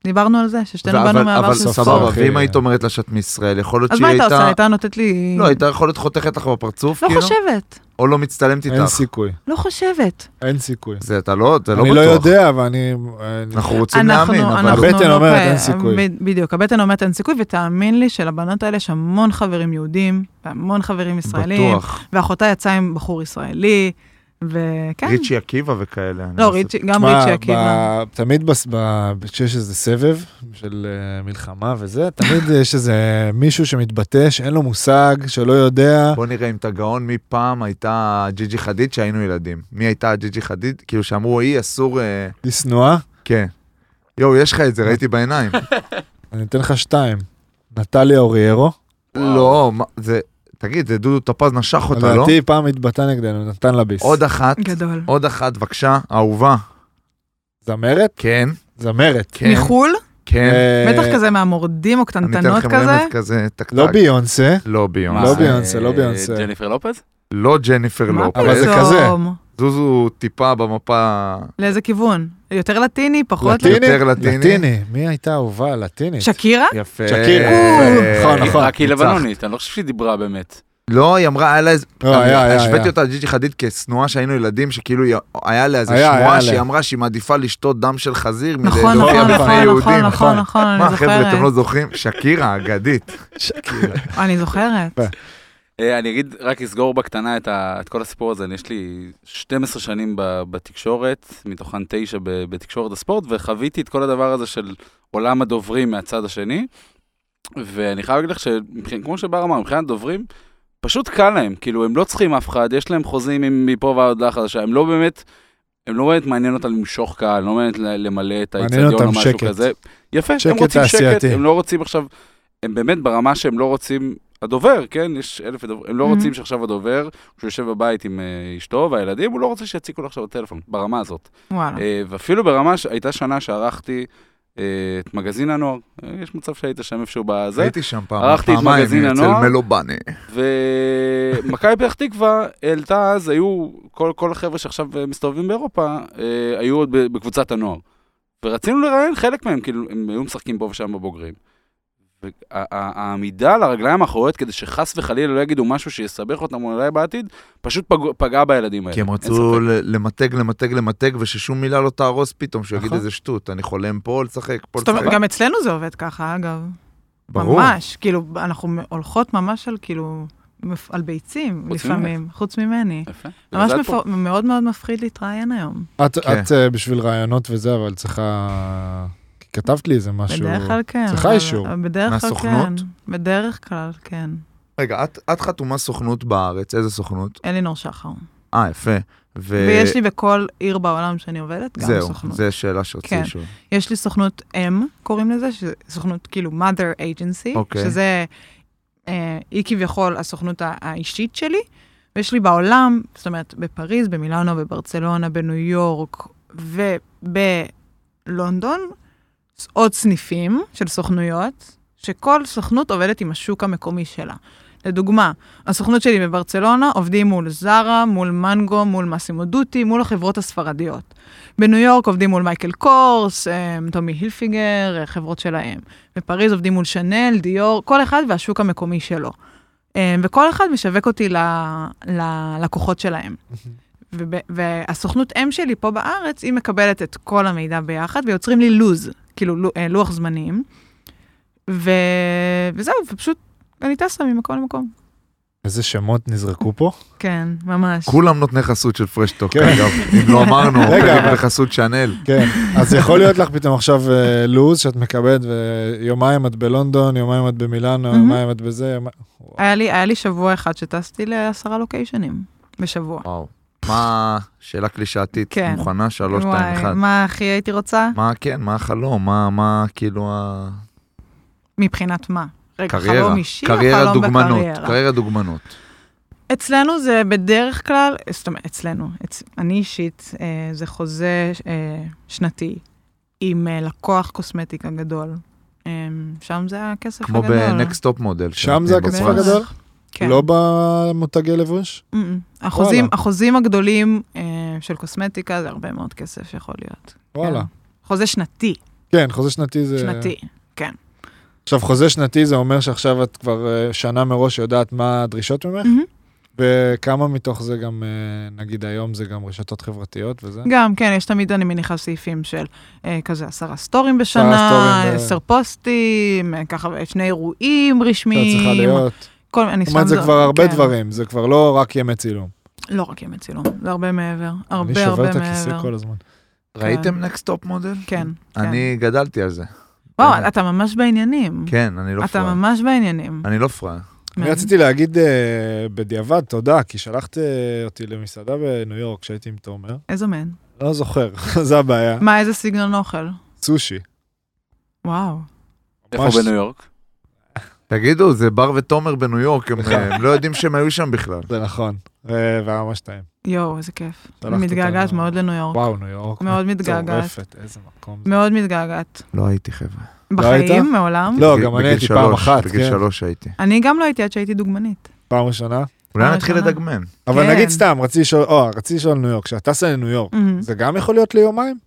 דיברנו על זה, ששתינו
אבל-
באנו מהעבר
אבל
של
סוף
ספורט.
סבבה,
אחי.
ואם היית אומרת לה שאת מישראל, יכול להיות
אז
שהיא
מה הייתה
הייתה...
עושה? הייתה נותנת לי...
לא, הייתה יכולה להיות חותכת לך בפרצוף,
לא
כאילו?
חושבת,
או לא מצטלמת
אין
איתך.
סיכוי,
לא חושבת.
אין סיכוי.
זה אתה לא, זה לא
אני לא
בטוח. נכון.
יודע, אבל אני... אה, אני-
אנחנו רוצים
אנחנו-
להאמין, אבל...
אנחנו
הבטן
לא
אומרת,
כ-
אין סיכוי.
ב- בדיוק, הבטן אומרת אין סיכוי, ותאמין לי שלבנות האלה יש המון חברים יהודים, והמון חברים ישראלים,
בטוח.
ואחותה יצאה עם בחור ישראלי, וכן.
ריצ'י עקיבא וכאלה. אני
כן. לא,
עושה-
ריצ'י, גם
תשמע,
ריצ'י כאילו, עקיבא.
ב- תמיד בס- ב- כשיש איזה סבב של אה, מלחמה וזה, תמיד
[laughs]
יש איזה מישהו שמתבטא שאין לו מושג, שלא יודע.
בוא נראה אם אתה גאון מי פעם הייתה ג'יג'י חדיד שהיינו ילדים. מי הייתה ג'יג'י חדיד? כאילו שאמרו, היא אסור... אה,
היא שנואה,
כן. יואו, יש לך את זה, ראיתי בעיניים.
[laughs] אני אתן לך שתיים. נטליה אוריירו,
לא, מה- זה... תגיד, זה דודו טופז נשך אותה, לא?
לדעתי פעם התבטא נגדנו, נתן לה ביס.
עוד אחת,
גדול.
עוד אחת, בבקשה, אהובה.
זמרת?
כן,
זמרת.
כן,
מחו"ל,
כן.
אה,
בטח כזה מהמורדים או
אני אתן
קטנטנות
לכם
כזה.
רמז כזה, טקטק.
לא ביונסה,
לא ביון.
מה,
לא
אה,
ביונסה, לא ביונסה.
ג'ניפר לופז?
לא ג'ניפר
מה
לופז.
אבל זה
פתאום?
זוזו טיפה במפה
לאיזה כיוון? יותר לטיני, פחות
לטיני?
יותר לטיני.
לטיני. מי הייתה אהובה? לטינית.
שקירה?
יפה.
שקיר.
אה, יפה.
נכון,
היא-
נכון.
אה, רק היא
אה, ניצחת.
לבנונית, אני לא חושב שהיא דיברה באמת.
לא, היא אמרה, היה לה איזה...
לא, היה, היה,
אני
היה.
השוויתי אותה לג'יג'י חדיד כשנואה שהיינו ילדים, שכאילו היא- היה לה איזה
היה, היה
שמועה
לה.
שהיא אמרה שהיא מעדיפה לשתות דם של חזיר
נכון,
מלהופיע
נכון,
בפני
נכון,
לא יהודים.
נכון, נכון, נכון, אני
מה, חבר'ה, אתם לא
זוכרת.
זוכרים? שקירה, אגדית.
אני זוכרת.
אה, אני אגיד, רק אסגור בקטנה את ה- את כל הסיפור הזה. אני- יש לי 12 שנים ב- בתקשורת, מתוכן 9 ב- בתקשורת הספורט, וחוויתי את כל הדבר הזה של עולם הדוברים מהצד השני. ואני חייב להגיד לך שכמו שבר אמר, מבחינת דוברים, פשוט קל להם, כאילו, הם לא צריכים אף אחד, יש להם חוזים עם מפה ועד להודעה חדשה, הם לא באמת, הם לא באמת מעניין אותם למשוך קהל, לא מעניין ל- למלא את
מעניין
האיצטדיון או
אותם
משהו
שקט.
כזה. יפה,
שקט
הם רוצים שקט,
תעשייתי.
הם לא רוצים עכשיו, הם באמת ברמה שהם לא רוצים, הדובר, כן, יש אלף דובר, הם לא
Mhm.
רוצים שעכשיו הדובר, כשהוא יושב בבית עם אה, אשתו והילדים, הוא לא רוצה שיציקו לו עכשיו בטלפון, ברמה הזאת.
וואלה.
אה, ואפילו ברמה, ש- הייתה שנה שערכתי אה, את מגזין הנוער, אה, יש מצב שהיית שם איפשהו בזה.
הייתי שם פעם,
ערכתי את
פעמיים,
מגזין
אצל
הנוער.
מלובני.
ומכבי פתח תקווה העלתה אז, היו, כל, כל החבר'ה שעכשיו מסתובבים באירופה, אה, היו עוד ב- בקבוצת הנוער. ורצינו לראיין חלק מהם, כאילו, הם היו משחקים פה ושם בבוגרים. והעמידה על הרגליים האחוריות כדי שחס וחלילה לא יגידו משהו שיסבך אותם אולי בעתיד, פשוט פג, פגעה בילדים האלה.
כי הם
אין
רצו
ספק.
ל- למתג, למתג, למתג, וששום מילה לא תהרוס פתאום, שהוא יגיד
נכון.
איזה שטות, אני חולם פה לשחק, פה
זאת אומרת,
לשחק.
גם אצלנו זה עובד ככה, אגב.
ברור.
ממש, כאילו, אנחנו הולכות ממש על כאילו, מפ- על ביצים
חוץ
לפעמים, חוץ ממני.
יפה.
ממש
וזה את
מפו- מאוד מאוד מפחיד להתראיין היום.
את
כן.
את, אה, בשביל רעיונות וזה, אבל צריכה... כי כתבת לי איזה משהו.
בדרך כלל כן.
צריכה
אבל-
אישור.
אבל בדרך כלל כן.
מהסוכנות?
בדרך כלל כן.
רגע, את- את חתומה סוכנות בארץ, איזה סוכנות?
אלינור שחר.
אה, יפה. ו...
ויש לי בכל עיר בעולם שאני עובדת, גם
זהו,
סוכנות.
זו שאלה שרציתי
כן.
לשאול.
יש לי סוכנות אם, קוראים לזה, שזה סוכנות כאילו mother agency,
אוקיי.
שזה, אה, היא כביכול הסוכנות ה- האישית שלי, ויש לי בעולם, זאת אומרת, בפריז, במילאנו, בברצלונה, בניו יורק ובלונדון, ס- עוד סניפים של סוכנויות, שכל סוכנות עובדת עם השוק המקומי שלה. לדוגמה, הסוכנות שלי בברצלונה עובדים מול זרה, מול מנגו, מול מאסימו דוטי, מול החברות הספרדיות. בניו יורק עובדים מול מייקל קורס, אה, טומי הילפיגר, אה, חברות שלהם. בפריז עובדים מול שנל, דיור, כל אחד והשוק המקומי שלו. אה, וכל אחד משווק אותי ל- ללקוחות שלהם. וב- והסוכנות אם שלי פה בארץ, היא מקבלת את כל המידע ביחד, ויוצרים לי לוז, כאילו לו- אה, לוח זמנים. ו... וזהו, ופשוט אני טסה ממקום למקום.
איזה שמות נזרקו פה?
כן, ממש.
כולם נותני חסות של פרשטוק,
כן.
אגב, אם לא [laughs] אמרנו,
רגע,
פרק
אבל-
בחסות שאנל.
כן, אז יכול להיות לך פתאום עכשיו אה, לו"ז שאת מקבלת, ויומיים את בלונדון, יומיים את במילאנו,
מהמם.
יומיים את בזה, יומיים...
היה לי, היה לי שבוע אחד שטסתי לעשרה לוקיישנים בשבוע.
וואו. מה, שאלה קלישאתית,
כן.
מוכנה? שלוש, שתיים,
וואי,
אחד.
מה הכי הייתי רוצה?
מה, כן, מה החלום? מה, מה, כאילו,
מבחינת מה? רגע,
הקריירה?
חלום אישי או
קריירה
חלום
דוגמנות,
בקריירה?
קריירה דוגמנות.
אצלנו זה בדרך כלל, זאת אומרת, אצלנו, אצ... אני אישית, אה, זה חוזה אה, שנתי עם אה, לקוח קוסמטיקה גדול. אה, שם זה הכסף
כמו
הגדול.
בנקסטופ מודל.
שם זה
שנותנים
הכסף
בפרס.
הגדול?
כן.
לא במותגי לבוש?
Mm-mm. החוזים,
וואלה.
החוזים הגדולים אה, של קוסמטיקה זה הרבה מאוד כסף שיכול להיות.
וואלה.
כן. חוזה שנתי,
כן, חוזה שנתי זה... אה.
שנתי.
עכשיו, חוזה שנתי זה אומר שעכשיו את כבר אה, שנה מראש יודעת מה הדרישות ממך?
מהמם.
וכמה מתוך זה גם, אה, נגיד היום זה גם רשתות חברתיות וזה?
גם, כן, יש תמיד, אני מניחה, סעיפים של אה, כזה עשרה סטורים בשנה,
סטורים ב-
עשר פוסטים, אה, ככה, שני אירועים
אתה צריכה
רשמיים.
להיות.
כל, אני
זאת אומרת, זה
סתם-
כבר הרבה
כן.
דברים, זה כבר לא רק ימי צילום.
לא רק ימי צילום, זה הרבה מעבר.
אני
הרבה
שובר
הרבה
את הכיסא
מעבר.
כל הזמן.
ראיתם נקסטופ מודל?
כן, כן.
אני גדלתי על זה.
וואו, אתה ממש בעניינים.
כן, אני לא
אתה
פראייר.
ממש בעניינים.
אני לא פראייר.
אני רציתי להגיד אה, בדיעבד תודה, כי שלחת אה, אותי למסעדה בניו יורק כשהייתי עם תומר.
איזה מן.
לא זוכר, [laughs] זה הבעיה.
מה, איזה סגנון אוכל?
סושי.
וואו.
איפה
ממש-
בניו יורק?
תגידו, זה בר ותומר בניו [laughs] יורק, הם הם לא יודעים שהם היו שם בכלל.
זה נכון. אה, והיה ממש טעים.
יואו, איזה כיף.
שלחת
אני מתגעגעת
אותנו.
מאוד לניו יורק.
וואו, ניו יורק.
מאוד מתגעגעת.
מטורפת, איזה מקום. זה.
מאוד מתגעגעת.
לא הייתי, חבר'ה.
היית?
בחיים, מעולם.
לא,
בגיל-
גם אני
בגיל
הייתי
שלוש,
פעם אחת,
בגיל
כן.
שלוש הייתי.
אני גם לא הייתי עד שהייתי דוגמנית.
פעם ראשונה.
אולי
פעם
נתחיל
ראשונה.
לדגמן.
אבל
כן.
נגיד סתם, רציתי לשאול, או, רציתי לשאול ניו יורק, כשאתה טסה לניו יורק,
מהמם,
זה גם יכול להיות ליומיים?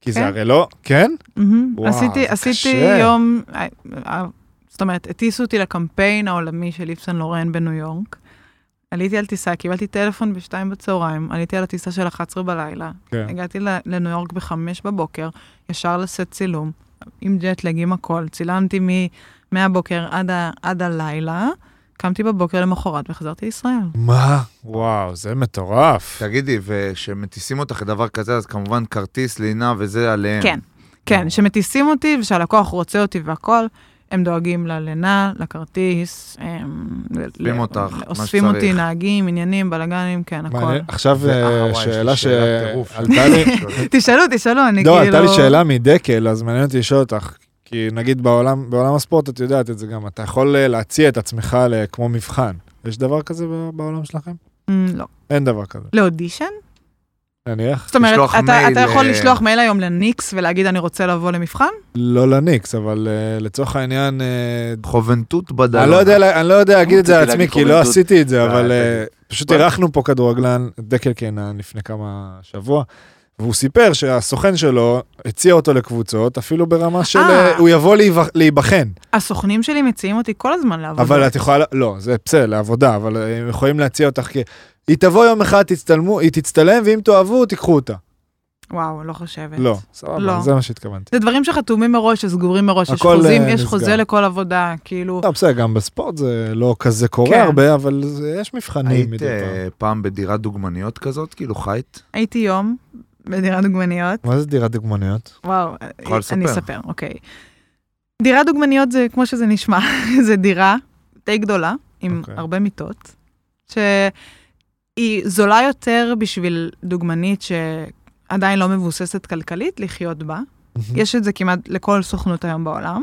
כי זה
כן.
הרי לא, כן?
מהמם.
וואו,
Mm-hmm. עשיתי
זה
עשיתי
קשה.
יום, אה, אה, זאת אומרת, הטיסו אותי לקמפיין העולמי של איפסן לורן בניו יורק. עליתי על טיסה, קיבלתי טלפון בשתיים בצהריים, עליתי על הטיסה של 11 בלילה,
כן.
הגעתי ל- לניו יורק בחמש בבוקר, ישר לסט צילום, עם ג'טלג, עם הכל, צילמתי מ- מהבוקר עד, ה- עד הלילה, קמתי בבוקר למחרת וחזרתי לישראל.
מה? וואו, זה מטורף.
תגידי, וכשמטיסים אותך לדבר כזה, אז כמובן כרטיס, לינה וזה עליהם.
כן. כן, שמטיסים אותי ושהלקוח רוצה אותי והכל, הם דואגים ללינה, לכרטיס, הם...
אוספים אותך, מה
אוספים
שצריך.
אותי, נהגים, עניינים, בלאגנים, כן, הכל.
מעניין. עכשיו
זה-
אה,
אה, וואי, יש לי
שאלה
שאלת טירוף.
שעלתה לי,
תשאלו, תשאלו, [laughs] אני כאילו...
לא, עלתה לי שאלה מדקל, אז מעניין אותי לשאול אותך, כי נגיד בעולם בעולם הספורט את יודעת את זה גם, אתה יכול אה, להציע את עצמך ל- כמו מבחן. יש דבר כזה ב- בעולם שלכם?
אמ, לא.
אין דבר כזה.
לאודישן?
נניח,
זאת אומרת,
לשלוח
אתה-
מייל,
אתה יכול
אה,
לשלוח מייל היום לניקס ולהגיד, אני רוצה לבוא למבחן?
לא לניקס, אבל אה, לצורך העניין, אה,
[laughs] חובנטות בדלון.
אני לא יודע לה- אני לא יודע להגיד את זה על
רציתי
עצמי,
להגיד
כי לא
קומנדות.
עשיתי את זה,
אה,
אבל אה,
תגיד.
פשוט
בוא.
אירחנו פה כדורגלן, דקל קינן, לפני כמה שבוע. והוא סיפר שהסוכן שלו הציע אותו לקבוצות, אפילו ברמה של
אה.
אה, הוא יבוא להיבח- להיבחן.
הסוכנים שלי מציעים אותי כל הזמן לעבוד.
אבל את יכולה, לא, זה בסדר, לעבודה, אבל אה, הם יכולים להציע אותך כ... היא תבוא יום אחד, תצטלמו, היא תצטלם, ואם תאהבו, תיקחו אותה.
וואו, לא חושבת.
לא,
לא.
סבבה, זה מה שהתכוונתי.
זה דברים שחתומים מראש, שסגורים מראש, יש
הכל,
חוזים,
אה,
יש
נסגר.
חוזה לכל עבודה, כאילו...
לא, בסדר, גם בספורט זה לא כזה
כן.
קורה הרבה, אבל זה- יש מבחנים
היית
מדי פעם.
אה, פעם בדירת דוגמניות כזאת? כאילו חיית?
הייתי יום בדירה דוגמניות.
מה זה דירת דוגמניות?
וואו,
יכולה
אני
לספר.
אספר, אוקיי. דירה דוגמניות זה כמו שזה נשמע, [laughs] זה דירה די גדולה, עם
אוקיי.
הרבה מיטות, שהיא זולה יותר בשביל דוגמנית שעדיין לא מבוססת כלכלית לחיות בה. יש את זה כמעט לכל סוכנות היום בעולם,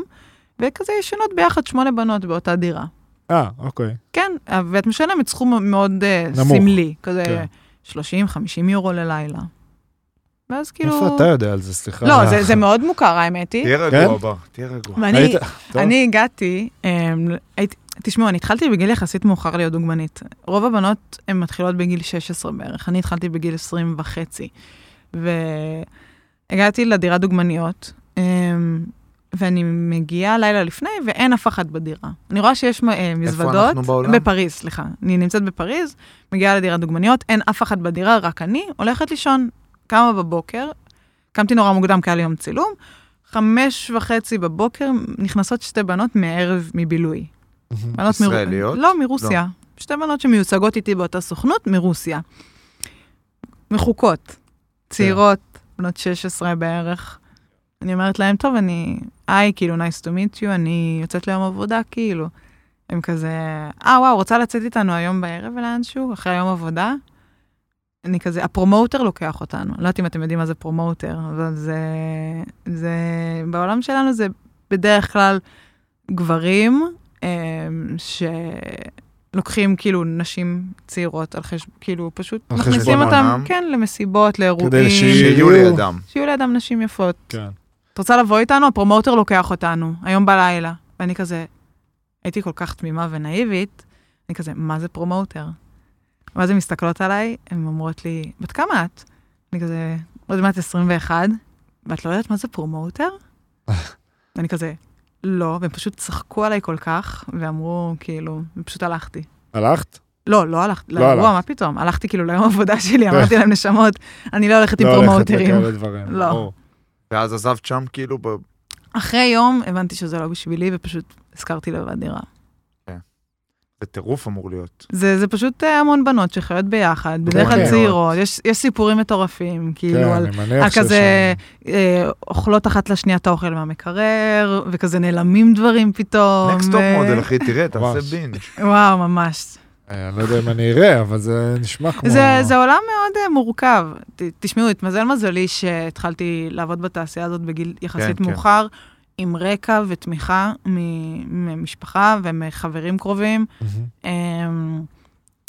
וכזה ישנות ביחד שמונה בנות באותה דירה.
אה, אוקיי.
כן, ואת משלמת סכום מאוד אה,
נמוך.
סמלי, כזה
כן.
30-50 יורו ללילה. ואז כאילו...
איפה אתה אה, יודע על זה? סליחה.
לא, זה- זה מאוד מוכר, האמת היא.
תהיה
כן?
רגוע, בוא, תהיה רגוע.
ואני-
היית- טוב.
אני הגעתי, אמ, הייתי- תשמעו, אני התחלתי בגיל יחסית מאוחר להיות דוגמנית. רוב הבנות הן מתחילות בגיל 16 בערך, אני התחלתי בגיל 20 וחצי. והגעתי לדירה דוגמניות, אמ, ואני מגיעה לילה לפני, ואין אף אחת בדירה. אני רואה שיש מ- אה, מזוודות.
אנחנו בעולם?
בפריז, סליחה. אני נמצאת בפריז, מגיעה לדירת דוגמניות, אין אף אחת בדירה, רק אני, הולכת לישון. קמה בבוקר, קמתי נורא מוקדם, כי היה לי יום צילום, חמש וחצי בבוקר נכנסות שתי בנות מערב מבילוי. בנות מרו-
ישראליות?
לא, מרוסיה. שתי בנות שמיוצגות איתי באותה סוכנות, מרוסיה. מחוקות. צעירות, בנות 16 בערך. אני אומרת להם, טוב, אני... היי, כאילו, nice to meet you, אני יוצאת ליום עבודה, כאילו. הם כזה, אה, וואו, רוצה לצאת איתנו היום בערב לאנשהו, אחרי היום עבודה? אני כזה, הפרומוטר לוקח אותנו. לא יודעת אם אתם יודעים מה זה פרומוטר, אבל זה... זה... בעולם שלנו זה בדרך כלל גברים אמ, שלוקחים כאילו נשים צעירות על חשבון, כאילו פשוט
על
מכניסים
חשבונם.
אותם, כן, למסיבות, לאירועים,
שיהיו-
שיהיו לידם.
שיהיו לידם נשים יפות.
כן.
את רוצה לבוא איתנו? הפרומוטר לוקח אותנו, היום בלילה. ואני כזה, הייתי כל כך תמימה ונאיבית, אני כזה, מה זה פרומוטר? ואז הן מסתכלות עליי, הן אומרות לי, בת כמה את? אני כזה, עוד מעט 21, ואת לא יודעת מה זה
[laughs]
פרומוטר? ואני כזה, לא, והם פשוט צחקו עליי כל כך, ואמרו, כאילו, ופשוט הלכתי.
הלכת?
לא, לא הלכתי,
לא
לאירוע,
הלכת.
מה פתאום? הלכתי כאילו ליום [laughs] העבודה
[laughs]
שלי, אמרתי להם, נשמות, אני לא הולכת עם
לא הולכת
פרומוטרים.
לכאלה דברים.
לא.
ברור.
ואז עזבת שם, כאילו, ב-
אחרי יום הבנתי שזה לא בשבילי, ופשוט השכרתי לבד דירה.
זה טירוף אמור להיות.
זה, זה פשוט אה, המון בנות שחיות ביחד, בדרך כלל
אוקיי.
צעירות, יש, יש סיפורים מטורפים, כאילו,
כן,
על,
אני מניח
על
שיש...
כזה אה, אוכלות אחת לשנייה את האוכל מהמקרר, וכזה נעלמים דברים פתאום.
נקסט טופ
אה,
מודל, אחי, תראה, תעשה
ממש.
בינג'.
וואו, ממש.
אה, אני לא יודע אם אני אראה, אבל זה נשמע כמו...
זה, זה עולם מאוד אה, מורכב. ת, תשמעו, התמזל מזלי שהתחלתי לעבוד בתעשייה הזאת בגיל יחסית
כן.
כן, מאוחר, כן. עם רקע ותמיכה מ- ממשפחה ומחברים קרובים.
מהמם.
אמ,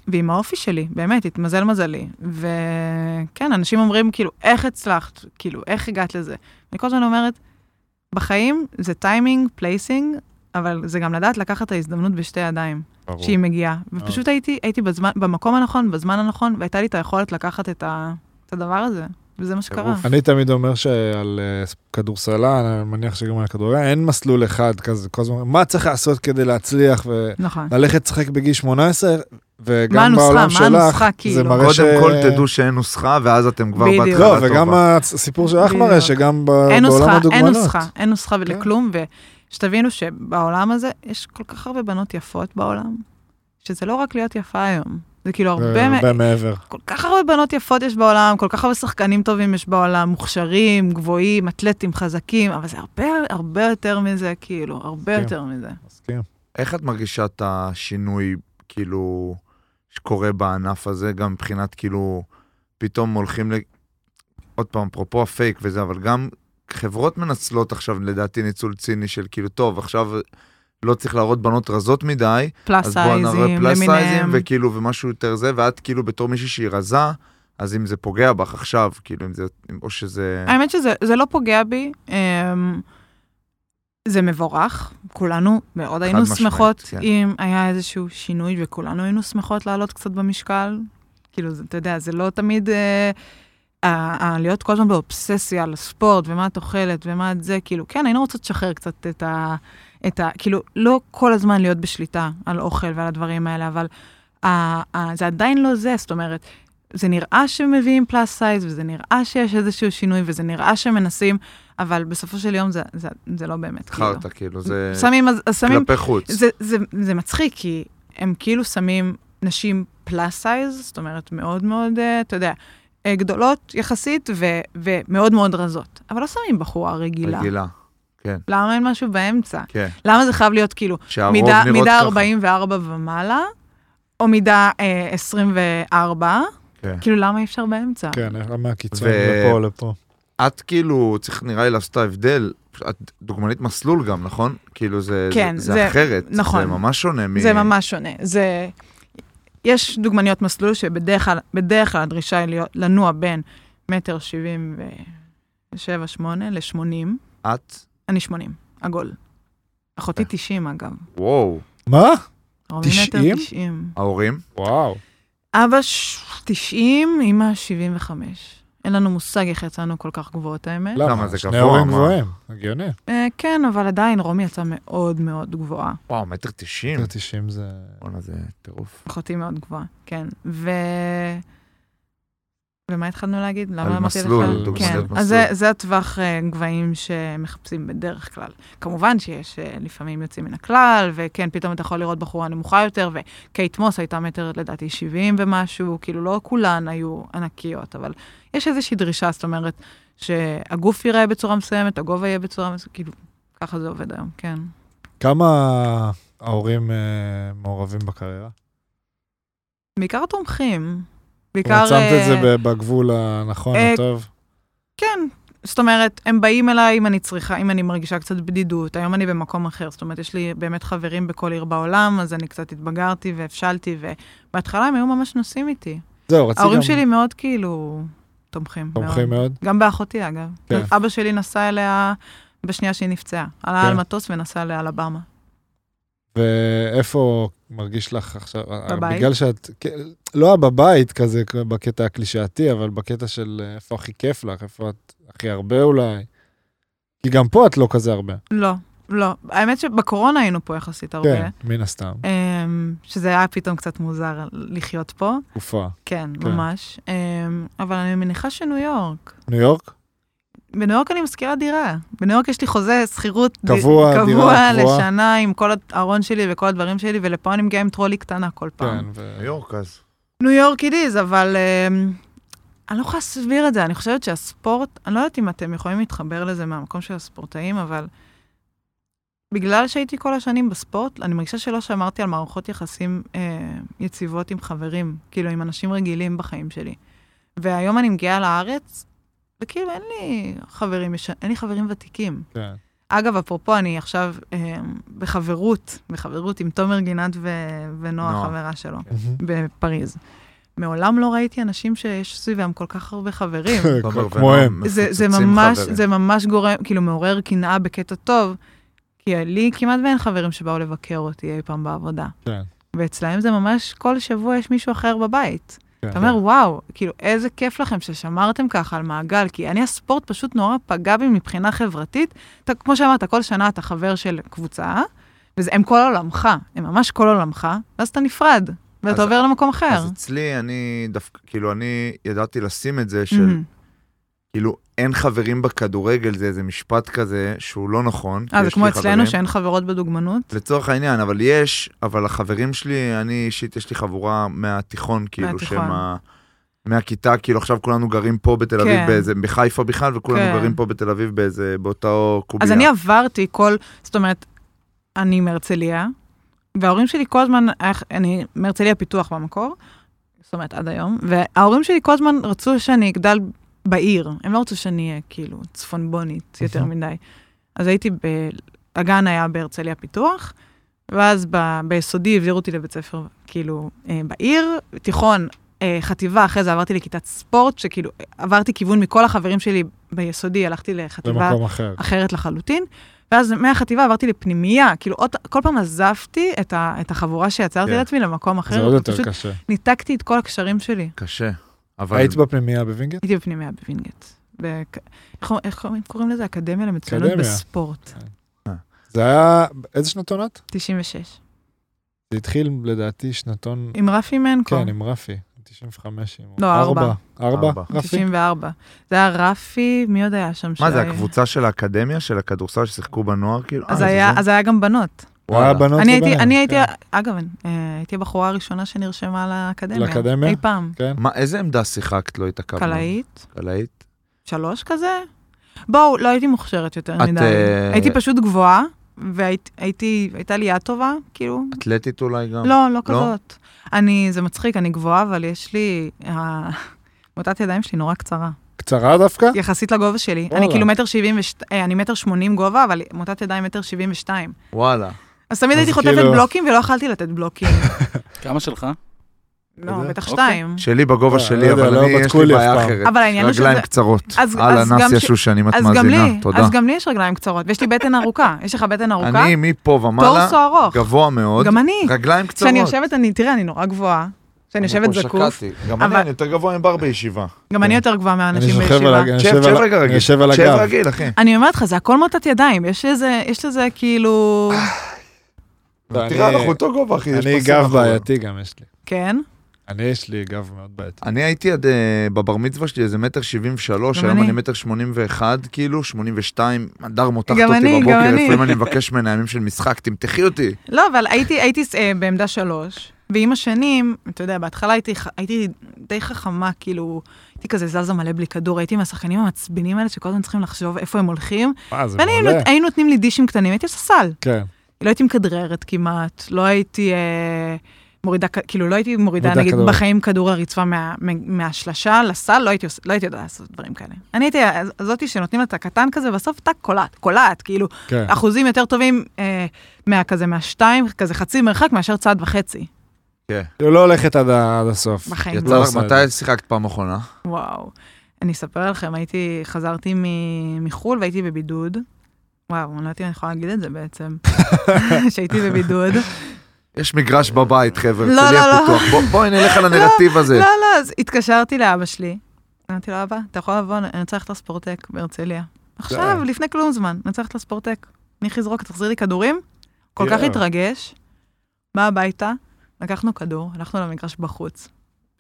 ועם האופי שלי, באמת, התמזל מזלי. וכן, אנשים אומרים, כאילו, איך הצלחת? כאילו, איך הגעת לזה? אני כל הזמן אומרת, בחיים זה טיימינג, פלייסינג, אבל זה גם לדעת לקחת את ההזדמנות בשתי ידיים,
ברור.
שהיא מגיעה. ופשוט הייתי, הייתי בזמן, במקום הנכון, בזמן הנכון, והייתה לי את היכולת לקחת את, ה, את הדבר הזה, וזה מה שקרה.
טירוף.
אני תמיד אומר שעל אה, כדורסלן, אני מניח שגם על כדורגל, אין מסלול אחד כזה, כל הזמן, מה צריך לעשות כדי להצליח
נכון.
וללכת לשחק בגיל 18,
מה
וגם
הנוסחה?
בעולם
מה
שלך,
הנוסחה,
זה
כאילו?
מראה ש...
קודם כל תדעו שאין נוסחה, ואז אתם כבר
בדיוק.
בהתחלה
אה, לא,
טובה.
וגם הסיפור שלך מראה
בדיוק.
שגם ב-
אין
אה, בעולם
נוסחה,
הדוגמנות. כן.
אין נוסחה, אין נוסחה לכלום, ושתבינו שבעולם הזה יש כל כך הרבה בנות יפות בעולם, שזה לא רק להיות יפה היום, זה כאילו הרבה, מ-
אה, הרבה מעבר.
כל כך הרבה בנות יפות יש בעולם, כל כך הרבה שחקנים טובים יש בעולם, מוכשרים, גבוהים, אתלטים, חזקים, אבל זה הרבה הרבה יותר מזה, כאילו, הרבה
כן.
יותר מזה.
מסכים.
איך את מרגישה את השינוי, כאילו, שקורה בענף הזה, גם מבחינת, כאילו, פתאום הולכים ל... עוד פעם, אפרופו הפייק וזה, אבל גם חברות מנצלות עכשיו, לדעתי, ניצול ציני של כאילו, טוב, עכשיו לא צריך להראות בנות רזות מדי,
פלאס
אז בואו נראה
סייזים,
פלאס סייזים,
למיניהם.
וכאילו, ומשהו יותר זה, ואת כאילו בתור מישהי שהיא רזה, אז אם זה פוגע בך עכשיו, כאילו, אם זה, או שזה...
האמת שזה זה לא פוגע בי, אמ, זה מבורך, כולנו מאוד היינו
משמעית,
שמחות
כן.
אם היה איזשהו שינוי, וכולנו היינו שמחות לעלות קצת במשקל. כאילו, זה- אתה יודע, זה לא תמיד... אה, ה- ה- להיות כל הזמן באובססיה על הספורט, ומה את אוכלת, ומה את זה, כאילו, כן, היינו רוצות לשחרר קצת את ה... את ה כאילו, לא כל הזמן להיות בשליטה על אוכל ועל הדברים האלה, אבל ה, ה, זה עדיין לא זה, זאת אומרת, זה נראה שמביאים פלאס סייז, וזה נראה שיש איזשהו שינוי, וזה נראה שמנסים, אבל בסופו של יום זה, זה, זה לא באמת, כאילו.
חרטא, כאילו, זה
שמים, אז אז שמים
כלפי חוץ.
זה, זה, זה מצחיק, כי הם כאילו שמים נשים פלאס סייז, זאת אומרת, מאוד מאוד, אה, אתה יודע, אה, גדולות יחסית ו, ומאוד מאוד רזות. אבל לא שמים בחורה רגילה. רגיל.
רגילה.
למה אין משהו באמצע?
כן.
למה זה חייב להיות כאילו
שהרוב
מידה,
נראות
מידה
ככה.
44 ומעלה, או מידה אה, 24?
כן.
כאילו, למה אי אפשר באמצע?
כן, איך- מהקיצון
ו-
לפה לפה.
את כאילו, צריך נראה לי לעשות את ההבדל, את דוגמנית מסלול גם, נכון? כאילו זה,
כן,
זה, זה
זה-
אחרת,
נכון.
זה ממש שונה מ...
זה ממש שונה. זה... יש דוגמניות מסלול שבדרך כלל, בדרך כלל הדרישה היא להיות, לנוע בין מטר שבעים ושבע, שמונה, לשמונים.
את?
אני שמונים, עגול. אחותי תשעים, אגב.
וואו.
מה?
קרוב למטר
90?
תשעים.
ההורים?
וואו.
אבא ש- תשעים, אמא שבעים וחמש. אין לנו מושג איך יצאנו כל כך גבוהות, האמת.
למה, זה
שני
גבוה,
הורים
מה?
גבוהים, הגיוני.
אה, כן, אבל עדיין רומי יצאה מאוד מאוד גבוהה.
וואו, מטר תשעים.
90 זה...
בואנה, זה טירוף.
אחותי מאוד גבוהה, כן. ו... ומה התחלנו להגיד? למה
על
אמרתי לך?
מסלול,
דוגמניות
כן,
מסלול.
אז זה, זה הטווח אה, גבהים שמחפשים בדרך כלל. כמובן שיש אה, לפעמים יוצאים מן הכלל, וכן, פתאום אתה יכול לראות בחורה נמוכה יותר, וקייט מוס הייתה מטר לדעתי 70 ומשהו, כאילו לא כולן היו ענקיות, אבל יש איזושהי דרישה, זאת אומרת, שהגוף ייראה בצורה מסוימת, הגובה יהיה בצורה מסוימת, כאילו, ככה זה עובד היום, כן.
כמה ההורים אה, מעורבים בקריירה?
בעיקר תומכים. בעיקר...
בעיקר... כאילו, שמת את
אה,
זה ב- בגבול הנכון,
אה,
הטוב.
כן. זאת אומרת, הם באים אליי אם אני צריכה, אם אני מרגישה קצת בדידות, היום אני במקום אחר, זאת אומרת, יש לי באמת חברים בכל עיר בעולם, אז אני קצת התבגרתי והבשלתי, ובהתחלה הם היו ממש נוסעים איתי.
זהו, רציתי
ההורים
גם...
שלי מאוד כאילו תומכים.
תומכים
מאוד.
מאוד.
גם באחותי, אגב.
כן.
אבא שלי נסע אליה בשנייה שהיא נפצעה. עלה
כן.
על מטוס ונסע לאלבמה.
ואיפה מרגיש לך עכשיו? אה,
בבית.
בגלל שאת, כן, לא היה בבית כזה, בקטע הקלישאתי, אבל בקטע של אה, איפה הכי כיף לך, איפה את הכי הרבה אולי. כי גם פה את לא כזה הרבה.
לא, לא. האמת שבקורונה היינו פה יחסית הרבה.
כן, מן הסתם,
אמ, שזה היה פתאום קצת מוזר לחיות פה.
תקופה.
כן,
כן.
ממש. אמ, אבל אני מניחה שניו יורק.
ניו יורק?
בניו יורק אני משכירה דירה. בניו יורק יש לי חוזה שכירות ד-
קבוע, דירה
קבוע
קבועה.
לשנה עם כל הארון שלי וכל הדברים שלי, ולפה אני מגיעה עם טרולי קטנה כל
כן,
פעם.
ו-
ניו יורק אז.
ניו יורק אידיז, אבל אמ, אני לא יכולה להסביר את זה. אני חושבת שהספורט, אני לא יודעת אם אתם יכולים להתחבר לזה מהמקום של הספורטאים, אבל בגלל שהייתי כל השנים בספורט, אני מרגישה שלא שמרתי על מערכות יחסים אה, יציבות עם חברים, כאילו עם אנשים רגילים בחיים שלי. והיום אני מגיעה לארץ, וכאילו אין לי חברים, יש- אין לי חברים ותיקים.
כן.
אגב, אפרופו, אני עכשיו אה, בחברות, בחברות עם תומר גינת ו... ונועה,
נועה.
חברה שלו,
מהמם.
בפריז. מעולם לא ראיתי אנשים שיש סביבם כל כך הרבה
[laughs]
חברים.
תומר
כמוהם.
ונועם
זה, זה,
מפוצצים
ממש,
חברים.
זה ממש גורם, כאילו מעורר קנאה בקטע טוב, כי לי כמעט ואין חברים שבאו לבקר אותי אי פעם בעבודה.
כן.
ואצלהם זה ממש, כל שבוע יש מישהו אחר בבית.
כן.
אתה אומר, וואו, כאילו, איזה כיף לכם ששמרתם ככה על מעגל, כי אני, הספורט פשוט נורא פגע בי מבחינה חברתית. אתה, כמו שאמרת, כל שנה אתה חבר של קבוצה, והם כל עולמך, הם ממש כל עולמך, ואז אתה נפרד, ואתה
אז-
עובר למקום אחר.
אז אצלי, אני דווקא, כאילו, אני ידעתי לשים את זה של,
מהמם.
כאילו, אין חברים בכדורגל, זה איזה משפט כזה שהוא לא נכון. כי
אה, זה
יש
כמו
לי חברים.
אצלנו שאין חברות בדוגמנות?
לצורך העניין, אבל יש, אבל החברים שלי, אני אישית, יש לי חבורה מהתיכון, כאילו,
מהתיכון.
שהם ה... מהכיתה, כאילו עכשיו כולנו גרים פה בתל אביב,
כן.
באיזה, בחיפה בכלל, וכולנו
כן.
גרים פה בתל אביב באיזה, באותו קובייה.
אז אני עברתי כל, זאת אומרת, אני מהרצליה, וההורים שלי כל הזמן, איך- אני מהרצליה פיתוח במקור, זאת אומרת עד היום, וההורים שלי כל הזמן רצו שאני אגדל בעיר, הם לא רצו שאני אהיה כאילו צפונבונית יותר מדי. אז הייתי, ב... הגן היה בהרצליה פיתוח, ואז ב... ביסודי העבירו אותי לבית ספר כאילו אה, בעיר, תיכון. אה, חטיבה, אחרי זה עברתי לכיתת ספורט, שכאילו עברתי כיוון מכל החברים שלי ביסודי, הלכתי לחטיבה
במקום אחר.
אחרת לחלוטין. ואז מהחטיבה עברתי לפנימייה, כאילו עוד, כל פעם עזבתי את, ה, את החבורה שיצרתי
כן.
לעצמי למקום אחר.
זה עוד יותר
פשוט
קשה.
ניתקתי את כל הקשרים שלי.
קשה. אבל...
היית בפנימייה בווינגייט?
הייתי בפנימייה בווינגייט. בק- איך אומר- איך קוראים- קוראים לזה? אקדמיה למצוינות
אקדמיה.
בספורט.
זה היה, איזה שנתון את?
96.
זה התחיל לדעתי שנתון,
עם רפי מנקו.
כן, עם רפי, 95. עם
לא, ארבע.
ארבע?
ארבע.
רפי?
94. זה היה רפי, מי עוד היה שם?
מה זה,
שהיה-
הקבוצה של האקדמיה, של הכדורסל ששיחקו בנוער, כאילו?
אה. אז
אה, זה
היה-
זה?
אז היה גם בנות.
הוא
אה,
היה בנות
אני הייתי, אני הייתי,
כן.
אגב, אה, הייתי הבחורה הראשונה שנרשמה לאקדמיה.
לאקדמיה?
אי פעם.
מה, איזה עמדה שיחקת? לא התעכבנו.
קלעית.
קלעית.
שלוש כזה? בואו, לא הייתי מוכשרת יותר
את,
מדי.
אה,
הייתי פשוט גבוהה, והייתה לי יד טובה, כאילו.
אתלטית אולי גם?
לא, לא כזאת. אני, זה מצחיק, אני גבוהה, אבל יש לי... ה- [laughs] מוטת ידיים שלי נורא קצרה.
קצרה דווקה?
יחסית לגובה שלי.
וואלה.
אני כאילו מטר שבעים ושת... אה, אני מטר שמונים גובה, אבל מוטת ידיים מטר שבעים ושתיים.
וואלה.
אז תמיד
אז
הייתי חוטפת
כאילו-
בלוקים ולא יכלתי לתת בלוקים.
כמה שלך?
לא,
יודע?
בטח
אוקיי.
שתיים.
שלי בגובה
לא, לא
שלי,
יודע,
אבל
לא
אני, יש
בדקו
לי
לי אף
בעיה
פעם.
אחרת.
אבל העניין הוא שזה...
רגליים קצרות.
אז-
הלאה,
אז גם
נאסיה
ש-
שושן, אם את
אז גם
מאזינה,
לי,
תודה.
אז גם לי יש רגליים קצרות, ויש לי בטן ארוכה. יש לך בטן ארוכה?
אני מפה ומעלה,
טורסו ארוך.
גבוה מאוד,
גם אני.
רגליים קצרות.
כשאני יושבת, אני, תראה, אני נורא גבוהה. כשאני יושבת זקוף,
גם
אבל-
אני, אני יותר גבוה עם בר בישיבה.
גם אני יותר גבוהה
כן. אני
מהאנשים
שוכב על
בישיבה.
הגב. אני
שב,
יושב
שב
על-
רגע
אני
רגיל.
יושב על
שב
הגב.
רגיל, אחי.
אני אומרת לך, זה הכל מוטת ידיים, יש לזה, יש לזה כאילו...
אה.
תראה,
אני-
אנחנו אותו גובה, אחי. יש
אני
פה
גב
שיח, אבל.
בעייתי גם יש לי.
כן?
אני יש לי גב מאוד בעייתי.
אני הייתי עד, אה, בבר מצווה שלי איזה מטר שבעים ושלוש,
גם
היום
אני.
אני מטר שמונים ואחד, כאילו, שמונים ושתיים, הדר מותחת
גם
אותי
אני, גם
בבוקר,
אני.
לפעמים אני מבקש ממנה ימים של משחק, תמתחי אותי.
לא, אבל הייתי, הייתי אה, בעמדה שלוש, ועם השנים, אתה יודע, בהתחלה הייתי, ח- הייתי די חכמה, כאילו, הייתי כזה זזה מלא בלי כדור, הייתי מהשחקנים המעצבנים האלה שכל הזמן צריכים לחשוב איפה הם הולכים,
אה, זה מעולה.
והיו נותנים לי דישים קטנים, הייתי עושה סל.
כן.
לא הייתי מכדררת כמעט, לא הייתי אה, מורידה, כ- כאילו לא הייתי מורידה,
מורידה
נגיד,
כדור.
בחיים כדור הרצפה מה, מה- מהשלשה לסל, לא הייתי, עוש- לא הייתי יודעת לעשות דברים כאלה. אני הייתי הז- הזאתי שנותנים לה את הקטן כזה, ובסוף טאק קולעת, קולעת, כאילו,
כן.
אחוזים יותר טובים אה, מה, כזה, מהשתיים, כזה חצי מרחק, מאשר צעד וחצי
כאילו, לא הולכת עד ה- עד הסוף.
בחיים.
יצא לך,
עושה את
לא, מתי שיחקת פעם אחרונה?
וואו. אני אספר לכם, הייתי, חזרתי מ- מחו"ל והייתי בבידוד. וואו, אני לא יודעת אם אני יכולה להגיד את זה
[laughs]
בעצם, שהייתי בבידוד.
יש מגרש בבית, חבר'ה,
לא,
הרצליה
לא, לא.
פתוח. בוא- בואי נלך על הנרטיב הזה.
לא, לא, אז התקשרתי לאבא שלי. אמרתי לו, אבא, אתה יכול לבוא, אני רוצה ללכת לספורטק בהרצליה. עכשיו,
אה.
לפני כלום זמן, אני רוצה ללכת לספורטק. אני הכי זרוק, תחזיר לי כדורים? כל כך
יואו.
התרגש, בא הביתה, לקחנו כדור, הלכנו למגרש בחוץ.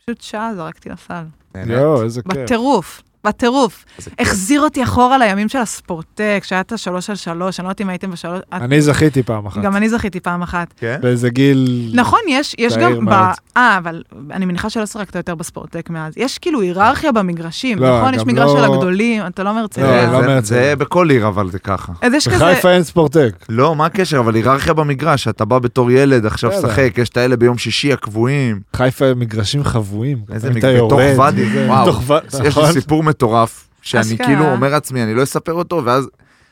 פשוט שעה זרקתי לסל.
לא.
יואו, איזה כיף.
בטירוף, בטירוף. החזיר אותי אחורה לימים של הספורטק, שהיה את השלוש על שלוש, אני לא יודעת אם הייתם בשלוש...
אני זכיתי פעם אחת.
גם אני זכיתי פעם אחת.
כן?
באיזה גיל...
נכון, יש, יש
צעיר
גם ב...
מאוד.
אה, אבל אני מניחה שלא שחקת יותר בספורטק מאז. יש כאילו היררכיה במגרשים,
לא,
נכון? יש
גם
מגרש של
לא-
הגדולים, אתה לא
לא,
מהרצליה.
לא
זה-
מהרצליה.
זה בכל עיר, אבל זה ככה.
אז יש כזה...
בחיפה אין ספורטק.
לא, מה הקשר? אבל היררכיה במגרש, אתה בא בתור ילד, עכשיו
בסדר.
שחק, יש את האלה ביום שישי הקבועים.
חיפה הם מגרשים חבויים.
איזה
אתה
מגרש, בתוך
יורד,
ואדי,
זה-
וואו.
בתוך ואדי,
יש
נכון?
לי סיפור מטורף, שאני
אשכרה.
כאילו אומר לעצמי, אני לא אספר אותו, ואז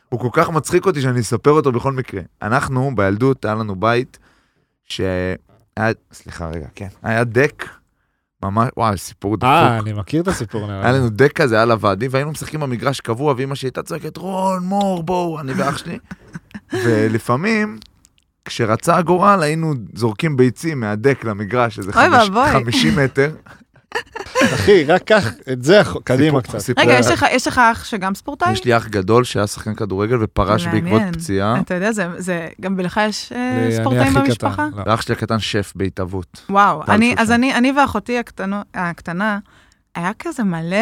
הוא כל כך מצחיק אותי שאני אספר אותו בכל מקרה. אנחנו, בילדות, היה לנו בית, שהיה, סליחה רגע, כן, היה דק, ממש, וואי, סיפור דפוק.
אה, אני מכיר את הסיפור
היה
נראה לי.
לנו דק כזה, היה לה ועדי, והיינו משחקים במגרש קבוע, ואימא שלי הייתה צועקת, רון, מור, בואו, אני ואח
[laughs]
שלי. ולפעמים, כשרצה הגורל, היינו זורקים ביצים מהדק למגרש, איזה
אוי
חמיש-
ואבוי.
50
[laughs]
מטר.
אחי, רק קח את זה אח- קדימה
סיפור-
קצת.
סיפור-
רגע, יש לך, יש לך אח שגם ספורטאי?
יש לי אח גדול שהיה שחקן כדורגל ופרש
מעניין. אה.
בעקבות פציעה.
אתה יודע, זה, זה... גם בלך יש אה,
אני- אני
ספורטאים
הכי קטן,
במשפחה?
לא.
ואח שלי הקטן שף בהתהוות.
וואו,
טל
אני, אז
שושן.
אני, אני ואחותי הקטנו, הקטנה, היה כזה מלא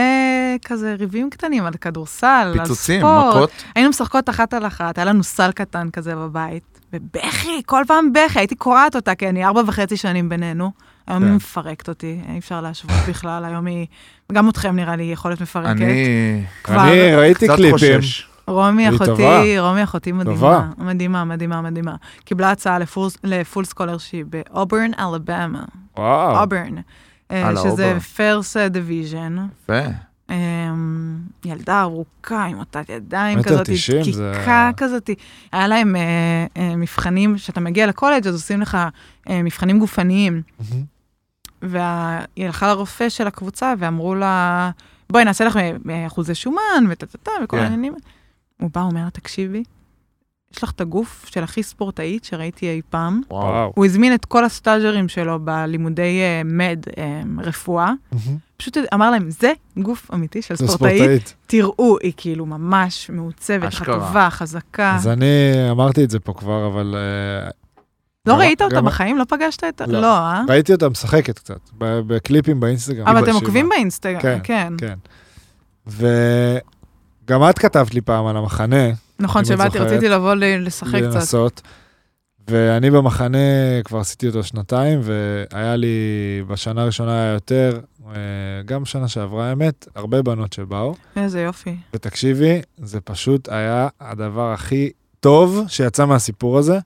כזה ריבים קטנים על כדורסל, על
פיצוצים,
ספורט.
מכות.
היינו משחקות אחת על אחת, היה לנו סל קטן כזה בבית, ובכי, כל פעם בכי, הייתי קורעת אותה, כי אני ארבע וחצי שנים בינינו. היום היא
כן.
מפרקת אותי, אי אפשר להשוות
[laughs]
בכלל, היום היא, גם אתכם נראה לי יכולת מפרקת.
אני
כבר,
אני ראיתי
לא, קצת
קליפים.
חושש.
רומי
היא
אחותי,
טובה.
רומי אחותי מדהימה,
טובה.
מדהימה, מדהימה, מדהימה. קיבלה הצעה לפול- לפול סקולרשי באוברן, אלבמה,
וואו.
אוברן, אה,
הלאה,
שזה
אוברן.
פרס דיוויז'ן.
יפה.
אמ, ילדה ארוכה עם אותת ידיים
מטר
כזאת,
תשעים, זה-
דקיקה כזאת. היה להם אה, אה, מבחנים, כשאתה מגיע לקולג' אז עושים לך אה, מבחנים גופניים.
מהמם.
והיא הלכה לרופא של הקבוצה ואמרו לה, בואי נעשה לך אה, אחוזי שומן וטה-טה-טה וכל
כן.
העניינים. הוא בא, אומר לה, תקשיבי, יש לך את הגוף של הכי ספורטאית שראיתי אי פעם.
וואו.
וואו.
הוא הזמין את כל הסטאז'רים שלו בלימודי אה, מד, אה, רפואה.
מהמם.
פשוט אמר להם, זה גוף אמיתי של
זה
ספורטאית, תראו, היא כאילו ממש מעוצבת,
אשכרה.
חטובה, חזקה.
אז אני אמרתי את זה פה כבר, אבל אה,
לא
גם-
ראית אותה
גם-
בחיים? לא פגשת את...
לא.
לא, אה?
ראיתי אותה משחקת קצת, ב- בקליפים באינסטגרם.
אבל אתם
ברשימה.
עוקבים באינסטגרם,
כן,
כן.
כן. וגם את כתבת לי פעם על המחנה, אם
נכון,
את
שבאתי,
כן. זוכרת.
רציתי לבוא ל- לשחק קצת.
לנסות. ואני במחנה כבר עשיתי אותו שנתיים, והיה לי, בשנה הראשונה היה יותר, אה, גם שנה שעברה האמת, הרבה בנות שבאו.
איזה יופי.
ותקשיבי, זה פשוט היה הדבר הכי טוב שיצא מהסיפור הזה,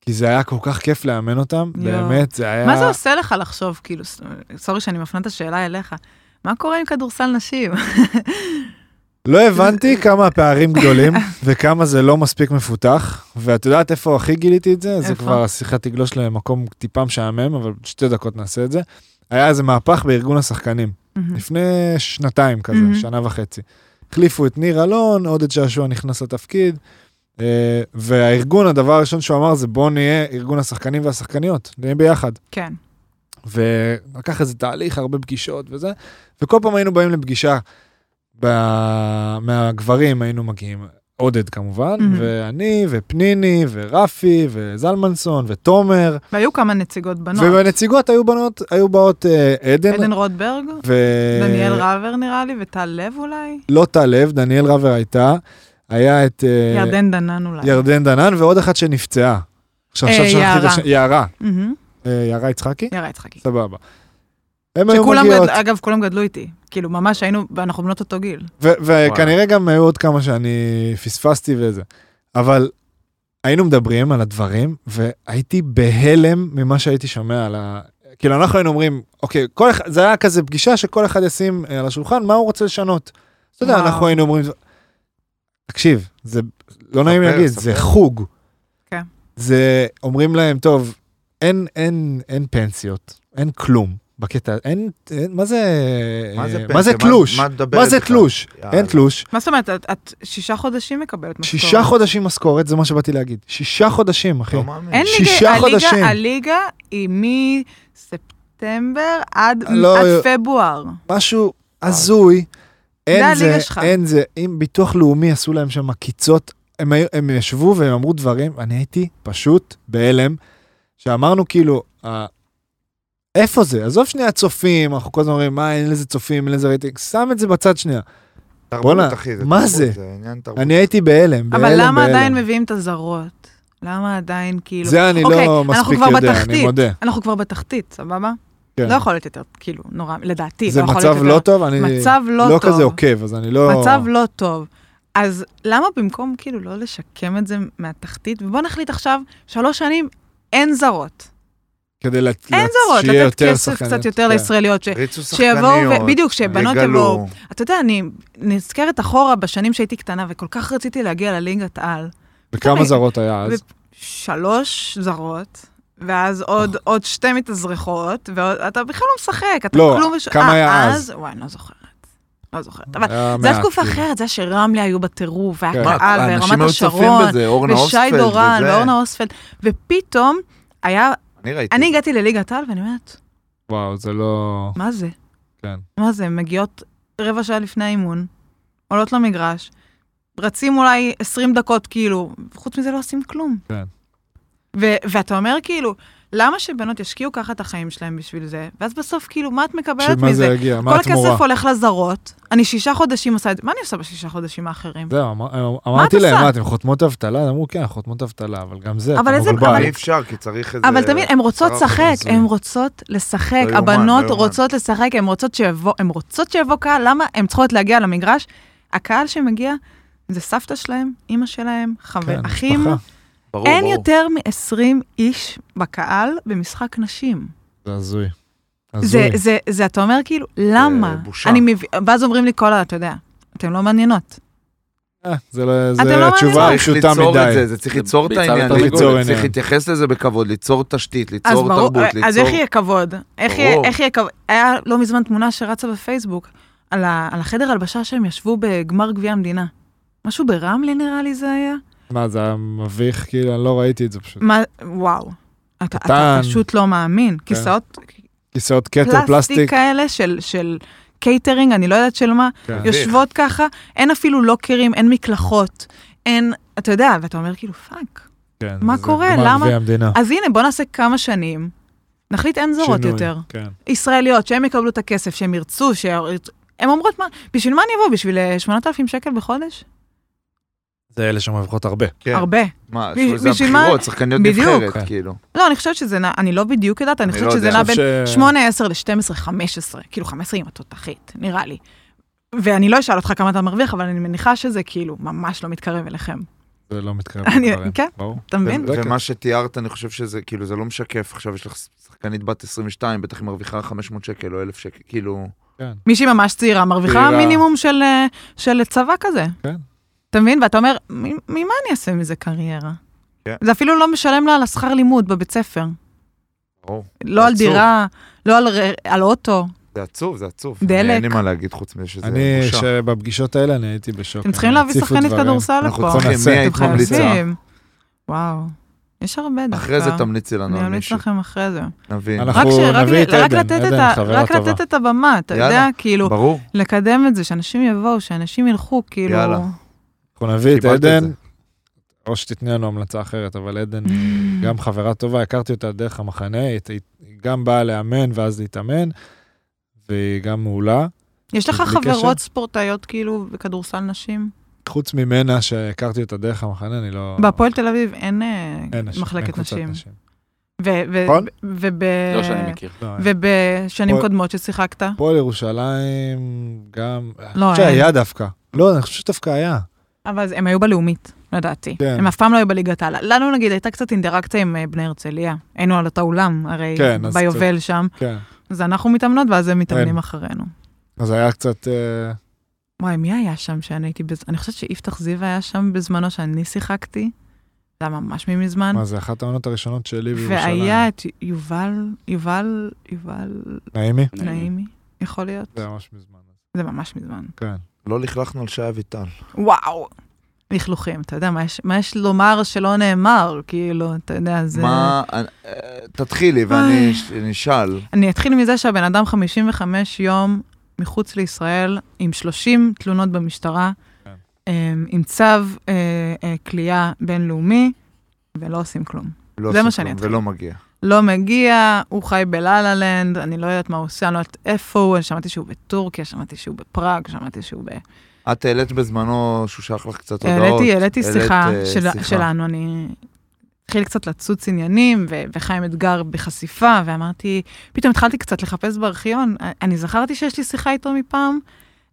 כי זה היה כל כך כיף לאמן אותם,
יואו.
באמת, זה היה...
לא. מה זה עושה לך לחשוב, כאילו, ס- סורי שאני מפנה את השאלה אליך, מה קורה עם כדורסל
[laughs]
נשים?
לא הבנתי כמה הפערים גדולים וכמה זה לא מספיק מפותח, ואת יודעת איפה הכי גיליתי את זה? זה
איפה?
כבר השיחה תגלוש למקום טיפה משעמם, אבל שתי דקות נעשה את זה. היה איזה מהפך בארגון השחקנים,
מהמם.
לפני שנתיים כזה,
מהמם.
שנה וחצי. החליפו את ניר אלון, עודד שעשוע נכנס לתפקיד, אה, והארגון, הדבר הראשון שהוא אמר זה בוא נהיה ארגון השחקנים והשחקניות, נהיה ביחד.
כן.
ולקח איזה תהליך, הרבה פגישות וזה, וכל פעם היינו באים לפגישה. ב... מהגברים היינו מגיעים, עודד כמובן,
מהמם.
ואני, ופניני, ורפי, וזלמנסון, ותומר,
והיו כמה נציגות בנות.
ובנציגות היו בנות, היו באות אה, עדן,
עדן רוטברג,
ו...
דניאל ראבר נראה לי, וטל לב אולי,
לא טל לב, דניאל רבר הייתה, היה את אה,
ירדן דנן אולי.
ירדן דנן, ועוד אחת שנפצעה. עכשיו,
אה,
עכשיו שכחתי את
יערה.
השם, יערה,
מהמם.
אה, יערה יצחקי?
יאללה, יצחקי.
סבבה. הם היו
שכולם,
מגיעות,
גד- אגב, כולם גדלו איתי. כאילו, ממש היינו, ואנחנו בנות אותו גיל.
ו- וכנראה גם היו עוד כמה שאני פספסתי וזה. אבל היינו מדברים על הדברים, והייתי בהלם ממה שהייתי שומע על ה... כאילו, אנחנו היינו אומרים, אוקיי, כל אחד, זה היה כזה פגישה שכל אחד ישים אה, על השולחן מה הוא רוצה לשנות. אתה יודע,
וואו.
אנחנו היינו אומרים, תקשיב, זה לא נעים
ספר,
להגיד,
ספר.
זה חוג.
כן.
זה, אומרים להם, טוב, אין, אין, אין פנסיות, אין כלום בקטע, אין, אין מה זה,
מה זה
אה,
פנסיה?
מה זה תלוש?
מה את מדברת
מה זה
בכלל?
תלוש? אין
יאללה. לא
תלוש.
מה זאת אומרת, את- את שישה חודשים מקבלת משכורת.
שישה חודשים משכורת, זה מה שבאתי להגיד. שישה חודשים, אחי.
לא מאמין.
אין ליגה,
שישה
הליגה-
חודשים.
הליגה היא מספטמבר עד
לא,
עד
אה,
פברואר.
משהו
אה.
הזוי. אין
הליגה
זה,
שלך.
אין זה. אם ביטוח לאומי עשו להם שם עקיצות, הם, היו- הם ישבו והם אמרו דברים, אני הייתי פשוט בהלם, שאמרנו כאילו, אה, איפה זה? עזוב שנייה צופים, אנחנו כל הזמן אומרים, מה, אין לזה צופים, אין לזה רייטינג, שם את זה בצד שנייה.
תרבות,
בואנה,
אחי,
מה
תרבות,
זה?
זה עניין תרבות.
אני הייתי בהלם, בהלם,
אבל
בהלם.
למה עדיין מביאים את הזרות? למה עדיין כאילו...
זה אני
אוקיי,
לא
אנחנו
מספיק
כבר
יודע, אני
בתחתית.
מודה.
אנחנו כבר בתחתית, סבבה?
כן.
לא יכול להיות יותר, כאילו, נורא, לדעתי,
זה
לא יכול להיות
מצב
יותר.
לא טוב, אני
מצב לא
לא
טוב.
כזה עוקב, אז אני לא...
מצב לא טוב. אז למה במקום כאילו לא לשקם את זה מהתחתית, ובוא נחליט עכשיו, שלוש שנים אין זרות.
כדי לת-
אין
לת-
זרות,
שיהיה
לתת
יותר
כסף
שחקנים.
קצת יותר
כן.
לישראליות. ש-
ריצו
[laughs] שיבואו,
שחקניות,
ו- בדיוק, שבנות יבואו.
יגלו.
אתה יודע, אני נזכרת אחורה בשנים שהייתי קטנה, וכל כך רציתי להגיע לליגת העל.
וכמה
פתאום-
זרות היה אז?
שלוש זרות, ואז עוד, עוד שתי מתאזרחות, ואתה בכלל לא משחק, אתה
לא,
כלום... וש-
כמה
אה,
היה
וואי, אני לא זוכרת. לא זוכרת. אבל
היה
זה היה
מעט,
תקופה
כאילו.
אחרת, זה היה שרמלה היו בטירוף, והיה
כן.
מה,
קהל,
האנשים
ורמת
היו צופים
השרון,
בזה, אורנה
ושי
אוספלד
דורן,
וזה.
ואורנה אוספלד, ופתאום היה...
אני ראיתי.
אני הגעתי לליגת העל, ואני אומרת,
וואו, זה לא...
מה זה?
כן.
מה זה, הן מגיעות רבע שעה לפני האימון, עולות למגרש, רצים אולי 20 דקות, כאילו, חוץ מזה לא עושים כלום.
כן.
ו- ואתה אומר, כאילו, למה שבנות ישקיעו ככה את החיים שלהם בשביל זה, ואז בסוף, כאילו, מה את מקבלת
שמה זה
מזה?
יגיע?
כל
מה התמורה?
הכסף הולך לזרות, אני שישה חודשים עושה את זה, מה אני עושה בשישה חודשים האחרים?
זהו, אמר- אמר- אמרתי
את
להם,
עושה?
מה, אתם חותמות אבטלה? הם אמרו, כן, חותמות אבטלה, אבל גם זה,
אבל
אתה
איזה-
מבולבל.
אבל-
אי אפשר, כי צריך איזה...
אבל תמיד, הן רוצות
עשרה
לשחק,
אחוז.
הן רוצות לשחק,
לא יאומן,
הבנות
לא יאומן.
רוצות לשחק, הן רוצות שיבוא, הן רוצות שיבוא קהל, למה? הן צריכות להגיע למגרש. הקהל שמגיע זה סבתא שלהם, אימא שלהם, חבר,
כן,
אחים.
משפחה.
ברור,
אין
ברור.
יותר מ-20 איש בקהל במשחק נשים.
זה הזוי.
זה,
הזוי.
זה, זה, אתה אומר כאילו, למה?
בושה.
אני מבין, ואז אומרים לי כל ה... אתה יודע, אתן לא מעניינות.
אה, זה לא...
אתם
זה
לא
תשובה
מאמינים.
צריך
פשוטה
ליצור את
מדי.
זה, זה צריך
זה
ליצור את
ביצה
העניין,
ותרנגולת.
ליצור-
ליצור
צריך
עניין.
להתייחס לזה בכבוד, ליצור תשתית,
אז
ליצור
ברור,
תרבות,
אז איך
ליצור...
יהיה כבוד? איך יהיה-
ברור.
איך יהיה כבוד? היה לא מזמן תמונה שרצה בפייסבוק על ה- על החדר הלבשה שהם ישבו בגמר גביע המדינה. משהו ברמלה נראה לי זה היה.
מה, זה היה מביך? כאילו, אני לא ראיתי את זה פשוט.
מה, וואו. אתה, אתה
קטן.
פשוט לא מאמין. כיסאות
כיסאות כתר,
פלסטיק
פלסטיק.
כאלה של, של קייטרינג, אני לא יודעת של מה,
כן.
יושבות ככה, אין אפילו לוקרים, אין מקלחות, אין, אתה יודע, ואתה אומר כאילו, פאק.
כן,
מה
זה
קורה?
גמר
למה?
גביע המדינה.
אז הנה, בוא נעשה כמה שנים, נחליט אין זרות
שינוי,
יותר.
כן.
ישראליות, שהם יקבלו את הכסף, שהם ירצו, שהן אומרות, מה, בשביל מה אני אבוא? בשביל אה, 8,000 שקל בחודש?
זה אלה שמרוויחות הרבה.
כן.
הרבה.
מה,
בשביל-
זה
בשביל מה-
הבחירות, שחקניות
בדיוק.
נבחרת, כאילו.
לא, אני חושבת שזה נע, אני לא בדיוק יודעת, אני
אני
חושבת
לא
שזה
יודע.
נע בין
עכשיו ש-
8, 10 ל-12, 15, כאילו 15 עם התותחית, נראה לי. ואני לא אשאל אותך כמה אתה מרוויח, אבל אני מניחה שזה כאילו ממש לא מתקרב אליכם.
זה לא מתקרב.
אני-
לדברים.
כן.
ברור.
אתה מבין?
זה-
ומה שתיארת, אני חושב שזה, כאילו, זה לא משקף, עכשיו יש לך שחקנית בת 22, בטח היא מרוויחה 500 שקל או 1,000 שקל, כאילו...
מישהי ממש צעירה מרוויחה
צעירה.
מינימום של, אה, של צבא כזה.
כן.
אתה מבין? ואתה אומר, "מ- ממה אני אעשה מזה קריירה?
כן.
זה אפילו לא משלם לה על השכר לימוד בבית ספר.
ברור.
לא על
עצוב.
דירה, לא על ר- על אוטו.
זה עצוב, זה עצוב.
דלק.
אני, אין לי מה להגיד חוץ מזה שזה
אני,
בושה.
שבפגישות האלה אני הייתי בשוק.
אתם צריכים להביא
הציפו
שחקנית
דברים.
כדורסל
אנחנו
לפה.
צריכים,
נעשה,
אוקיי, מי היית
אתם
ממליצה?
חייבים. וואו, יש הרבה דווקא.
אחרי זה תמליצי לנו
נכון. אני
על
אמליץ
מישהו,
לכם אחרי זה.
נבין.
אנחנו-
רק ש- רק
נביא
ל-
את
רק
עדן,
לתת
עדן
את ה-
חברה
רק
טובה.
לתת את הבמה, אתה יודע,
יאללה,
כאילו,
ברור.
לקדם את זה, שאנשים יבואו, שאנשים ילכו, כאילו...
יאללה.
אנחנו נביא את
קיבלת את
עדן,
זה.
או שתתני לנו המלצה אחרת, אבל עדן
Mm.
היא גם חברה טובה, הכרתי אותה דרך המחנה, היא היא גם באה לאמן ואז להתאמן, והיא גם מעולה.
יש לך
בלי
חברות
קשר?
ספורטאיות, כאילו, בכדורסל נשים?
חוץ ממנה שהכרתי אותה דרך המחנה, אני לא...
בהפועל תל אביב אין אה,
אין נשים, אין
מחלקת
קבוצת
נשים.
נשים.
ו- ו-
נכון?
וב...
לא שאני מכיר.
לא, אין.
ובשנים
פה-
קודמות ששיחקת?
הפועל ירושלים גם...
לא,
לא,
אין.
שהיה דווקא. לא, אני חושב שדווקא היה.
אבל אז הם היו בלאומית, לדעתי.
כן.
הם אף פעם לא היו בליגת העל. לנו נגיד הייתה קצת אינטראקציה עם אה, בני הרצליה. היינו על אותו אולם, הרי
כן, אז
ביובל שם.
כן.
אז אנחנו מתאמנות ואז הם מתאמנים
כן.
אחרינו.
אז היה קצת... אה,
וואי, מי היה שם שאני הייתי בז... אני חושבת שיפתח זיו היה שם בזמנו שאני שיחקתי. זה היה ממש ממזמן.
מה זה, אחת העונות הראשונות שלי בירושלים.
והיה את יובל, יובל, יובל
נעימי?
נעימי, יכול להיות.
זה היה ממש מזמן.
זה ממש מזמן.
כן.
לא לכלכנו על שי אביטל.
וואו. לכלוכים, אתה יודע, מה יש, מה יש לומר שלא נאמר, כאילו, אתה יודע, זה... אה.
מה... אה, אה, תתחילי ואני ש- לא אני אשאל.
אני אתחיל מזה שהבן אדם 55 יום מחוץ לישראל, עם 30 תלונות במשטרה,
כן.
אמ, עם צו אה, אה, כליאה בינלאומי, ולא עושים כלום.
לא
זה מה
עושה
שאני
כלום
אתחיל.
ולא מגיע.
לא מגיע, הוא חי בלה-לה לנד, אני לא יודעת מה הוא עושה, אני לא יודעת איפה הוא, אני שמעתי שהוא בטורקיה, שמעתי שהוא בפראג, שמעתי שהוא ב...
את העלית בזמנו שהוא שלח לך קצת הודעות.
העליתי, העליתי שיחה
אה,
של-
שיחה.
שלנו, אני... התחיל קצת לצוץ עניינים, ו- וחיים אתגר בחשיפה, ואמרתי, פתאום התחלתי קצת לחפש בארכיון, א- אני זכרתי שיש לי שיחה איתו מפעם,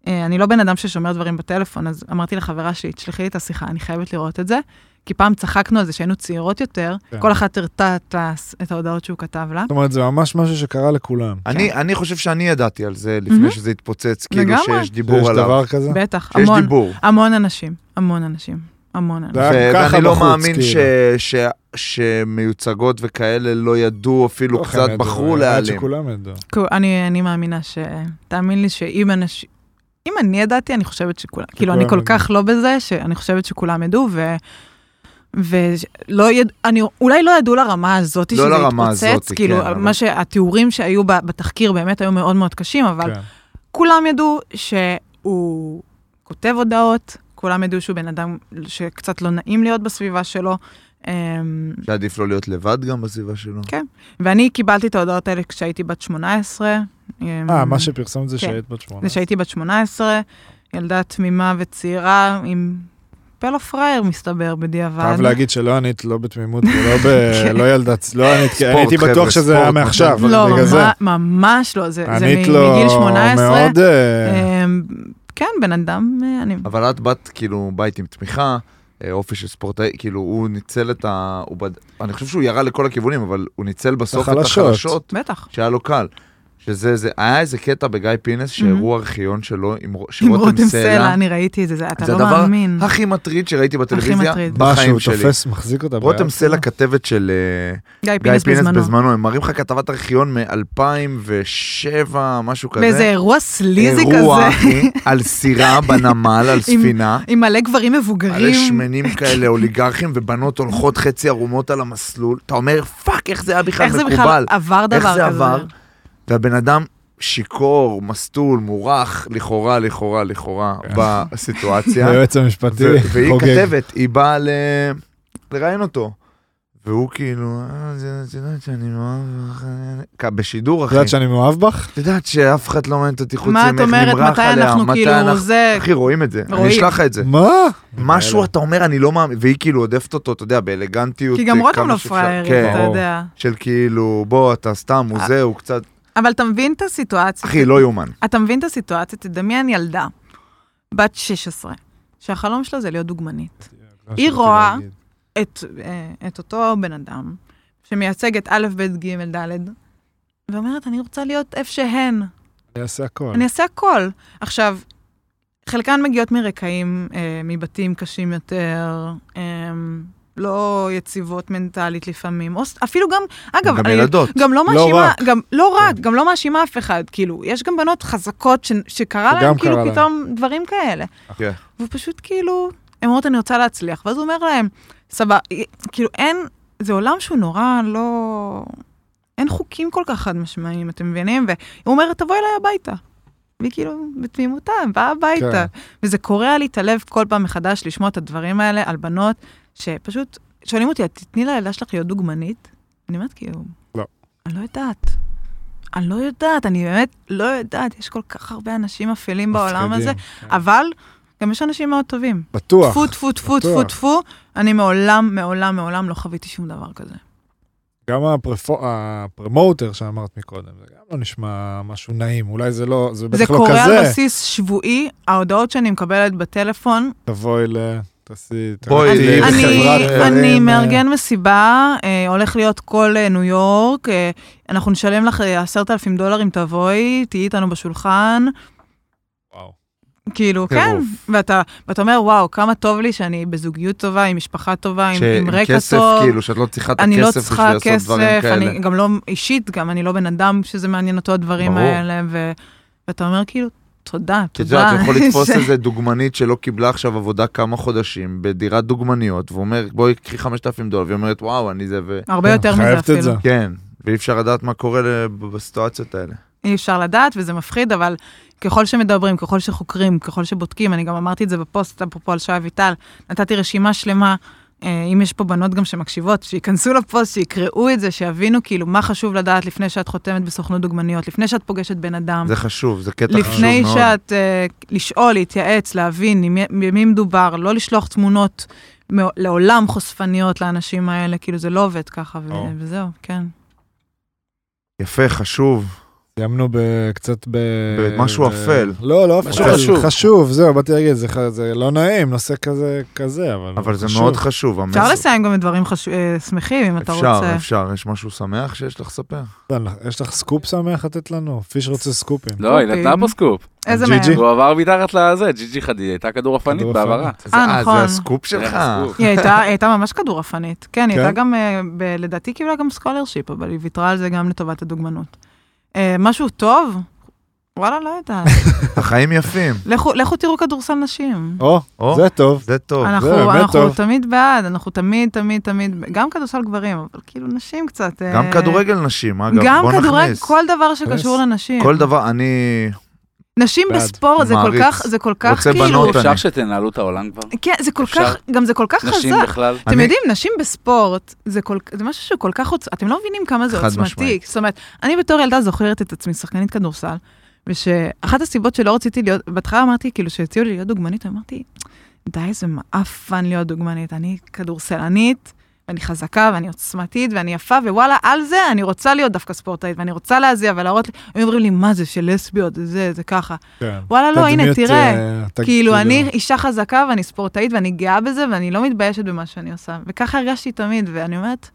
אה, אני לא בן אדם ששומר דברים בטלפון, אז אמרתי לחברה שלי, תשלחי לי את השיחה, אני חייבת לראות את זה, כי פעם צחקנו על זה שהיינו צעירות יותר,
כן.
כל אחת הרתה את ה- את ההודעות שהוא כתב לה.
זאת אומרת, זה ממש משהו שקרה לכולם.
אני, אני חושב שאני ידעתי על זה לפני
כן. מהמם.
שזה התפוצץ, כאילו
לגמרי.
שיש דיבור
יש
עליו.
דבר כזה?
בטח,
שיש
המון,
כן. דיבור.
המון אנשים, המון אנשים, המון אנשים.
רק
ו-
ככה
ואני לא
בחוץ,
מאמין
כאילו.
ש, ש, שמיוצגות וכאלה לא ידעו, אפילו
איך הם
קצת
ידעו?
בחרו
אוקיי, אני יודעת
להעלים.
שכולם ידעו.
כאילו, אני, אני מאמינה ש... תאמין לי שאם אנשים... אם אני ידעתי, אני חושבת שכולם... כאילו, אני כל
ידעו.
כך לא בזה, שאני חושבת שכולם ידעו, ו... ולא יד... אני אולי לא ידעו לרמה הזאת
לא
שזה
לרמה
התפוצץ,
הזאת,
כאילו,
כן, אבל-
מה שהתיאורים שהיו ב- בתחקיר באמת היו מאוד מאוד קשים, אבל
כן.
כולם ידעו שהוא כותב הודעות, כולם ידעו שהוא בן אדם שקצת לא נעים להיות בסביבה שלו. אמ,
שעדיף לא להיות לבד גם בסביבה שלו.
כן. ואני קיבלתי את ההודעות האלה כשהייתי בת 18. אמ,
אה, מה שפרסמת זה
כן.
שהיית בת
נכון.
שמונה.
זה שהייתי בת 18, ילדה תמימה וצעירה עם פה לא פראייר מסתבר בדיעבד.
חייב להגיד שלא ענית, לא בתמימות ולא ב...
[laughs]
לא ילדת, לא ענית, כי
ספורט,
הייתי בטוח
חבר'ה,
שזה היה
ספורט,
מעכשיו,
אבל
כן. לא,
בגלל
ממש,
זה.
ממש לא, זה, זה
ענית
מ-
לו
מגיל 18.
מאוד... אה,
אמ, כן, בן אדם, אה, אני...
אבל את באת כאילו בית עם תמיכה, אה, אופי של ספורטאי, כאילו הוא ניצל את ה... הוא בד... אני חושב שהוא ירה לכל הכיוונים, אבל הוא ניצל בסוף את
החלשות.
החלשות
בטח.
שהיה לו קל. שזה, זה, היה איזה קטע בגיא פינס שהראו ארכיון שלו עם, רו-
Mhm. עם
של
רותם סלע, אני ראיתי את זה, זה- אתה
זה
לא
הדבר
מאמין.
הכי מטריד שראיתי בטלוויזיה
מטריד.
מה
בחיים
שהוא
שלי.
תופס, מחזיק אותה
רותם
ביד.
סלע כתבת של אה,
גיא
גיא
פינס
פינס
בזמנו.
בזמנו, הם מראים לך כתבת ארכיון מ-2007, משהו כזה.
באיזה אירוע סליזי
אירוע,
כזה,
אחי, על סירה בנמל, על ספינה.
עם מלא גברים
מלא
מבוגרים. [laughs]
שמנים כאלה, אוליגרכים, ובנות הולכות חצי ערומות על המסלול. אתה אומר, פאק, איך זה היה בכלל
איך זה
מקובל?
בכלל עבר דבר
איך
כזה?
זה עבר? והבן אדם שיכור, מסטול, מורח, לכאורה, לכאורה, לכאורה,
[laughs]
בסיטואציה.
היועץ המשפטי
ו- והיא
כן. לא, חוגג.
כתבת, היא באה ל... לראיין אותו. והוא כאילו, "אה, זה- את יודעת שאני מאוהב בך", כ- בשידור,
את
אחי.
יודעת שאני מאוהב בך?
את יודעת שאף אחד לא מעניין אותי חוץ ממך,
מה את
נמרח עליה.
אומרת? מתי אנחנו כאילו,
אנחנו-
זה...
אחי, רואים את זה. אני
רואים.
אשלח לך את זה.
מה?
משהו
יאללה.
אתה אומר, אני לא מאמין, והיא כאילו עודפת אותו, אתה יודע, באלגנטיות.
כי גם
אה,
רותם
כמה
לא
שאפשר.
פראייר,
כן,
אתה
ברור.
יודע. אה.
של כאילו, בוא, אתה סתם, הוא זה, הוא קצת...
אבל אתה מבין את הסיטואציה.
אחי, לא יאומן.
אתה מבין את הסיטואציה, תדמיין ילדה, בת 16, שהחלום שלה זה להיות דוגמנית.
לא,
היא רואה את, אה, את אותו בן אדם, שמייצג את א', ב', ג', ד', ואומרת, אני רוצה להיות איפה שהן.
כן.
אני אעשה הכל.
אני אעשה הכל. עכשיו, חלקן מגיעות מרקעים, אה, מבתים קשים יותר, אה, לא יציבות מנטלית לפעמים, או ס- אפילו גם, אגב,
גם
אני [laughs]
ילדות.
גם לא מאשימה,
רק. כן.
גם לא רק, גם לא מאשימה אף אחד, כאילו, יש גם בנות חזקות ש- שקרה
שגם
להן, כאילו,
קרה להן.
פתאום דברים כאלה.
כן.
והוא פשוט כאילו, הן אומרות, אני רוצה להצליח, ואז הוא אומר להן, סבבה, כאילו, אין, זה עולם שהוא נורא לא... אין חוקים כל כך חד משמעיים, אתם מבינים? והוא אומר, תבואי אליי הביתה. והיא כאילו, בתמימותה, באה הביתה.
כן.
וזה קורע לי את הלב כל פעם מחדש לשמוע את הדברים האלה על בנות, שפשוט שואלים אותי, "את תתני לילדה שלך להיות דוגמנית? אני אומרת כאילו,
לא.
אני לא יודעת. אני לא יודעת, אני באמת לא יודעת, יש כל כך הרבה אנשים אפלים בעולם הזה,
מפחידים.
כן. אבל גם יש אנשים מאוד טובים.
בטוח.
טפו, טפו, טפו, טפו,
בטוח.
טפו, אני מעולם, מעולם, מעולם לא חוויתי שום דבר כזה.
גם הפרפו- הפרמוטר שאמרת מקודם, זה גם לא נשמע משהו נעים, אולי זה לא, זה
זה
בטח לא
קורה על
כזה.
בסיס שבועי, ההודעות שאני מקבלת בטלפון,
תבואי ל... תעשי...
בואי,
תהיי
אני-
בחברת
אני,
גברים,
אני
אה,
מארגן מסיבה, אה, הולך להיות כל אה, ניו יורק, אה, אנחנו נשלם לך אה, 10,000 דולרים, תבואי, תהיי איתנו בשולחן,
וואו.
כאילו,
טירוף.
כן, ואתה, ואתה אומר, וואו, כמה טוב לי שאני בזוגיות טובה, עם משפחה טובה, עם, עם רקע
שכסף,
טוב.
כאילו, שאת לא צריכה את
אני לא
הכסף בשביל
צריכה
לעשות דברים
כסף,
כאלה.
אני גם לא אישית, גם אני לא בן אדם שזה מעניין אותו הדברים
ברור.
האלה, ו, ואתה אומר כאילו, תודה,
כי את
תודה.
יודעת, הוא יכול לתפוס
[laughs] ש-
איזה דוגמנית שלא קיבלה עכשיו עבודה כמה חודשים בדירת דוגמניות, והוא אומר, בואי קחי 5,000 דולר, והיא אומרת, וואו, אני זה, ו...
הרבה יותר מזה
חייבת את זה.
אפילו.
כן, ואי אפשר לדעת מה קורה ל- בסיטואציות האלה.
אי אפשר לדעת וזה מפחיד, אבל ככל שמדברים, ככל שחוקרים, ככל שבודקים, אני גם אמרתי את זה בפוסט, אפרופו על שי אביטל, נתתי רשימה שלמה, אה, אם יש פה בנות גם שמקשיבות, שייכנסו לפוסט, שיקראו את זה, שיבינו כאילו מה חשוב לדעת לפני שאת חותמת בסוכנות דוגמניות, לפני שאת פוגשת בן אדם.
זה חשוב, זה קטע חשוב מאוד.
לפני שאת, אה, לשאול, להתייעץ, להבין עם מי- במי מדובר, לא לשלוח תמונות מע- לעולם חושפניות לאנשים האלה, כאילו זה לא עובד ככה, ו-
ברור.
וזהו, כן.
יפה, חשוב.
סיימנו ב- קצת ב...
במשהו
ב-
אפל.
לא, לא
משהו
אפל.
חשוב.
חשוב, זהו, באתי להגיד, זה ח- זה לא נעים, נושא כזה, כזה, אבל
אבל זה
חשוב.
מאוד חשוב, המסר.
אפשר לסיים גם בדברים חש- אה, שמחים, אם אתה
אפשר,
רוצה. אה,
אפשר. יש משהו שמח שיש לך לספר?
יש לך סקופ שמח לתת לנו? פיש רוצה סקופים.
לא, היא נתנה פה סקופ.
איזה
ג'י-ג'י.
מהם?
הוא עבר מתחת לזה, ג'י ג'י חדיד, הייתה כדורעפנית
כדורעפנית.
בעברה.
זה-
נכון.
זה הסקופ שלך.
זה הסקופ.
היא הייתה, היא הייתה ממש כדורעפנית. כן, היא
כן?
הייתה גם, אה, ב- לדעתי קיבלה גם סקולרשיפ, אבל היא ויתרה על זה גם לטובת הדוגמנות. אה, משהו טוב? וואלה, לא יודעת.
[laughs] החיים יפים.
לכו- לכו תראו כדורסל נשים.
או,
או,
זה טוב.
זה טוב.
זה
אנחנו,
באמת
אנחנו
טוב.
תמיד בעד, אנחנו תמיד, תמיד, תמיד, גם כדורסל גברים, אבל כאילו נשים קצת... אה,
גם כדורגל נשים, אגב,
גם
בוא
כדורגל,
נכניס.
כל דבר שקשור
נכניס.
לנשים.
כל דבר, אני...
נשים
בעד.
בספורט זה כל
מעריץ.
כך, זה כל כך
רוצה
כאילו...
בנות. אותנו.
אפשר שתנהלו את העולם כבר?
כן, זה כל
אפשר?
כך, גם זה כל כך
נשים
חזק.
בכלל?
אתם
אני-
יודעים, נשים בספורט, זה כל- זה משהו שהוא כל כך עוצ... אתם לא מבינים כמה זה
חד
עוצמתי.
משמעית.
זאת אומרת, אני בתור ילדה זוכרת את עצמי שחקנית כדורסל, ושאחת הסיבות שלא רציתי להיות, בהתחלה אמרתי, כאילו, שהציעו לי להיות דוגמנית, אמרתי, די, זה מעפן להיות דוגמנית, אני כדורסלנית. ואני חזקה, ואני עוצמתית, ואני יפה, ווואלה, על זה אני רוצה להיות דווקא ספורטאית, ואני רוצה להזיע ולהראות לי, היו אומרים לי, מה זה, של לסביות, זה, זה ככה.
כן.
וואלה, לא, הנה,
תדמיות,
תראה.
אה, ת-
כאילו, אני אישה חזקה ואני ספורטאית ואני גאה בזה ואני לא מתביישת במה שאני עושה. וככה הרגשתי תמיד, ואני אומרת,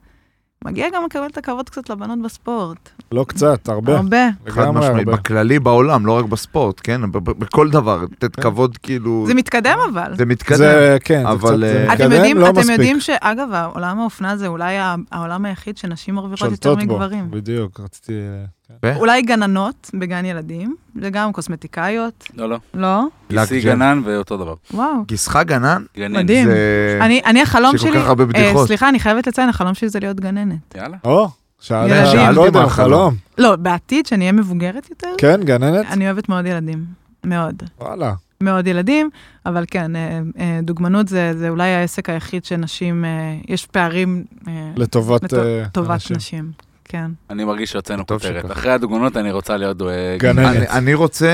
מגיע גם לקבל את הכבוד קצת לבנות בספורט.
לא קצת, הרבה.
הרבה.
חד
לגמרי
משמעית,
הרבה.
בכללי בעולם, לא רק בספורט, כן? ב- ב- בכל דבר, לתת כבוד, כאילו...
זה מתקדם אבל.
זה מתקדם.
כן. זה, כן, זה
אבל,
קצת... זה
אה,
מתקדם,
אתם יודעים,
לא
אתם
מספיק.
יודעים שאגב, העולם האופנה זה אולי ה- העולם היחיד שנשים מרוויחות יותר
שולטות בו,
מגברים.
בדיוק, רציתי... אה, כן.
אולי גננות בגן ילדים, וגם קוסמטיקאיות,
לא, לא.
לא?
גיסי
ג'ן.
גנן ואותו דבר.
וואו.
גיסך גנן?
גנן.
מדהים.
זה...
אני, אני החלום
יש לי
שלי,
כל כן. כך הרבה
אה,
בדיחות.
סליחה, אני חייבת לציין, החלום שלי זה להיות גננת.
יאללה.
או, שאלתי
ילדים.
שאלתי
שאלתי
קודם,
מה החלום.
חלום.
לא, בעתיד, שאני אהיה מבוגרת יותר,
כן, גננת?
אני אוהבת מאוד ילדים. מאוד.
וואלה.
מאוד ילדים, אבל כן, אה, אה, דוגמנות זה, זה אולי העסק היחיד שנשים, אה, יש פערים אה,
לטובת
לטו-
אה,
לטובת
אנשים.
נשים. כן.
אני מרגיש שהוצאנו
טוב
כותרת.
שכך.
אחרי הדוגמנות אני רוצה להיות אה, דואג.
אני,
גננת.
אני רוצה,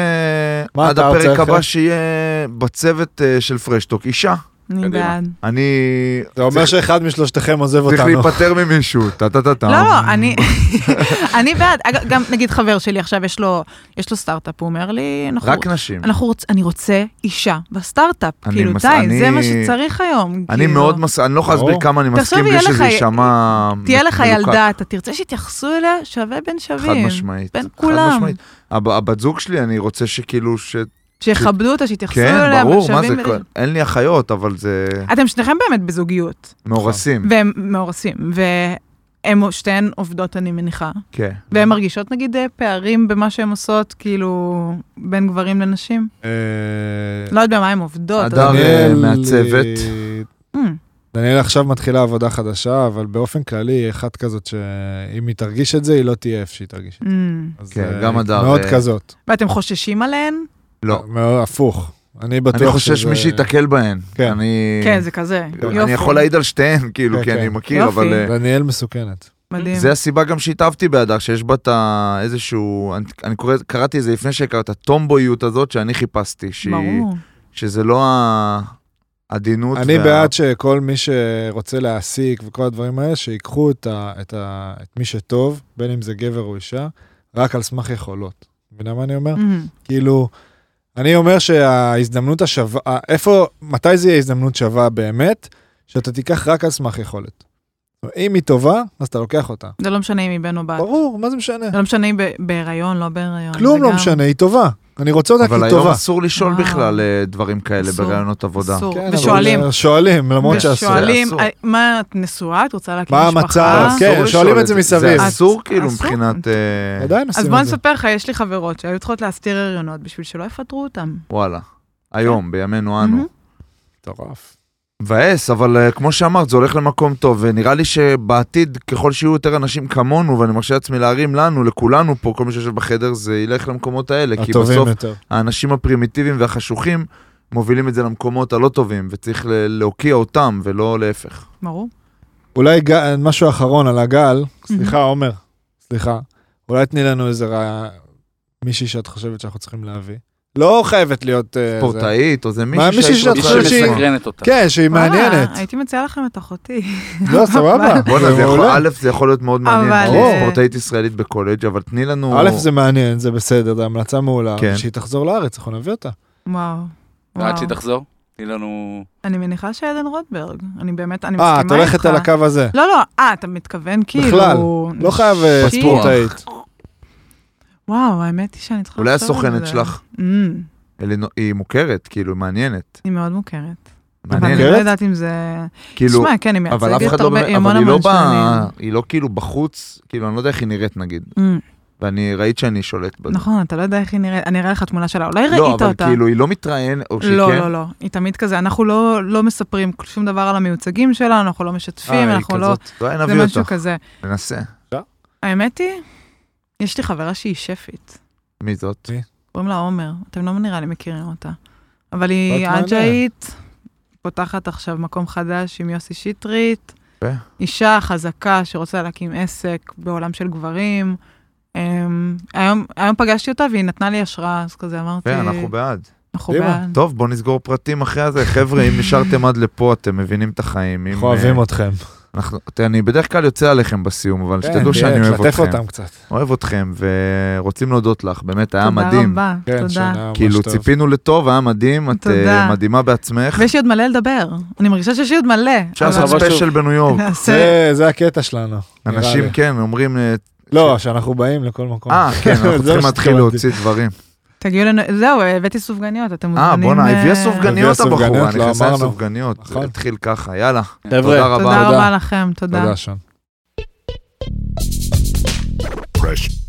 מה
עד
אתה רוצה,
הפרק
אחי?
הבא שיהיה בצוות אה, של פרשטוק, אישה.
אני
קדימה.
בעד.
אני
זה אומר שאחד משלושתכם עוזב
צריך
אותנו.
להיפטר ממישהו, טה טה טה טה.
לא, לא, אני, [laughs] אני בעד. אגב, גם נגיד חבר שלי עכשיו, יש לו, יש לו סטארט-אפ, הוא אומר לי, אנחנו,
רק נשים.
נכון. אנחנו רוצ, אני רוצה אישה בסטארט-אפ.
אני
כאילו,
מס-
די,
אני-
זה מה שצריך היום.
אני
כאילו.
מאוד מסכים, אני לא יכול להסביר
ברור.
כמה אני מסכים
תחשוב,
בלי
יהיה
שזה
לך-
יישמע מ-
תהיה לך
מלוקק.
ילדה, אתה תרצה שיתייחסו אליה שווה בין שווים.
חד משמעית.
בין
חד
כולם.
משמעית. הב- הבת זוג שלי, אני רוצה שכאילו, ש-
שיכבדו אותה, שיתייחסו אליה.
כן, ברור, מה זה,
במשאבים
כל-
ב-
אין לי אחיות, אבל זה
אתם שניכם באמת בזוגיות,
מאורסים.
והם מאורסים, והם שתיהן עובדות, אני מניחה.
כן.
והן מרגישות נגיד אה, פערים במה שהן עושות, כאילו, בין גברים לנשים?
אה,
לא יודעת במה הן עובדות.
אדם. אה,
אבל-
דניאל,
מעצבת.
אה,
Mm,
דניאל עכשיו מתחילה עבודה חדשה, אבל באופן כללי היא אחת כזאת שאם היא תרגיש את זה, היא לא תהיה איפה שהיא תרגיש את זה.
mm.
אז,
כן,
אה,
גם הדר,
מאוד
אה,
כזאת.
ואתם חוששים עליהן?
לא.
מאוד הפוך. אני בטוח
אני חושש מי שייתקל בהן.
כן.
אני...
כן, זה כזה. יופי.
אני יכול להעיד על שתיהן, כאילו,
כן,
כי אני
כן.
מכיר,
יופי.
אבל... אה,
דניאל מסוכנת.
מדהים.
זה הסיבה גם שהתאהבתי בהדר, שיש בה את ה- איזשהו, אני- אני קורא, קראתי את זה לפני שהכרתי, את הטומבויות הזאת שאני חיפשתי, שהיא,
ברור.
שזה לא ה- העדינות.
אני
וה-
בעד שכל מי שרוצה להעסיק וכל הדברים האלה, שיקחו את, ה, את, ה, את מי שטוב, בין אם זה גבר או אישה, רק על סמך יכולות. מבינה מה אני אומר?
Mm.
כאילו, אני אומר שההזדמנות השווה, אה, איפה, מתי זה יהיה הזדמנות שווה באמת? שאתה תיקח רק על סמך יכולת. אם היא טובה, אז אתה לוקח אותה.
זה לא משנה אם היא בן או בת.
ברור, מה זה משנה?
זה לא משנה אם ב- בהיריון, לא בהיריון.
כלום
זה
לא
גם
משנה, היא טובה. אני רוצה אותה כי
אבל
היא
היום
טובה.
אסור לשאול
וואו.
בכלל אה, דברים כאלה
אסור.
בראיונות עבודה.
אסור.
כן, אבל
ושואלים.
שואלים, למרות שאסור.
ושואלים,
אסור.
אה, מה, את נשואה? את רוצה להקים
מה
משפחה?
המצב?
אסור
כן,
לשאול
שואלים
את
את זה
זה.
מסביב.
זה אסור, כאילו,
אסור?
מבחינת... אה,
עדיין עושים
אז
את זה.
בוא נספר לך, יש לי חברות שהיו צריכות להסתיר הריונות בשביל שלא יפטרו אותן.
וואלה. היום, בימינו אנו.
כן. מהמם.
מטורף.
מבאס, אבל אה, כמו שאמרת, זה הולך למקום טוב, ונראה לי שבעתיד, ככל שיהיו יותר אנשים כמונו, ואני מרשה לעצמי להרים לנו, לכולנו פה, כל מי שיושב בחדר, זה ילך למקומות האלה, כי
הטובים
בסוף
יותר.
האנשים הפרימיטיביים והחשוכים מובילים את זה למקומות הלא טובים, וצריך ל- להוקיע אותם, ולא להפך.
ברור.
אולי ג- משהו אחרון על הגל, סליחה עומר, סליחה, אולי תני לנו איזה רע... מישהי שאת חושבת שאנחנו צריכים להביא. לא חייבת להיות... אה, זה.
ספורטאית, או זה
מה,
מישהו
מישהי
שהייתי
שאת
מי
רוצה
חושבת שהיא-
לשמוע.
שמסקרנת אותה.
כן, שהיא
וואלה,
מעניינת.
הייתי מציעה לכם את אחותי. [laughs]
לא, סבבה.
בואנה, זה יכול,
מעולה.
א', זה יכול להיות מאוד
אבל, אה.
מעניין,
ברור.
ברור. ספורטאית ישראלית בקולג', אבל תני לנו...
א', זה מעניין, זה בסדר, זו המלצה מעולה.
כן.
שהיא תחזור לארץ, אנחנו נביא אותה.
וואו.
ועד
וואו.
שהיא תחזור, תני לנו...
אני מניחה שעדן רוטברג. אני באמת, אני מסכימה
אה,
איתך.
את הולכת על הקו הזה.
לא, לא, אה, אתה מתכוון כאילו...
בכלל, לא חייב אה,
שיט.
ספורטאית.
וואו, האמת היא שאני צריכה
אולי
לחשוב על
הסוכנת
זה.
שלך.
Mm,
אלינו- היא מוכרת, כאילו, מעניינת.
היא מאוד מוכרת. אבל אני
מעניינת,
לא
מוכרת?
יודעת אם זה...
כאילו,
תשמע, כן, היא מייצגת
אבל
הרבה,
אף אחד לא,
היא המון
אבל היא לא
המון
באה,
שנים.
היא לא כאילו בחוץ, כאילו, אני לא יודע איך היא נראית נגיד,
Mm,
ואני ראית שאני שולט בזה.
נכון, אתה לא יודע איך היא נראית, אני אראה לך תמונה שלה, אולי
לא,
ראית
אבל
אותה.
כאילו, היא לא מתראיינת, או שהיא
לא,
כן?
לא, לא, היא תמיד כזה, אנחנו לא לא מספרים שום דבר על המיוצגים שלנו, אנחנו לא משתפים,
אה, היא
אנחנו לא...
כזאת.
אולי
זה
נביא
משהו
אותך,
כזה.
ננסה.
האמת היא, יש לי חברה שהיא שפית,
מי זאת?
כן. קוראים לה עומר, אתם לא נראה לי מכירים אותה. אבל היא
מעניין.
אג'אית, פותחת עכשיו מקום חדש עם יוסי שטרית,
יפה.
אישה חזקה שרוצה להקים עסק בעולם של גברים. אמ, היום היום פגשתי אותה והיא נתנה לי השראה, אז כזה אמרתי,
כן, אנחנו בעד.
אנחנו
קדימה.
בעד.
טוב, בוא נסגור פרטים אחרי זה. חבר'ה, אם נשארתם עד לפה, אתם מבינים את החיים. אם,
אנחנו אוהבים
אה,
אתכם.
אנחנו- תראה, אני בדרך כלל יוצא עליכם בסיום, אבל
כן,
שתדעו
תהיה,
שאני אוהב
תשתף
אתכם.
אותם קצת.
אוהב אתכם, ורוצים להודות לך, באמת, היה
תודה
מדהים.
רבה,
כן,
תודה.
שנה ממש
כאילו,
טוב.
ציפינו לטוב, היה מדהים, את
תודה.
אה, מדהימה בעצמך.
ויש לי עוד מלא לדבר, אני מרגישה שיש לי עוד מלא.
אפשר
אבל-
לעשות
אבל-
ספיישל בניו יורק.
נעשה,
זה- זה הקטע שלנו. נראה
אנשים,
לי.
כן, אומרים, אה,
לא, שאנחנו באים לכל מקום.
אה, כן,
[laughs] זה
אנחנו
מה
צריכים להתחיל
שהתכוונתי.
להוציא דברים.
תגיעו לנו, זהו, הבאתי סופגניות, אתם
אה,
מוזמנים.
בואנה,
אה,
הביאה סופגניות
הביאה
הבחורה,
סופגניות, לא
נכנסה עם
אמרנו.
סופגניות.
נכון.
התחיל ככה, יאללה.
חבר'ה,
תודה רבה.
תודה רבה לכם, תודה.
תודה, שון.